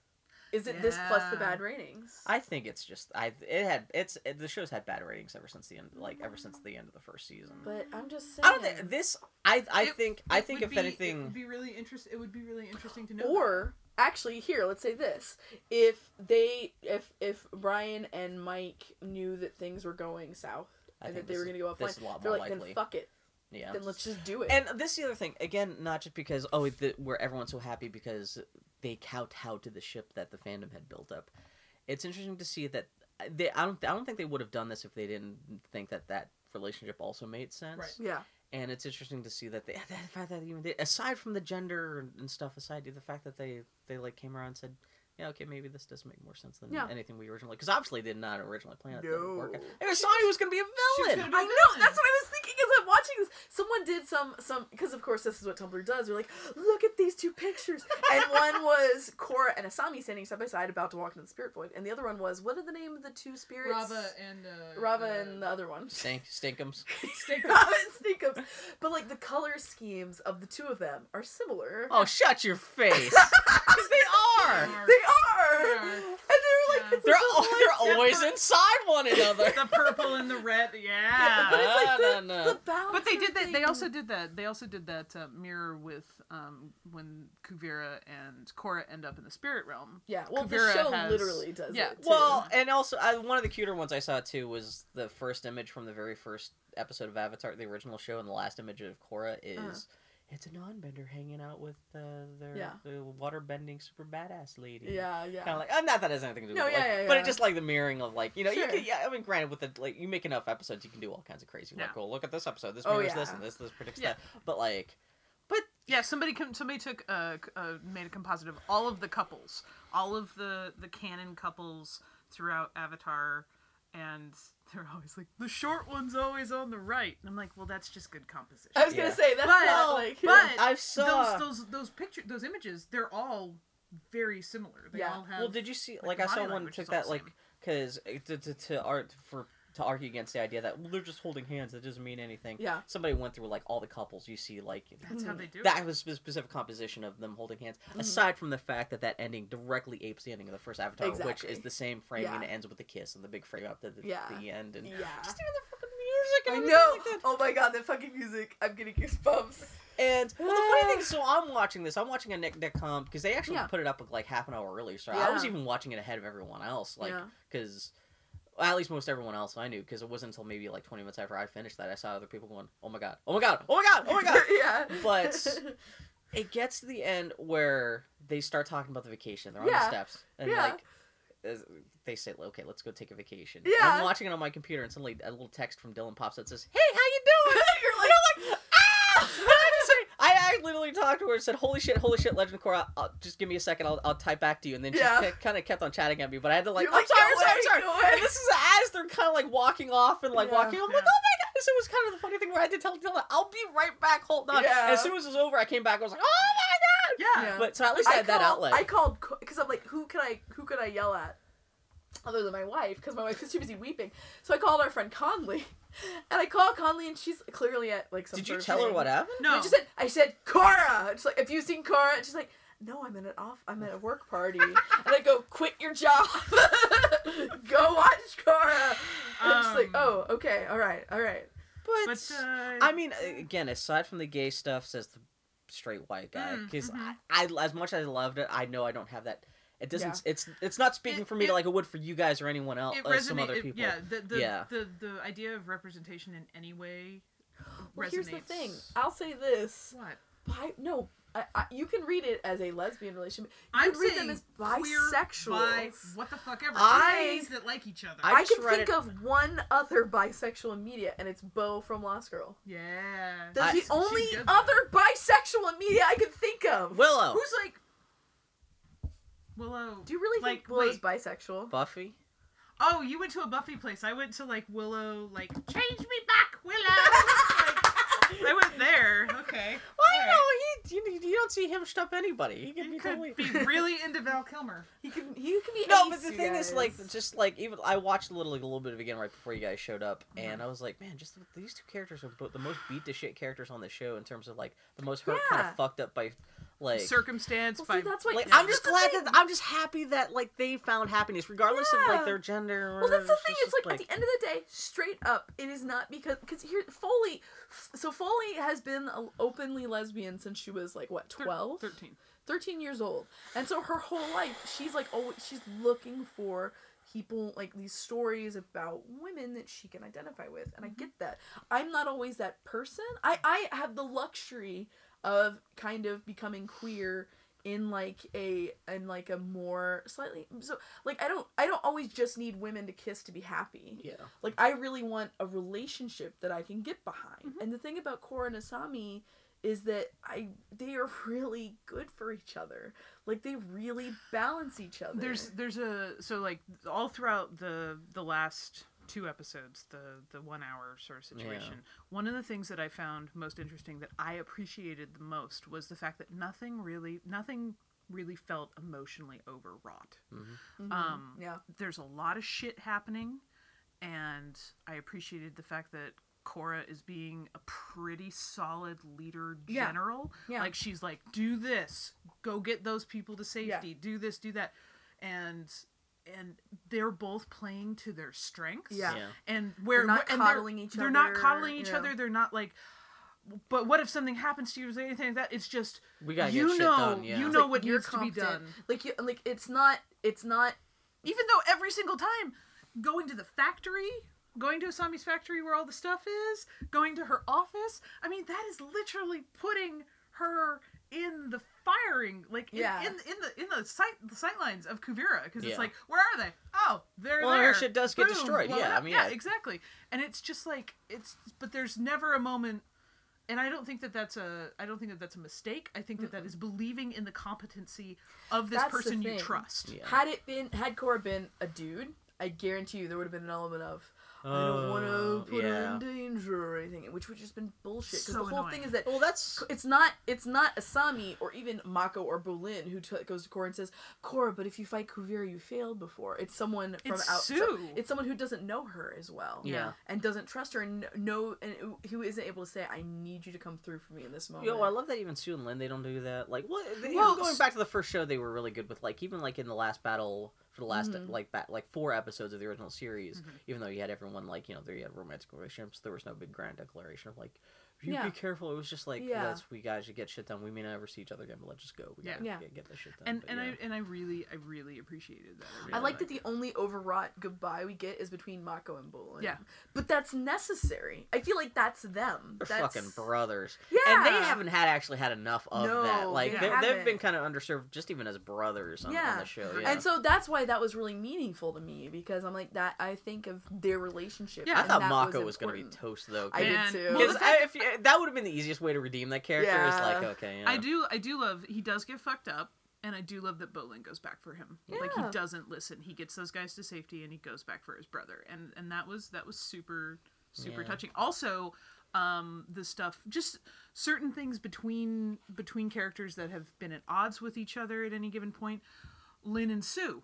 Is it this plus the
Yeah.
bad ratings?
I think it's just I it had it's it, the show's had bad ratings ever since the end like ever since the end of the first season.
but I'm just saying.
I don't think this. I I
It-
think I
it
think
would
if
be-
anything.
it would be really interest. It would be really interesting to know.
Or actually, here, let's say this: if they, if if Brian and Mike knew that things were going south
I
and
think
that they
this
were
is-
going to go
this is a
offline,
lot
they're
more
like,
likely.
then fuck it.
Yeah.
Then let's just do it.
And this is the other thing. Again, not just because oh, the, where everyone's so happy because they kowtowed to the ship that the fandom had built up. It's interesting to see that uh, they. I don't. I don't think they would have done this if they didn't think that that relationship also made sense.
Right.
yeah.
And it's interesting to see that they. The fact that even they, aside from the gender and stuff, aside the fact that they they like came around and said. Yeah, okay, maybe this does make more sense than
Yeah.
anything we originally because obviously they did not originally plan it. to work out.
No.
I never saw he was going to be a villain.
gonna be
I
Well,
know.
then.
That's what I was thinking as I'm watching this. Someone did some some because of course this is what Tumblr does. We're like, look at these two pictures, and one was Korra and Asami standing side by side about to walk into the spirit void, and the other one was what are the name of the two spirits?
Rava and uh,
Rava
uh,
and the other one.
Stink, stinkums.
Steak-
Rava and Stinkum. But like the color schemes of the two of them are similar.
Oh, shut your face! Because they are.
They are.
They are.
And they were like,
Yeah.
it's
They're
just
all,
like
they're always
different-
inside one another.
the purple and the red.
Yeah, but
Yeah.
it's like
No,
the,
no, no.
the balance.
But they
of
did that. They
things.
also did that. They also did that uh, mirror with um, when Kuvira and Korra end up in the spirit realm.
Yeah. Well,
Kuvira
the show
has-
literally does
yeah.
it. too.
well, and also I, one of the cuter ones I saw too was the first image from the very first episode of Avatar, the original show, and the last image of Korra is
Uh-huh.
it's a non-bender hanging out with uh, their
Yeah.
the water-bending super badass lady.
Yeah. Yeah.
Kind of like, uh, not that it has anything to do
No,
with it,
yeah,
like,
yeah,
but
yeah.
it's just like the mirroring of like, you know,
Sure.
you can, yeah, I mean, granted with the, like, you make enough episodes, you can do all kinds of crazy,
Yeah.
like, well, look at this episode, this
Oh,
mirrors this,
yeah.
and this, this predicts
Yeah.
that, but like,
Yeah, somebody com- somebody took uh, c- uh, made a composite of all of the couples, all of the the canon couples throughout Avatar, and they're always like the short one's always on the right, and I'm like, well, that's just good composition.
I was
Yeah.
gonna say that's
But-
not like
but
I saw-
those those those pictures, those images, they're all very similar. They
Yeah.
all have
Well, did you see?
like,
Like,
the
I saw
body
one
language
took
is all
that
the
like
same.
because to, to, to art for to argue against the idea that well, they're just holding hands. That doesn't mean anything.
Yeah.
Somebody went through like all the couples. You see, like
that's how they do
that was a specific composition of them holding hands.
Mm-hmm.
Aside from the fact that that ending directly apes the ending of the first Avatar, which
Exactly.
is the same frame and
Yeah.
it ends with a kiss and the big frame up to the,
Yeah.
the end and
yeah.
just even the fucking music. And
I
everything
know.
Like that.
oh my god, that fucking music! I'm getting goosebumps.
And well, the funny thing is, so I'm watching this. I'm watching a Nick Nick comp because they actually
Yeah.
put it up like half an hour earlier. So I
Yeah.
was even watching it ahead of everyone else, like
Yeah.
because well, at least most everyone else I knew. Because it wasn't until maybe like 20 minutes after I finished that I saw other people going, "Oh my god! Oh my god! Oh my god! Oh my god!"
yeah.
But- it gets to the end where they start talking about the vacation. They're on
Yeah.
the steps and
Yeah.
like. as- They say, "Okay, let's go take a vacation." And
Yeah.
I'm watching it on my computer, and suddenly a little text from Dylan pops up that says, "Hey, how you doing?"
you're like,
I just say- I, I literally talked to her and said, "Holy shit, holy shit, Legend Core, I'll, I'll- just give me a second, I'll, I'll type back to you." And then she
Yeah.
kind of kept on chatting at me, but I had to like,
You're
"I'm
like,
sorry,
"No
I'm sorry,
way,
I'm sorry."
no way.
And this is as they're kind of like walking off and like
Yeah,
walking. I'm
yeah.
like, "Oh my god!" So it was kind of the funny thing where I had to tell Dylan, "I'll be right back, hold on."
Yeah.
And as soon as it was over, I came back. I was like, "Oh
Yeah.
my god!" But so at least I,
I
had
called,
that outlet.
I called because I'm like, who could I who could I yell at other than my wife? Because my wife is too busy weeping. So I called our friend Conley, and I called Conley, and she's clearly at like some.
Did you
sort of
tell her
thing.
what happened?
And
No.
I just said, I said, Cora. It's like, have you seen Cora? And she's like, no, I'm at an off, I'm at a work party. and I go, quit your job. go watch Cora. And I'm just like,
Um,
oh, okay, all right, all right.
but uh,
I mean, a- again, aside from the gay stuff, says the straight white guy,
Mm,
because
mhm.
I, I, as much as I loved it, I know I don't have that. It doesn't.
Yeah.
It's it's not speaking
It-
for me
it-
like it would for you guys or anyone else,
it
uh, some
resonated.
other people.
yeah, the the,
Yeah.
the the idea of representation in any way
Well,
resonates.
here's the thing. I'll say this.
What?
Bi- no, I, I, you can read it as a lesbian relationship. You
I'm
could read
saying
them as
queer,
bisexual.
bi, what the fuck ever.
I-
Gays that like each other.
I
I,
just
can
read
think
it-
of one other bisexual in media, and it's Bo from Lost Girl.
yeah.
That's
I-
the only
good.
other bisexual in media I can think of.
Willow,
Who's like Willow?
Do you really
like
think Willow's
wait,
bisexual?
Buffy.
Oh, you went to a Buffy place. I went to like Willow, like change me back, Willow. Like, I went there. Okay.
Well,
All
you know, he, you, you don't see him stop anybody. He can
You
be
could
totally.
be really into Val Kilmer.
He can he can be
No,
ace,
but the
you
thing is, like,
guys.
just like even I watched a little, a little bit of again right before you guys showed up,
Mm-hmm.
and I was like, man, just these two characters are both the most beat to shit characters on the show in terms of like the most hurt, kind
Yeah.
of fucked up by, like,
Circumstance
Well,
by
see, that's why
like
see,
I'm just
that's the
glad
thing.
that I'm just happy that like they found happiness regardless of
Yeah.
like their gender. Or
Well, that's the
whatever,
thing. It's
just
like, at the end of the day, straight up, it is not because because here Foley, so Foley has been a- openly lesbian since she was like what
thir-
12?
13.
13 years old, and so her whole life she's like always she's looking for people like these stories about women that she can identify with and i get that i'm not always that person i i have the luxury of kind of becoming queer in like a in like a more slightly so like i don't i don't always just need women to kiss to be happy
Yeah.
like I really want a relationship that I can get behind.
Mhm.
And the thing about Cora and Asami is that I they are really good for each other. Like they really balance each other.
There's there's a so like all throughout the the last two episodes, the the one hour sort of situation. One of the things that I found most interesting that I appreciated the most was the fact that nothing really nothing really felt emotionally overwrought.
Mm-hmm.
Mhm.
um,
yeah.
There's a lot of shit happening, and I appreciated the fact that Cora is being a pretty solid leader
Yeah.
general.
Yeah.
Like she's like, do this, go get those people to safety,
Yeah.
do this, do that, and and they're both playing to their strengths.
Yeah.
Yeah.
And where
They're not
and
coddling each
They're not
other,
coddling each
yeah.
other. They're not like. But what if something happens to you or anything like that? It's just
We gotta
you
get
know
shit done. Yeah.
you
It's
know
like,
what
you're
needs to be
competent.
done
Like you like it's not it's not
even though every single time going to the factory going to asami's factory where all the stuff is going to her office i mean that is literally putting her in the firing like in,
Yeah.
in, in the in the sight the sight lines of kuvira because
Yeah.
it's like where are they oh they're
Well,
there
her shit does get
Boom,
destroyed.
blow it
Yeah, I
up.
mean,
yeah
I-
exactly and it's just like it's but there's never a moment and I don't think that that's a I don't think that that's a mistake. I think that that is believing in the competency of this
That's the
person you
thing.
trust.
Yeah.
had it been had Cora been a dude, I guarantee you there would have been an element of I don't want
Oh,
Uh,
to put her
yeah.
in danger or anything, which would just been bullshit. Because
So
the whole
annoying.
thing is that
Well, that's
it's not it's not Asami or even Mako or Bolin who t- goes to Korra and says, "Korra, but if you fight Kuvira, you failed before." It's someone from
It's
out.
Sue.
it's someone who doesn't know her as well.
Yeah.
And doesn't trust her and kn- know and who- who isn't able to say, "I need you to come through for me in this moment."
Yo, I love that even Sue and Lynn they don't do that. Like what? They,
Well,
going
s-
back to the first show, they were really good with like even like in the last battle for the last
Mhm.
like bat, like four episodes of the original series.
Mm-hmm.
Mhm.
Even though you had everyone like you know there you had romantic relationships, there was no big grand declaration of like you
Yeah.
be careful. It was just like
Yeah.
let's we guys should get shit done. We may never see each other again, but let's just go. We
Yeah.
gotta
Yeah.
Get, get this shit done.
and
But
and
yeah.
I and I really I really appreciated that. really
I like that
liked
the only overwrought goodbye we get is between Mako and Bolin.
Yeah.
But that's necessary. I feel like that's them.
They're
that's...
fucking brothers.
Yeah.
And they haven't had actually had enough of that.
No,
Like
they
they have
haven't.
been kind of underserved, just even as brothers on, on
Yeah.
the show. Yeah.
And so that's why that was really meaningful to me because I'm like that. I think of their relationship.
Yeah,
I
and
thought
that
Mako was,
going
gonna
to
be toast though.
I did
And-
too.
well,
Because
the
I- if you- that would have been the easiest way to redeem that character. Is like
Yeah.
okay, yeah.
I do I do love he does get fucked up and I do love that Bolin goes back for him. Like he
Yeah.
doesn't listen. He gets those guys to safety and he goes back for his brother. And and that was that was super super
Yeah.
touching. Also um the stuff just certain things between between characters that have been at odds with each other at any given point. Lynn and Sue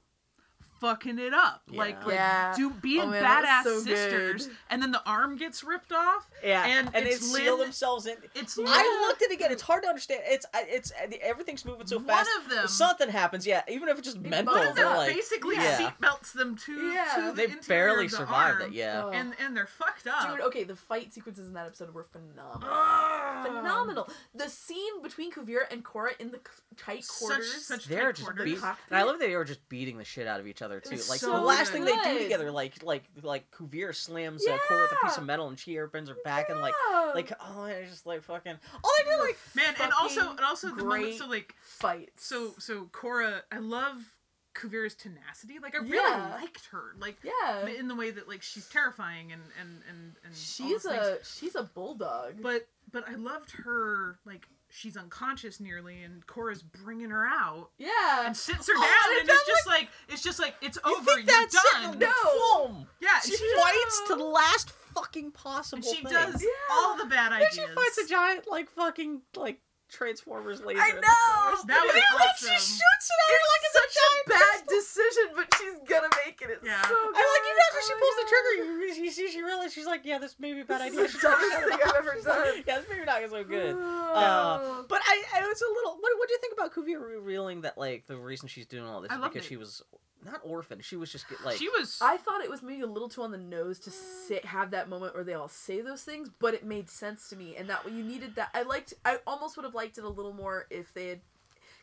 fucking it up. Like
Yeah.
like
Yeah.
do being
Oh, man,
badass
that was so
sisters
good.
and then the arm gets ripped off.
Yeah,
And,
and, they
it's
seal
Lynn
themselves in.
it's
I
Lynn-
looked at it again. It's hard to understand. It's I- it's everything's moving so
One
fast.
of them-
something happens. Yeah, even if it's just mental,
One of
they're
them
like
basically
yeah.
seatbelts them to,
Yeah.
to the
They
interior
barely
of the
survived
arm,
it. Yeah.
Oh.
and uh, and they're fucked up.
Dude, okay, the fight sequences in that episode were phenomenal.
Ah.
phenomenal. The scene between Kuvira and Cora in the c- tight
Such,
quarters.
such
They're
tight
just
quarters.
beat,
The cockpit?
and I love that they were just beating the shit out of each other too.
was
Like
so
the last thing they do
good.
together, like like like Kuvir slams uh, Cora with a piece of
Yeah.
metal, and she airpins her back, and like
Yeah.
like oh, I just like fucking. All I did like
man, and also and also the moment
great
so like
fights.
so so Cora, I love Kuvira's tenacity. Like I really
Yeah.
liked her. Like
yeah,
in the way that like she's terrifying and and and and all
she's
those things.
a she's a bulldog.
but but I loved her like she's unconscious nearly and Cora's bringing her out
yeah,
and sits her
Oh,
down
and
and it's
then,
just like it's just like it's
you
over
think that's it,
you're done
the
No.
film.
yeah
She,
and she,
fights to the last fucking possible.
and she
thing.
does
Yeah.
all the bad
And
ideas
she fights a giant like fucking like Transformers laser.
I
in the
know!
forest.
That was
And then, like, she
awesome.
shoots it at her like it's
such
a giant
a bad decision, but she's gonna make it. It's
Yeah.
so
I
good.
I like you guys when she
Oh my
pulls the
God.
trigger. You, she, she, she realizes she's like, yeah, this may be a bad
This
idea.
is
She
the dumbest
turns it
thing I've
off.
ever
She's like,
done.
yeah, this maybe not so good. Uh,
Oh.
but I, I was a little. What, what do you think about Kuvia revealing that like the reason she's doing all this
I
is
loved
because
it.
she was not orphaned. She was just get, like
she was
I thought it was maybe a little too on the nose to sit, have that moment where they all say those things, but it made sense to me, and that you needed that. I liked. I almost would have liked it a little more if they had,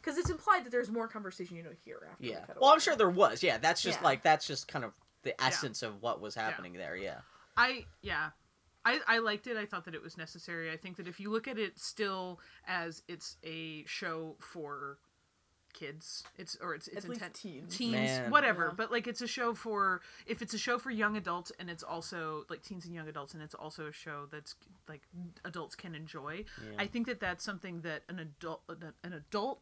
because it's implied that there's more conversation you don't hear after.
Yeah.
they cut
Well, I'm
away.
sure there was. Yeah, that's just
Yeah.
like that's just kind of the essence of what was happening there. Yeah.
I yeah. I, I liked it. I thought that it was necessary. I think that if you look at it still as it's a show for kids, it's or it's it's
At least
intent
teens.
teens,
Man.
whatever.
Yeah.
But like it's a show for if it's a show for young adults and it's also like teens and young adults and it's also a show that's like adults can enjoy.
Yeah.
I think that that's something that an adult that an adult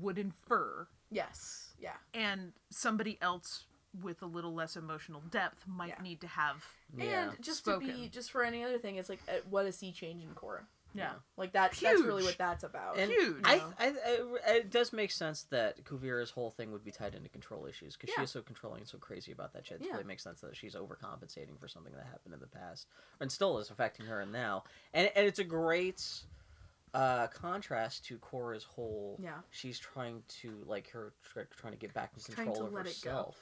would infer
Yes. Yeah.
and somebody else with a little less emotional depth might
Yeah.
need to have.
yeah.
And just to be
Spoken.
just for any other thing, it's like uh, what a sea change in Korra.
Yeah.
Like that. That's really
Huge.
what that's about.
And
Huge.
I,
Yeah.
I, I- it does make sense that Kuvira's whole thing would be tied into control issues because she
Yeah.
is so controlling and so crazy about that shit. It
Yeah.
really makes sense that she's overcompensating for something that happened in the past and still is affecting her now. And and it's a great uh, contrast to Cora's whole.
Yeah.
She's trying to like her tr- trying to get back in
She's trying
control
to
of
let it go.
herself.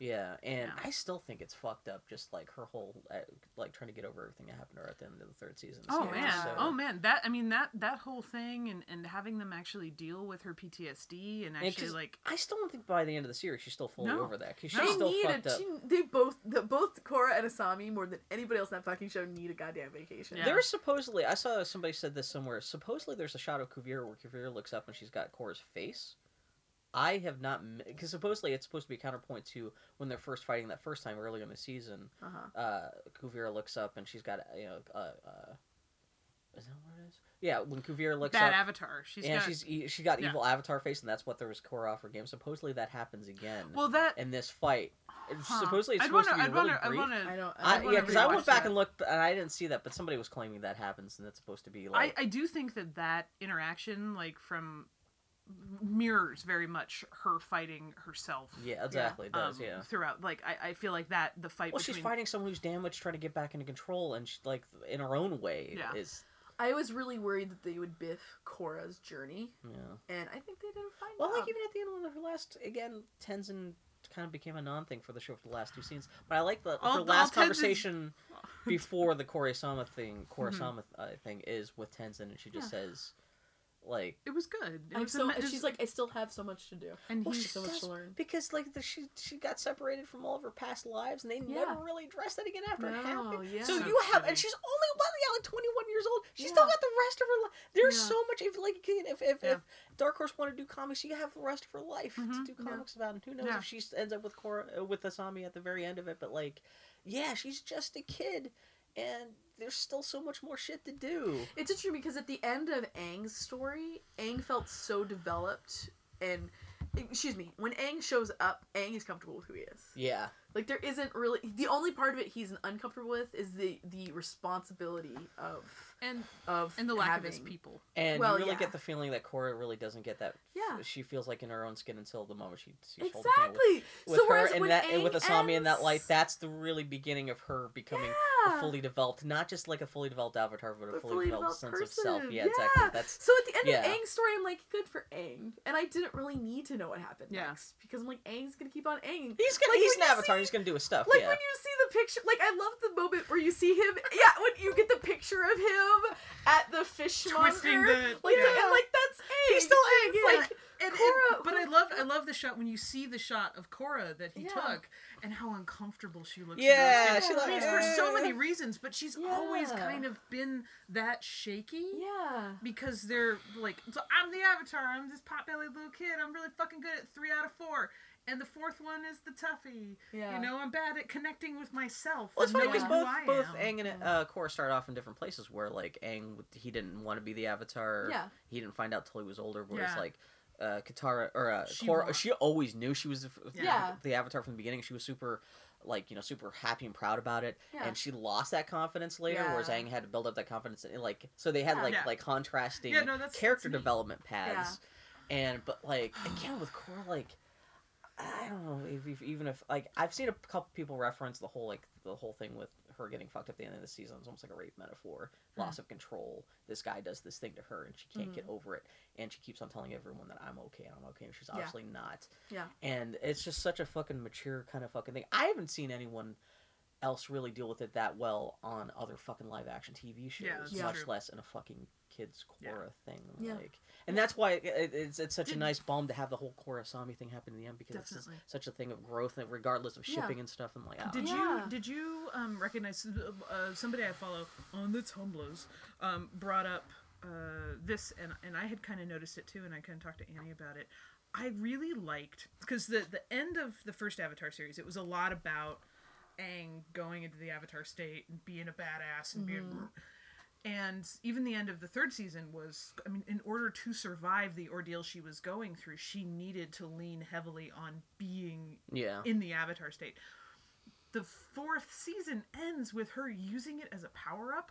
Yeah, and
Yeah.
I still think it's fucked up. Just like her whole, uh, like trying to get over everything that happened to her at the end of the third season.
Oh
Yeah.
man.
So-
Oh man. That I mean that that whole thing and and having them actually deal with her PTSD and actually
'cause
like
I still don't think by the end of the series she's still fully
No.
over that because
No.
she's
They
still
need
fucked
a.
up.
She, they both the, both Korra and Asami more than anybody else in that fucking show need a goddamn vacation.
Yeah.
There's supposedly I saw somebody said this somewhere. Supposedly there's a shot of Kuvira where Kuvira looks up and she's got Korra's face. I have not because supposedly it's supposed to be a counterpoint to when they're first fighting that first time early in the season.
Uh-huh.
Uh, Kuvira looks up and she's got you know uh, uh, is that what it is? Yeah, when Kuvira looks
bad
up.
avatar. She's
and
got
she's e- she got
yeah.
evil avatar face, and that's what there was Korra off her game. Supposedly that happens again
well that
in this fight. It's
huh.
Supposedly it's
I'd
supposed
wanna,
to be really
I'd
brief.
wanna, I'd
I
wanna,
don't. I
I,
don't
wanna
yeah, because I
rewatch
went back
that.
and looked, and I didn't see that, but somebody was claiming that happens, and that's supposed to be
I
like,
I do think that that interaction like from mirrors very much her fighting herself.
yeah, exactly, it does,
um,
yeah.
Throughout, like I, I feel like that the fight.
Well,
between,
she's fighting someone who's damaged, trying to get back into control, and she, like in her own way
Yeah.
is,
I was really worried that they would biff Korra's journey,
yeah.
and I think they did a fine
Well,
job.
like even at the end of her last, again, Tenzin kind of became a non-thing for the show for the last two scenes, but I like the
All-
her
all
last
Tenzin's-
conversation before the Korasama thing, Korasama uh, thing is with Tenzin, and she just says, like,
It was good. It
I'm
was
so.
ama- it was-
She's like, I still have so much to do.
and
Well,
he's
she
so much
does,
to learn.
because like the, she she got separated from all of her past lives, and they
Yeah.
never really addressed that again after it
No,
happened.
yeah.
So
So
you have,
shitty.
and she's only what, yeah, like twenty one years old. She's still
Yeah.
got the rest of her life. There's
Yeah.
so much. If like again, if if,
Yeah.
if Dark Horse wanted to do comics, you have the rest of her life
Mhm,
to do
yeah.
comics about, and who knows
Yeah.
if she ends up with Cora uh, with Asami at the very end of it. But like, yeah, she's just a kid, and there's still so much more shit to do.
It's interesting because at the end of Aang's story, Aang felt so developed and excuse me, when Aang shows up, Aang is comfortable with who he is.
Yeah,
Like there isn't really the only part of it he's uncomfortable with is the the responsibility of
and
of
and the lack of his
having-
people.
and
Well,
you really
yeah.
get the feeling that Cora really doesn't get that.
Yeah.
she feels like in her own skin until the moment she sees Hulk Hogan with-
Exactly.
with
so
her
whereas when
and that and
Aang
with Asami in that
ends-
light, that's the really beginning of her becoming a
Yeah.
fully developed, not just like a fully developed avatar, but a fully, developed, sense of self.
person.
Yeah, exactly. That's
so. At the end
yeah.
of Aang's story, I'm like, good for Aang, and I didn't really need to know what happened
Yeah.
next because I'm like, Aang's gonna keep on Aang.
he's gonna
Like,
he's an
when you
avatar.
see-
he's gonna do his stuff.
Like
yeah.
when you see the picture, like I love the moment where you see him. Yeah, when you get the picture of him at the fishmonger,
Twisting the-
like,
yeah.
and, like that's Aang.
He's still
Aang.
yeah.
Like,
And, and-
Korra-
but I love I love the shot when you see the shot of Cora that he
Yeah.
took and how uncomfortable she looks.
Yeah,
in those
she
things. I mean, for
looks-
so many reasons, but she's always
Yeah.
kind of been that shaky.
yeah,
Because they're like, so I'm the avatar. I'm this pot-bellied little kid. I'm really fucking good at three out of four, and the fourth one is the toughie.
yeah.
You know, I'm bad at connecting with myself.
well, it's
and
funny
knowing
because
Yeah.
who
both
I
both
am.
Aang and uh, Korra start off in different places. Where like Aang, would- he didn't want to be the Avatar.
Yeah.
he didn't find out till he was older. Whereas
Yeah.
like uh, Katara or uh,
She
Korra,
wants-
she always knew she was the, f-
Yeah.
the Avatar from the beginning. She was super like you know super happy and proud about it.
Yeah.
And she lost that confidence later. Whereas
Yeah.
Aang had to build up that confidence and like so they had
Yeah.
like
Yeah.
like contrasting
Yeah, no, that's-
character
that's neat.
development paths. And but like again with Korra like. I don't know if, if even if like I've seen a couple people reference the whole like the whole thing with her getting fucked up at the end of the season. It's almost like a rape metaphor,
Hmm.
loss of control. This guy does this thing to her, and she can't get over it, and she keeps on telling everyone that I'm okay, and I'm okay, and she's obviously not.
Yeah.
And it's just such a fucking mature kind of fucking thing. I haven't seen anyone else really deal with it that well on other fucking live action TV shows,
Yeah, that's
Yeah.
much
true.
less in a fucking kids
Yeah.
Korra thing.
Yeah.
Like, and that's why it, it- it's it's such a
Did-
nice bomb to have the whole Korra-Sami thing happen in the end because it's
Definitely.
such a thing of growth, and regardless of
Yeah.
shipping and stuff. I'm like, ah,
Did
Yeah.
you did you um, recognize uh, somebody I follow on the Tumblrs um, brought up uh, this and and I had kind of noticed it too and I kind of talked to Annie about it. I really liked because the the end of the first Avatar series it was a lot about Aang going into the Avatar state and being a badass and being and even the end of the third season was i mean in order to survive the ordeal she was going through she needed to lean heavily on being
yeah,
in the avatar state the fourth season ends with her using it as a power up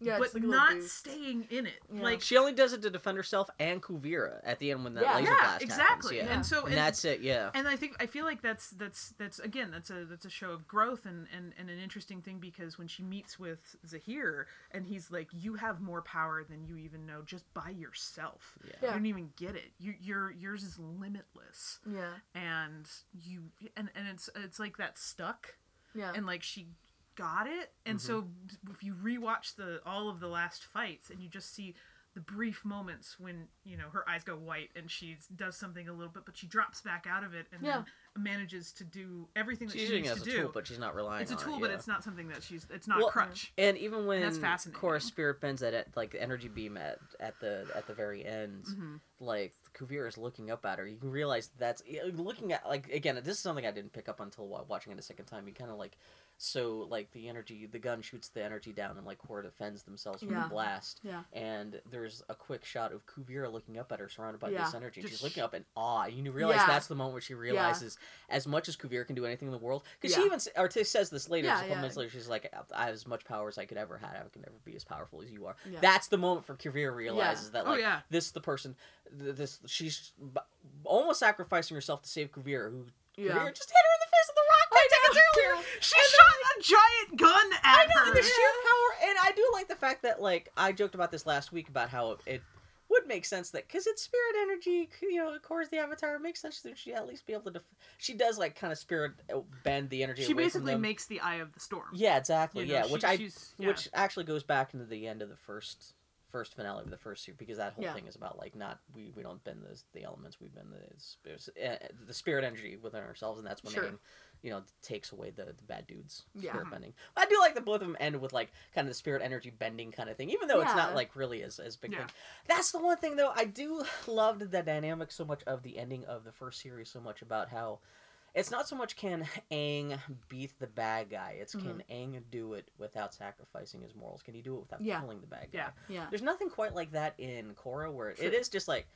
Yeah,
but
it's like a little
not
boost.
staying in it
Yeah.
like
she only does it to defend herself and Kuvira at the end when that
Yeah.
laser
yeah
blast
exactly
happens. Yeah,
and so
and that's it. Yeah,
and I think I feel like that's that's that's again that's a that's a show of growth and, and and an interesting thing because when she meets with Zahir and he's like you have more power than you even know just by yourself you
Yeah.
don't even get it you your yours is limitless
Yeah.
and you and and it's it's like that stuck
Yeah.
and like she got it and so
Mm-hmm.
if you rewatch the all of the last fights and you just see the brief moments when you know her eyes go white and she does something a little bit but she drops back out of it and
Yeah.
then manages to do everything that
she's
she
using it
needs
as
to
a
do
tool, but she's not relying.
it's a
on it,
tool but
yeah.
it's not something that she's it's not
Well,
a crutch
And even when
that's fascinating.
Korra's spirit bends at it, like the energy beam at, at the at the very end,
Mm-hmm.
like Kuvira is looking up at her. You can realize that's looking at like again. This is something I didn't pick up until wa- watching it a second time. You kind of like so like the energy, the gun shoots the energy down, and like Korra defends themselves from
Yeah.
the blast.
Yeah.
And there's a quick shot of Kuvira looking up at her, surrounded by
Yeah.
this energy. and She's
Just sh-
looking up in awe. You realize
Yeah.
that's the moment where she realizes as much as Kuvira can do anything in the world, because
Yeah.
she even s- or t- says this later.
Yeah,
just a couple
yeah.
minutes later, she's like, "I have as much power as I could ever have. I can never be as powerful as you are."
Yeah.
That's the moment for Kuvira realizes that
Oh,
like
yeah.
this the person, th- this she's b- almost sacrificing herself to save Kuvira, who
Yeah.
Kuvira just hit her in the face with the rock ten seconds earlier.
she shot a giant gun
I
at
know and
her
the sheer power, and I do like the fact that like I joked about this last week about how it would make sense that because it's spirit energy, you know, of course the avatar it makes sense that she at least be able to. Def- she does like kind of spirit uh, bend the energy.
she
away from
basically
them.
makes the eye of the storm
Yeah, exactly.
You know,
yeah,
she-
which I,
she's- yeah.
which actually goes back into the end of the first, first finale of the first two because that whole
Yeah.
thing is about like not we we don't bend the the elements, we bend the spirits, uh, the spirit energy within ourselves, and that's when
Sure.
Aang, you know, takes away the, the bad dudes
Yeah. Uh-huh.
spirit bending. I do like that both of them end with like kind of the spirit energy bending kind of thing, even though it's not
Yeah.
like really as as big.
Yeah.
Thing. That's the one thing though I do loved the dynamic so much of the ending of the first series so much about how. It's not so much can Aang beat the bad guy. It's
Mm-hmm.
can Aang do it without sacrificing his morals? Can he do it without
Yeah.
killing the bad guy?
Yeah.
yeah.
There's nothing quite like that in Korra, where
True.
it is just like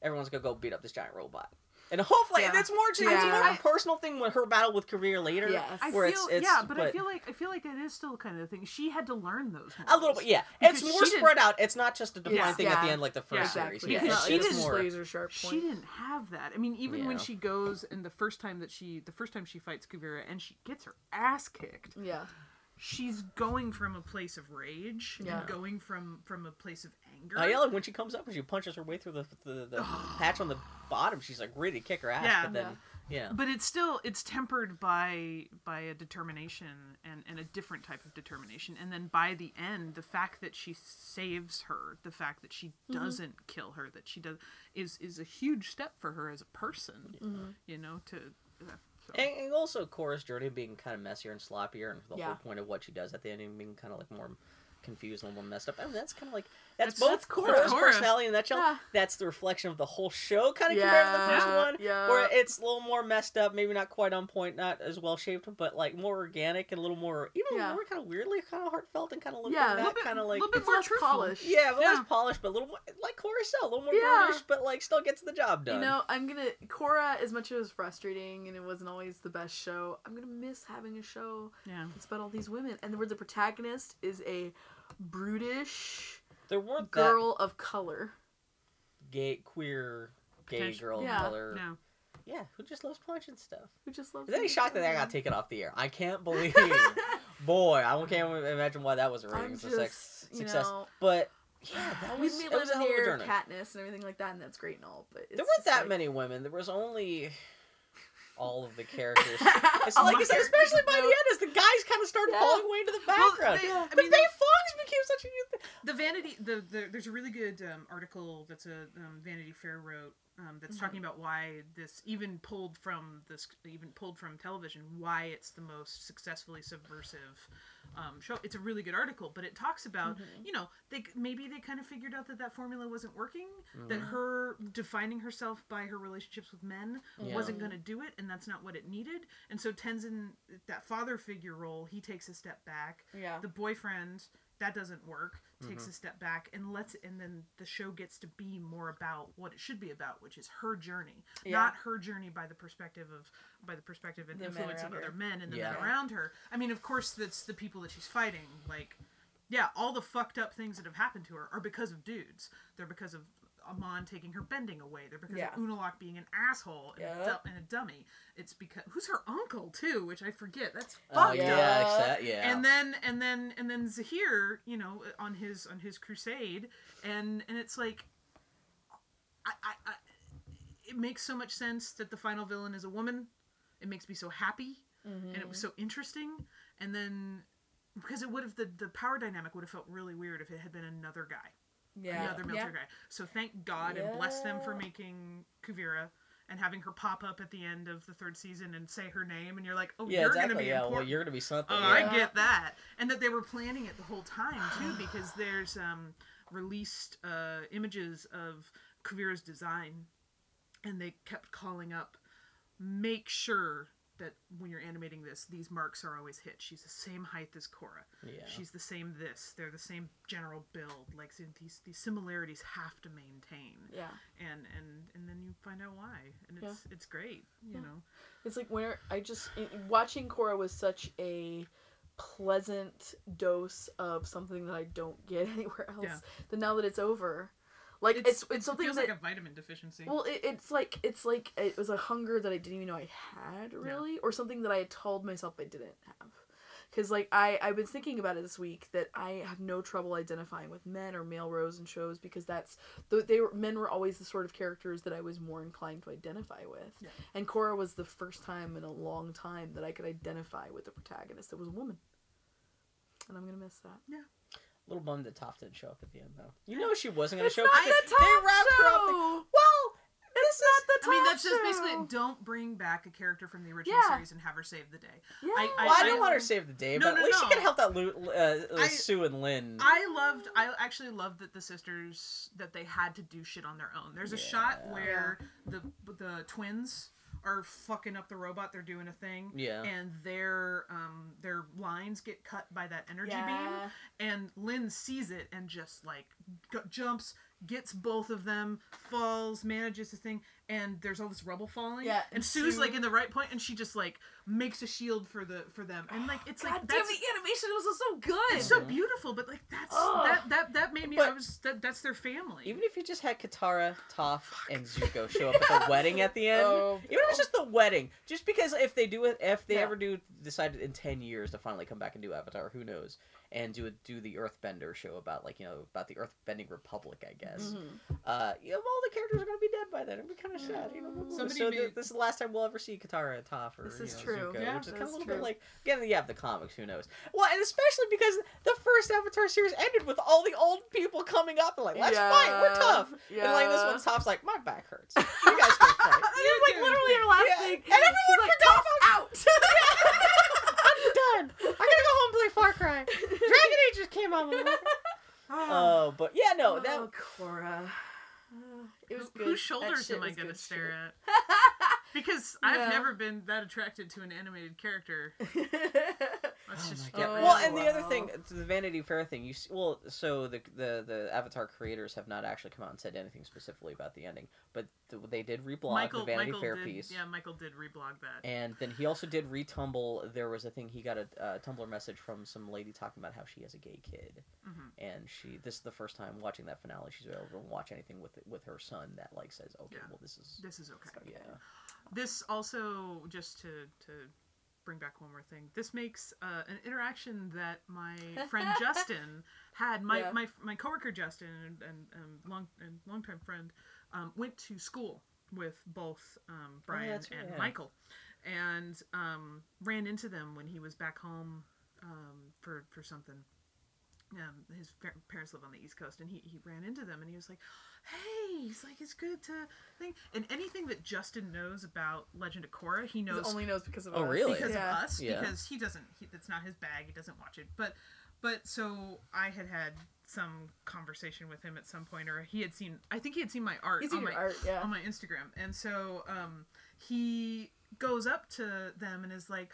everyone's gonna go beat up this giant robot, and hopefully
Yeah.
and it's more. It's
Yeah.
more of a personal thing with her battle with Career later,
Yes. I
where it's, it's
yeah, but, I feel like I feel like that is still kind of the thing. She had to learn those.
a little bit. Yeah,
Because
it's more
she didn't-
spread out. It's not just a defined
Yeah.
thing at the
Yeah.
end like the first
Yeah.
series.
Exactly.
Yeah,
Because
it's,
she
she
it's
did
more.
laser sharp point.
She didn't have that. I mean, even when
Yeah.
she goes and the first time that she the first time she fights Kuvira and she gets her ass kicked,
Yeah.
she's going from a place of rage
Yeah.
and going from from a place of anger.
I yell when she comes up and she punches her way through the the, the patch on the bottom. She's like ready to kick her ass,
Yeah.
but then yeah.
but it's still it's tempered by by a determination and and a different type of determination and then by the end the fact that she saves her the fact that she
Mm-hmm.
doesn't kill her that she does is is a huge step for her as a person you know to yeah, so.
Mm-hmm. And, and also Cora's journey being kind of messier and sloppier, and the
Yeah.
whole point of what she does at the end being kind of like more confused and more messed up. I mean, that's kind of like that's,
That's-
both
that's Korra.
Cora's
Korra.
personality in that show.
Yeah.
That's the reflection of the whole show, kind of compared to the first
Yeah,
one,
yeah.
where it's a little more messed up, maybe not quite on point, not as well shaped, but like more organic and a little more, even
Yeah.
more kind of weirdly kind of heartfelt and kind of looking
Yeah,
yeah,
a little
that kind of like
little bit
It's
more
less
truthful.
polished.
yeah, but
Yeah.
less polished, but a little more like Cora Cell, a little more
Yeah.
British, but like still gets the job done.
You know, I'm gonna Cora. As much as it was frustrating and it wasn't always the best show, I'm gonna miss having a show
yeah
that's about all these women and where the protagonist is a brutish
there weren't that
girl of color.
gay queer. Gay
Potential-
girl
Yeah.
color
no
Yeah, who just loves punching stuff.
Who just loves.
Is any
women.
shock that that got taken off the air? I can't believe. Boy, I can't imagine why that was a
I'm
ratings
just,
success.
you
success.
know,
But yeah, that
we
was,
made
it was
live
a hell
in the
of a
air,
journey.
Katniss, and everything like that, and that's great and all. But it's
There weren't
just
that
like-
many women. There was only all of the characters. It's
All
like
my
I said,
characters
especially by the
know.
end, as the guys kind of started
Yeah.
falling away to the
Well,
background.
they- I
the
mean,
Bay Fox became such a new thing.
the vanity the, the there's a really good um, article that's a um, vanity fair wrote um, that's
Mm-hmm.
talking about why this even pulled from this even pulled from television why it's the most successfully subversive um, show it's a really good article but it talks about
Mm-hmm.
you know they maybe they kind of figured out that that formula wasn't working that
Mm-hmm.
her defining herself by her relationships with men
Yeah.
wasn't going to do it and that's not what it needed and so tenzin that father figure role he takes a step back
Yeah.
the boyfriend that doesn't work takes a step back and lets and then the show gets to be more about what it should be about which is her journey
Yeah.
not her journey by the perspective of by the perspective and
The men
influence of
around her.
other men and the men
Yeah.
around her i mean of course that's the people that she's fighting like yeah all the fucked up things that have happened to her are because of dudes they're because of Amon taking her bending away. They're because
Yeah.
of Unalak being an asshole and, a
Yep.
du- and a dummy. It's because who's her uncle too, which I forget. That's
Oh
fucked up
yeah, it's that, yeah.
and then and then and then Zahir, you know, on his on his crusade, and and it's like, I, I, I it makes so much sense that the final villain is a woman. It makes me so happy,
Mm-hmm.
and it was
Mm-hmm.
so interesting. And then because it would have the the power dynamic would have felt really weird if it had been another guy,
Yeah.
another military guy. So thank God and bless them for
Yeah.
making Kuvira. And having her pop up at the end of the third season and say her name, and you're like, "Oh,
yeah,
you're
exactly.
gonna be
yeah,
important."
well, you're gonna be something.
Oh,
yeah.
I get that, and that they were planning it the whole time too, because there's um, released uh, images of Kavira's design, and they kept calling up, make sure that when you're animating this, these marks are always hit. She's the same height as Korra.
Yeah.
She's the same this. They're the same general build. Like so these these similarities have to maintain.
Yeah.
And and and then you find out why, and it's it's great. You know.
It's like where I just it- watching Cora was such a pleasant dose of something that I don't get anywhere else.
Yeah.
That now that it's over, like it's it's, something
feels
that
like a vitamin deficiency.
well it, it's like it's like it was a hunger that I didn't even know I had really, or something that I had told myself I didn't have. Because like I I've been thinking about it this week that I have no trouble identifying with men or male roles in shows because that's th- they were men were always the sort of characters that I was more inclined to identify with,
Yeah.
and Cora was the first time in a long time that I could identify with a protagonist that was a woman, and I'm gonna miss that.
A little bummed that Toph didn't show up at the end though. You know she wasn't gonna show up.
not
because
the
they- they
Toph
wrapped her up.
show!
like, well, this is
The
I mean,
Top
that's just
Show!
basically don't bring back a character from the original
Yeah.
series and have her save the day.
Yeah.
I-
Well, I, don't
I-
want her to save the day,
No,
but
no,
at least
no.
she can help that Lu- uh, uh,
I-
Sue and Lynn.
I loved. I actually loved that the sisters that they had to do shit on their own. There's a shot
Yeah.
where the the twins are fucking up the robot. They're doing a thing.
Yeah.
And their um their lines get cut by that energy
Yeah.
beam, and Lynn sees it and just like g- jumps. Gets both of them, falls, manages the thing, and there's all this rubble falling.
Yeah,
and Sue's
Sue-
like in the right point, and she just like makes a shield for the for them, and like it's like that's
animation was so good.
it's so beautiful, but like that's
Ugh.
that that that made me. I
But-
was that that's their family.
even if you just had Katara, Toph, and Zuko show up at the wedding at the end,
Oh,
even if it's just the wedding, just because if they do it, if they
Yeah.
ever do decide in ten years to finally come back and do Avatar, who knows, and do a, do the Earthbender show about like you know about the Earthbending Republic, I guess.
Mm-hmm.
Uh, you know, all the characters are gonna be dead by then. It'd be kind of sad, you know.
Somebody
so
made-
th- this is the last time we'll ever see Katara and Toph, or
This
you
is
know,
true.
Zuko,
Yeah,
which is
that
kind of
is
a little bit
true.
like again, you have the comics. Who knows? Well, and especially because the first Avatar series ended with all the old people coming up and like, let's fight, we're
Yeah.
tough. And like this
Yeah.
one, Toph's like, my back hurts. You guys go fight.
It was like literally her last
Yeah.
thing.
And everyone
She's like,
forgot
"Tough out.
done. I gotta go home and play Far Cry. Dragon Age just came out.
Oh.
Oh, but yeah, no, that
oh, Cora. Uh, it was
Who-
good.
Whose
That
shoulders
shit
am I
was
gonna
good
stare
shit.
at? Because
Yeah.
I've never been that attracted to an animated character. Let's
Oh
just
my God.
get rid
well,
of
and
it.
the other thing,
wow.
the Vanity Fair thing. You s- well, so the the the Avatar creators have not actually come out and said anything specifically about the ending, but th- they did reblog the
Michael
Vanity
Michael
Fair
did
piece.
yeah Michael did reblog that.
And then he also did retumble. There was a thing he got a uh, Tumblr message from some lady talking about how she has a gay kid,
Mhm.
and she this is the first time watching that finale she's been able to watch anything with with her son that like says okay
Yeah.
well this is
This is okay.
yeah
This also just to to bring back one more thing. This makes uh, an interaction that my friend Justin had. My
Yeah.
my my coworker Justin and and, and long and longtime friend um, went to school. with both um, Brian
Oh, that's
and
right.
Michael, and um, ran into them when he was back home um, for for something. Um, his fa- parents live on the East Coast, and he, he ran into them, and he was like, "Hey, he's like, it's good to think." And anything that Justin knows about Legend of Korra, he
He
knows
only knows because of
Oh,
us.
really?
because
yeah.
of us
Yeah.
because he doesn't he, that's not his bag he doesn't watch it but but so i had had some conversation with him at some point or he had seen i think he had seen my art,
He's in
on,
your
Oh my,
art, yeah.
on my instagram and so um he goes up to them and is like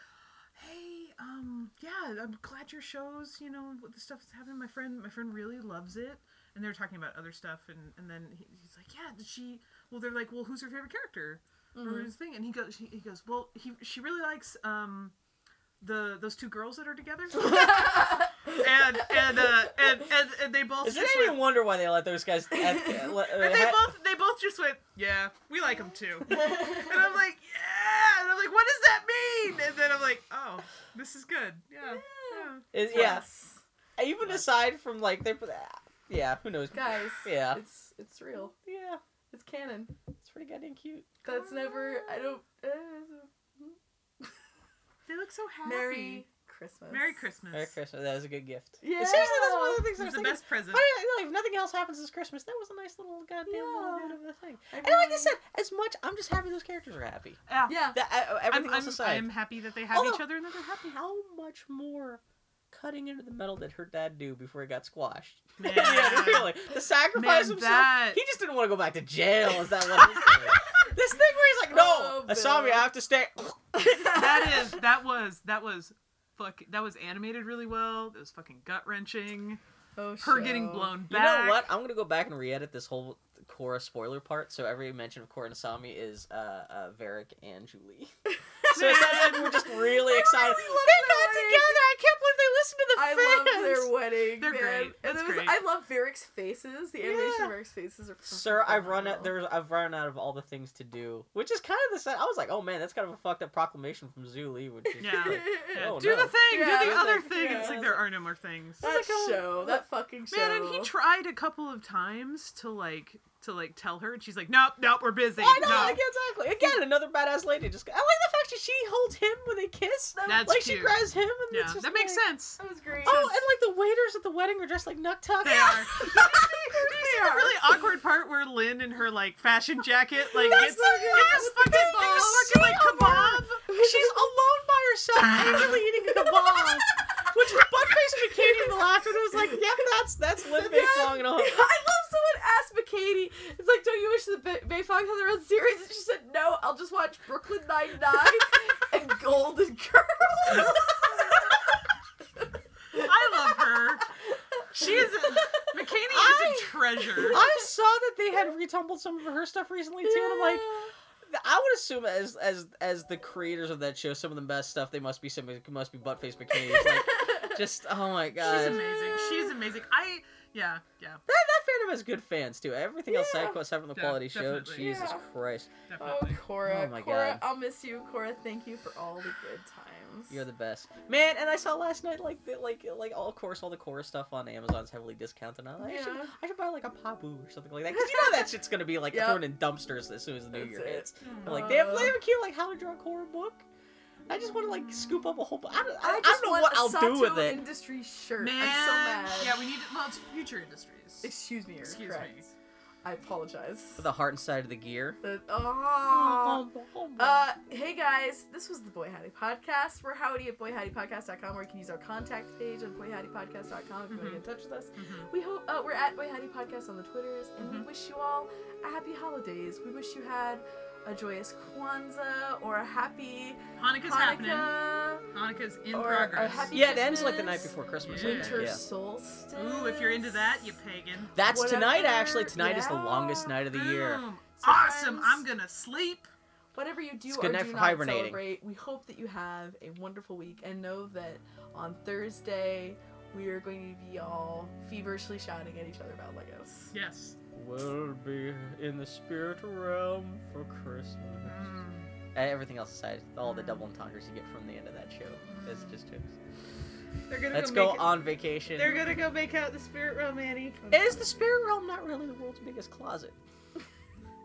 hey um yeah i'm glad your shows you know what the stuff that's happening my friend my friend really loves it and they're talking about other stuff and and then he, he's like yeah did she well they're like well who's her favorite character
Mm-hmm.
or his thing and he goes he, he goes well he she really likes um the those two girls that are together and and uh and and, and they both
Is it
just
any
went-
wonder why they let those guys? At, uh, let-
and they
ha-
both they both just went yeah we like them too and i'm like yeah and i'm like what does that mean and then i'm like oh this is good yeah, yeah.
is- yeah. Even aside from like they, ah, yeah. Who knows?
Guys.
Yeah.
It's it's real.
Yeah.
It's canon.
It's pretty goddamn cute.
That's never. I don't. Uh,
they look so happy
Merry Christmas.
merry christmas
Merry Christmas. That was a good gift.
Yeah.
Seriously, that's one of the things
It
I
was the
was thinking.
best present
Funny, like, if nothing else happens this Christmas, that was a nice little goddamn little
Yeah.
bit of a thing.
I
And like I
mean-
said, as much I'm just happy those characters are happy.
yeah,
Yeah.
That I, I-
I'm,
everything
I'm,
else aside,
I'm happy that they have each
Although-
other and that they're happy
how much more cutting into the metal did her dad do before he got squashed?
Man.
yeah, really. The sacrifice
Man,
himself.
that-
He just didn't want to go back to jail. Is that what it is? This thing where he's like, no,
Oh,
I saw me.
Bill.
I have to stay.
that is that was that was fuck that was animated really well. That was fucking gut wrenching.
Oh,
Her
show.
getting blown
You
back.
know what? I'm gonna go back and re-edit this whole Korra spoiler part, so every mention of Korra and Asami is uh, uh, Varric and Julie. so it sounds like we're just really excited.
love
they
that
got
wedding.
together. I can't believe they listened to the
I love
fans.
their wedding.
They're
man.
great.
And
It's
it was,
great.
I love Varric's faces. The animation
Yeah.
of Varric's faces are. fucking
Sir, I've run out.
phenomenal.
There's I've run out of all the things to do, which is kind of the. sad- I was like, oh man, that's kind of a fucked up proclamation from Zuli. Which is
Yeah.
like,
Yeah,
oh,
do
no.
the thing,
Yeah,
do the
I was
other
like,
thing.
yeah.
It's like there are no more things.
That show. That fucking show.
Man, and he tried a couple of times to like to like tell her, and she's like, nope, nope, we're busy.
I know,
no.
like, exactly. Again, another badass lady. Just I like the fact that she holds him when they kiss.
That's
like she
cute.
grabs him, and
yeah,
it's just
that makes
like-
sense.
That was great.
Oh, and like the waiters at the wedding are dressed like Nuck Tuck.
They are. Do you see the really awkward part where Lynn in her like fashion jacket like
That's
gets,
so good.
gets
With
fucking,
balls.
gets fucking like kebab.
She's alone by herself, angrily eating a kebab. Which Buttface McKinney in the last one was like, yep, that's that's Lin Bay Fong and a
I love someone asked McKady. It's like, don't you wish the Bay- Bayfong has their own series? And she said, no, I'll just watch Brooklyn Nine Nine and Golden Girl.
I love her. She is a, McKinney
I-
is a treasure.
I saw that they had retumbled some of her stuff recently too, and I'm like, I would assume as as as the creators of that show, some of the best stuff they must be some must be Buttface McKinney. It's like, just oh my god,
She's
that,
amazing. She's amazing. I yeah yeah
that fandom has good fans too. Everything else
Yeah.
side quest having the
Yeah,
quality show,
definitely.
Jesus
Yeah.
Christ,
Oh,
definitely.
Cora,
Oh my
Cora,
God.
I'll miss you, Cora. Thank you for all the good times.
you're the best, man. And I saw last night like the, like like all of course all the chorus stuff on Amazon's heavily discounted. And I, like, I should
Yeah.
I should buy like a Pabu or something like that because you know that shit's gonna be like
Yep.
thrown in dumpsters as soon as the new
That's
year
it.
hits. I'm like they have, they
Uh.
have a cute like how to draw a horror book. I just want to like scoop up a whole. bu- I don't, I,
I
I
just
don't know
want
what
a
I'll do
Sato
with it.
Industry shirt.
Man,
I'm so mad.
yeah, we need to, well, it's future industries.
Excuse me. you're
Excuse
correct.
me.
I apologize.
With the heart inside of the gear.
The- oh. Uh, hey guys, this was the Boy Howdy Podcast. We're howdy at boyhowdypodcast.com where you can use our contact page on boyhowdypodcast.com if you want to get in touch with us. We hope uh, we're at Boy Howdy Podcast on the Twitters, and we wish you all a happy holidays. We wish you had a joyous Kwanzaa or a happy
Hanukkah's happening.
Hanukkah
Hanukkah's in
or a
progress.
happy-
yeah, it ends like the night before Christmas. I think,
winter
yeah.
solstice.
Ooh, if you're into that, you pagan.
That's tonight,
Whatever,
actually. Tonight is the
yeah.
longest night of the year.
Boom.
Sometimes-
Awesome. I'm gonna sleep.
Whatever you do
It's
or
good
do
night for
not
hibernating.
celebrate, we hope that you have a wonderful week and know that on Thursday we are going to be all feverishly shouting at each other about Legos.
Yes.
We'll be in the spirit realm for Christmas. Mm. Uh, everything else aside, all the double entendres you get from the end of that show is just jokes.
Mm. They're gonna
Let's go on vacation.
gonna go make out the spirit realm, Annie.
Is the spirit realm not really the world's biggest closet?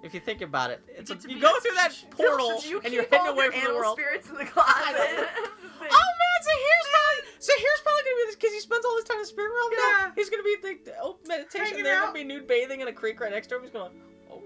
If you think about it, it's
get
a-
to
you
be
go
a-
through that portal
Phil, should you
and you're
keep
heading
all
away
your
from the
animal
world.
spirits in the closet?
Oh man, so here's probably so here's probably gonna be this because he spends all his time in spirit realm. now.
Yeah.
he's gonna be like the oh meditation.
Hanging
They're
out.
gonna be nude bathing in a creek right next to him. He's going, oh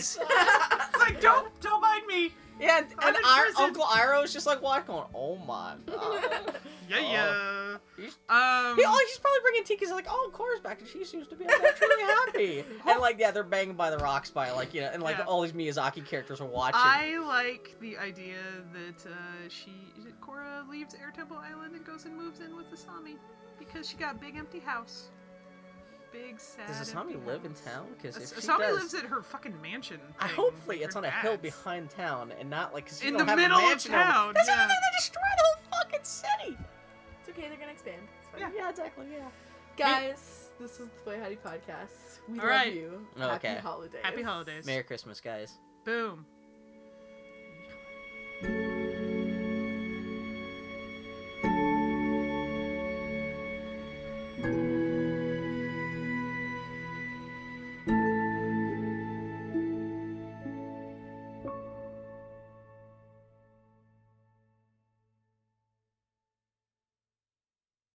son."
It's like don't don't mind me.
yeah, and,
I'm
and
in
Ir-
prison.
Uncle Iro is just like walking, going, oh my god.
Yeah yeah.
He's-
Um.
Oh. He, oh, he's probably bringing Tiki's like, oh, Cora's back, and she seems to be naturally happy. And like, yeah, they're banging by the rocks by like, you know, and like
Yeah.
all these Miyazaki characters are watching.
I like the idea that uh, she Cora leaves Air Temple Island and goes and moves in with Asami because she got a big empty house. Big sad.
Does
empty
Asami live in
house.
town? Because
As-
if she
Asami
does,
uh, lives at her fucking mansion.
I
thing
hopefully
with
it's
her
on a hill
dad's.
behind town and not like because
In the
don't have
middle
a
of
mansion over-
town,
That's
yeah.
another thing they destroy the whole fucking city.
It's okay, they're gonna expand. It's fine.
Yeah.
Yeah, exactly. Yeah.
Guys, this is the Way Howdy podcast. We
All
love
right.
you.
Oh, Okay.
Happy holidays.
Happy holidays.
Merry Christmas, guys.
Boom.